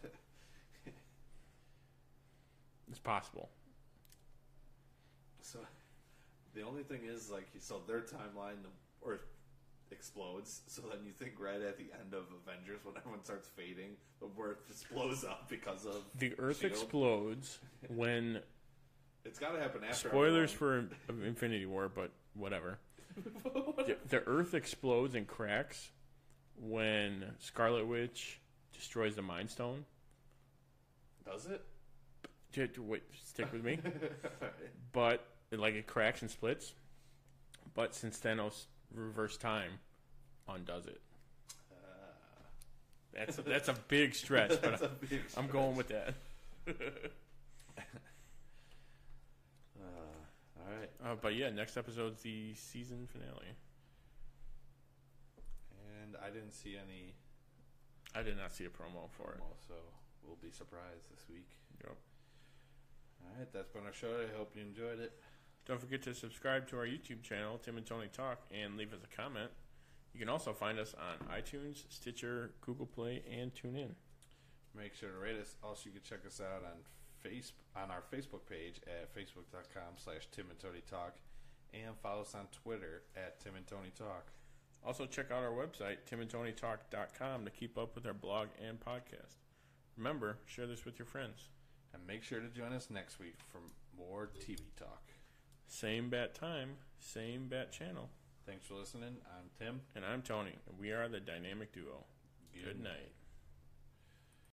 [SPEAKER 1] It's possible.
[SPEAKER 2] so the only thing is like, so their timeline the Earth explodes. So then you think right at the end of Avengers when everyone starts fading, the Earth just blows up because of
[SPEAKER 1] The earth
[SPEAKER 2] Shield.
[SPEAKER 1] explodes when
[SPEAKER 2] It's got to happen after.
[SPEAKER 1] spoilers
[SPEAKER 2] everyone.
[SPEAKER 1] for Infinity War, but whatever. the, the Earth explodes and cracks when Scarlet Witch destroys the Mind Stone.
[SPEAKER 2] Does it?
[SPEAKER 1] J- j- Wait, stick with me. but like it cracks and splits. But since Thanos reverse time undoes it. That's a, that's a big stretch, but
[SPEAKER 2] Ah. That's a big
[SPEAKER 1] I'm going with that.
[SPEAKER 2] All right.
[SPEAKER 1] Uh, but yeah, next episode's the season finale.
[SPEAKER 2] And I didn't see any,
[SPEAKER 1] I did not see a promo for it.
[SPEAKER 2] promo, so we'll be surprised this week.
[SPEAKER 1] Yep.
[SPEAKER 2] All right, that's been our show. I hope you enjoyed it.
[SPEAKER 1] Don't forget to subscribe to our YouTube channel, Tim and Tony Talk, and leave us a comment. You can also find us on iTunes, Stitcher, Google Play, and TuneIn.
[SPEAKER 2] Make sure to rate us. Also, you can check us out on face on our Facebook page at facebook.com slash Tim and Tony Talk, and follow us on Twitter at Tim and Tony Talk.
[SPEAKER 1] Also, check out our website, timandtonytalk.com, to keep up with our blog and podcast. Remember, share this with your friends.
[SPEAKER 2] And make sure to join us next week for more TV talk.
[SPEAKER 1] Same bat time, same bat channel.
[SPEAKER 2] Thanks for listening. I'm Tim.
[SPEAKER 1] And I'm Tony, and we are the Dynamic Duo. Good night.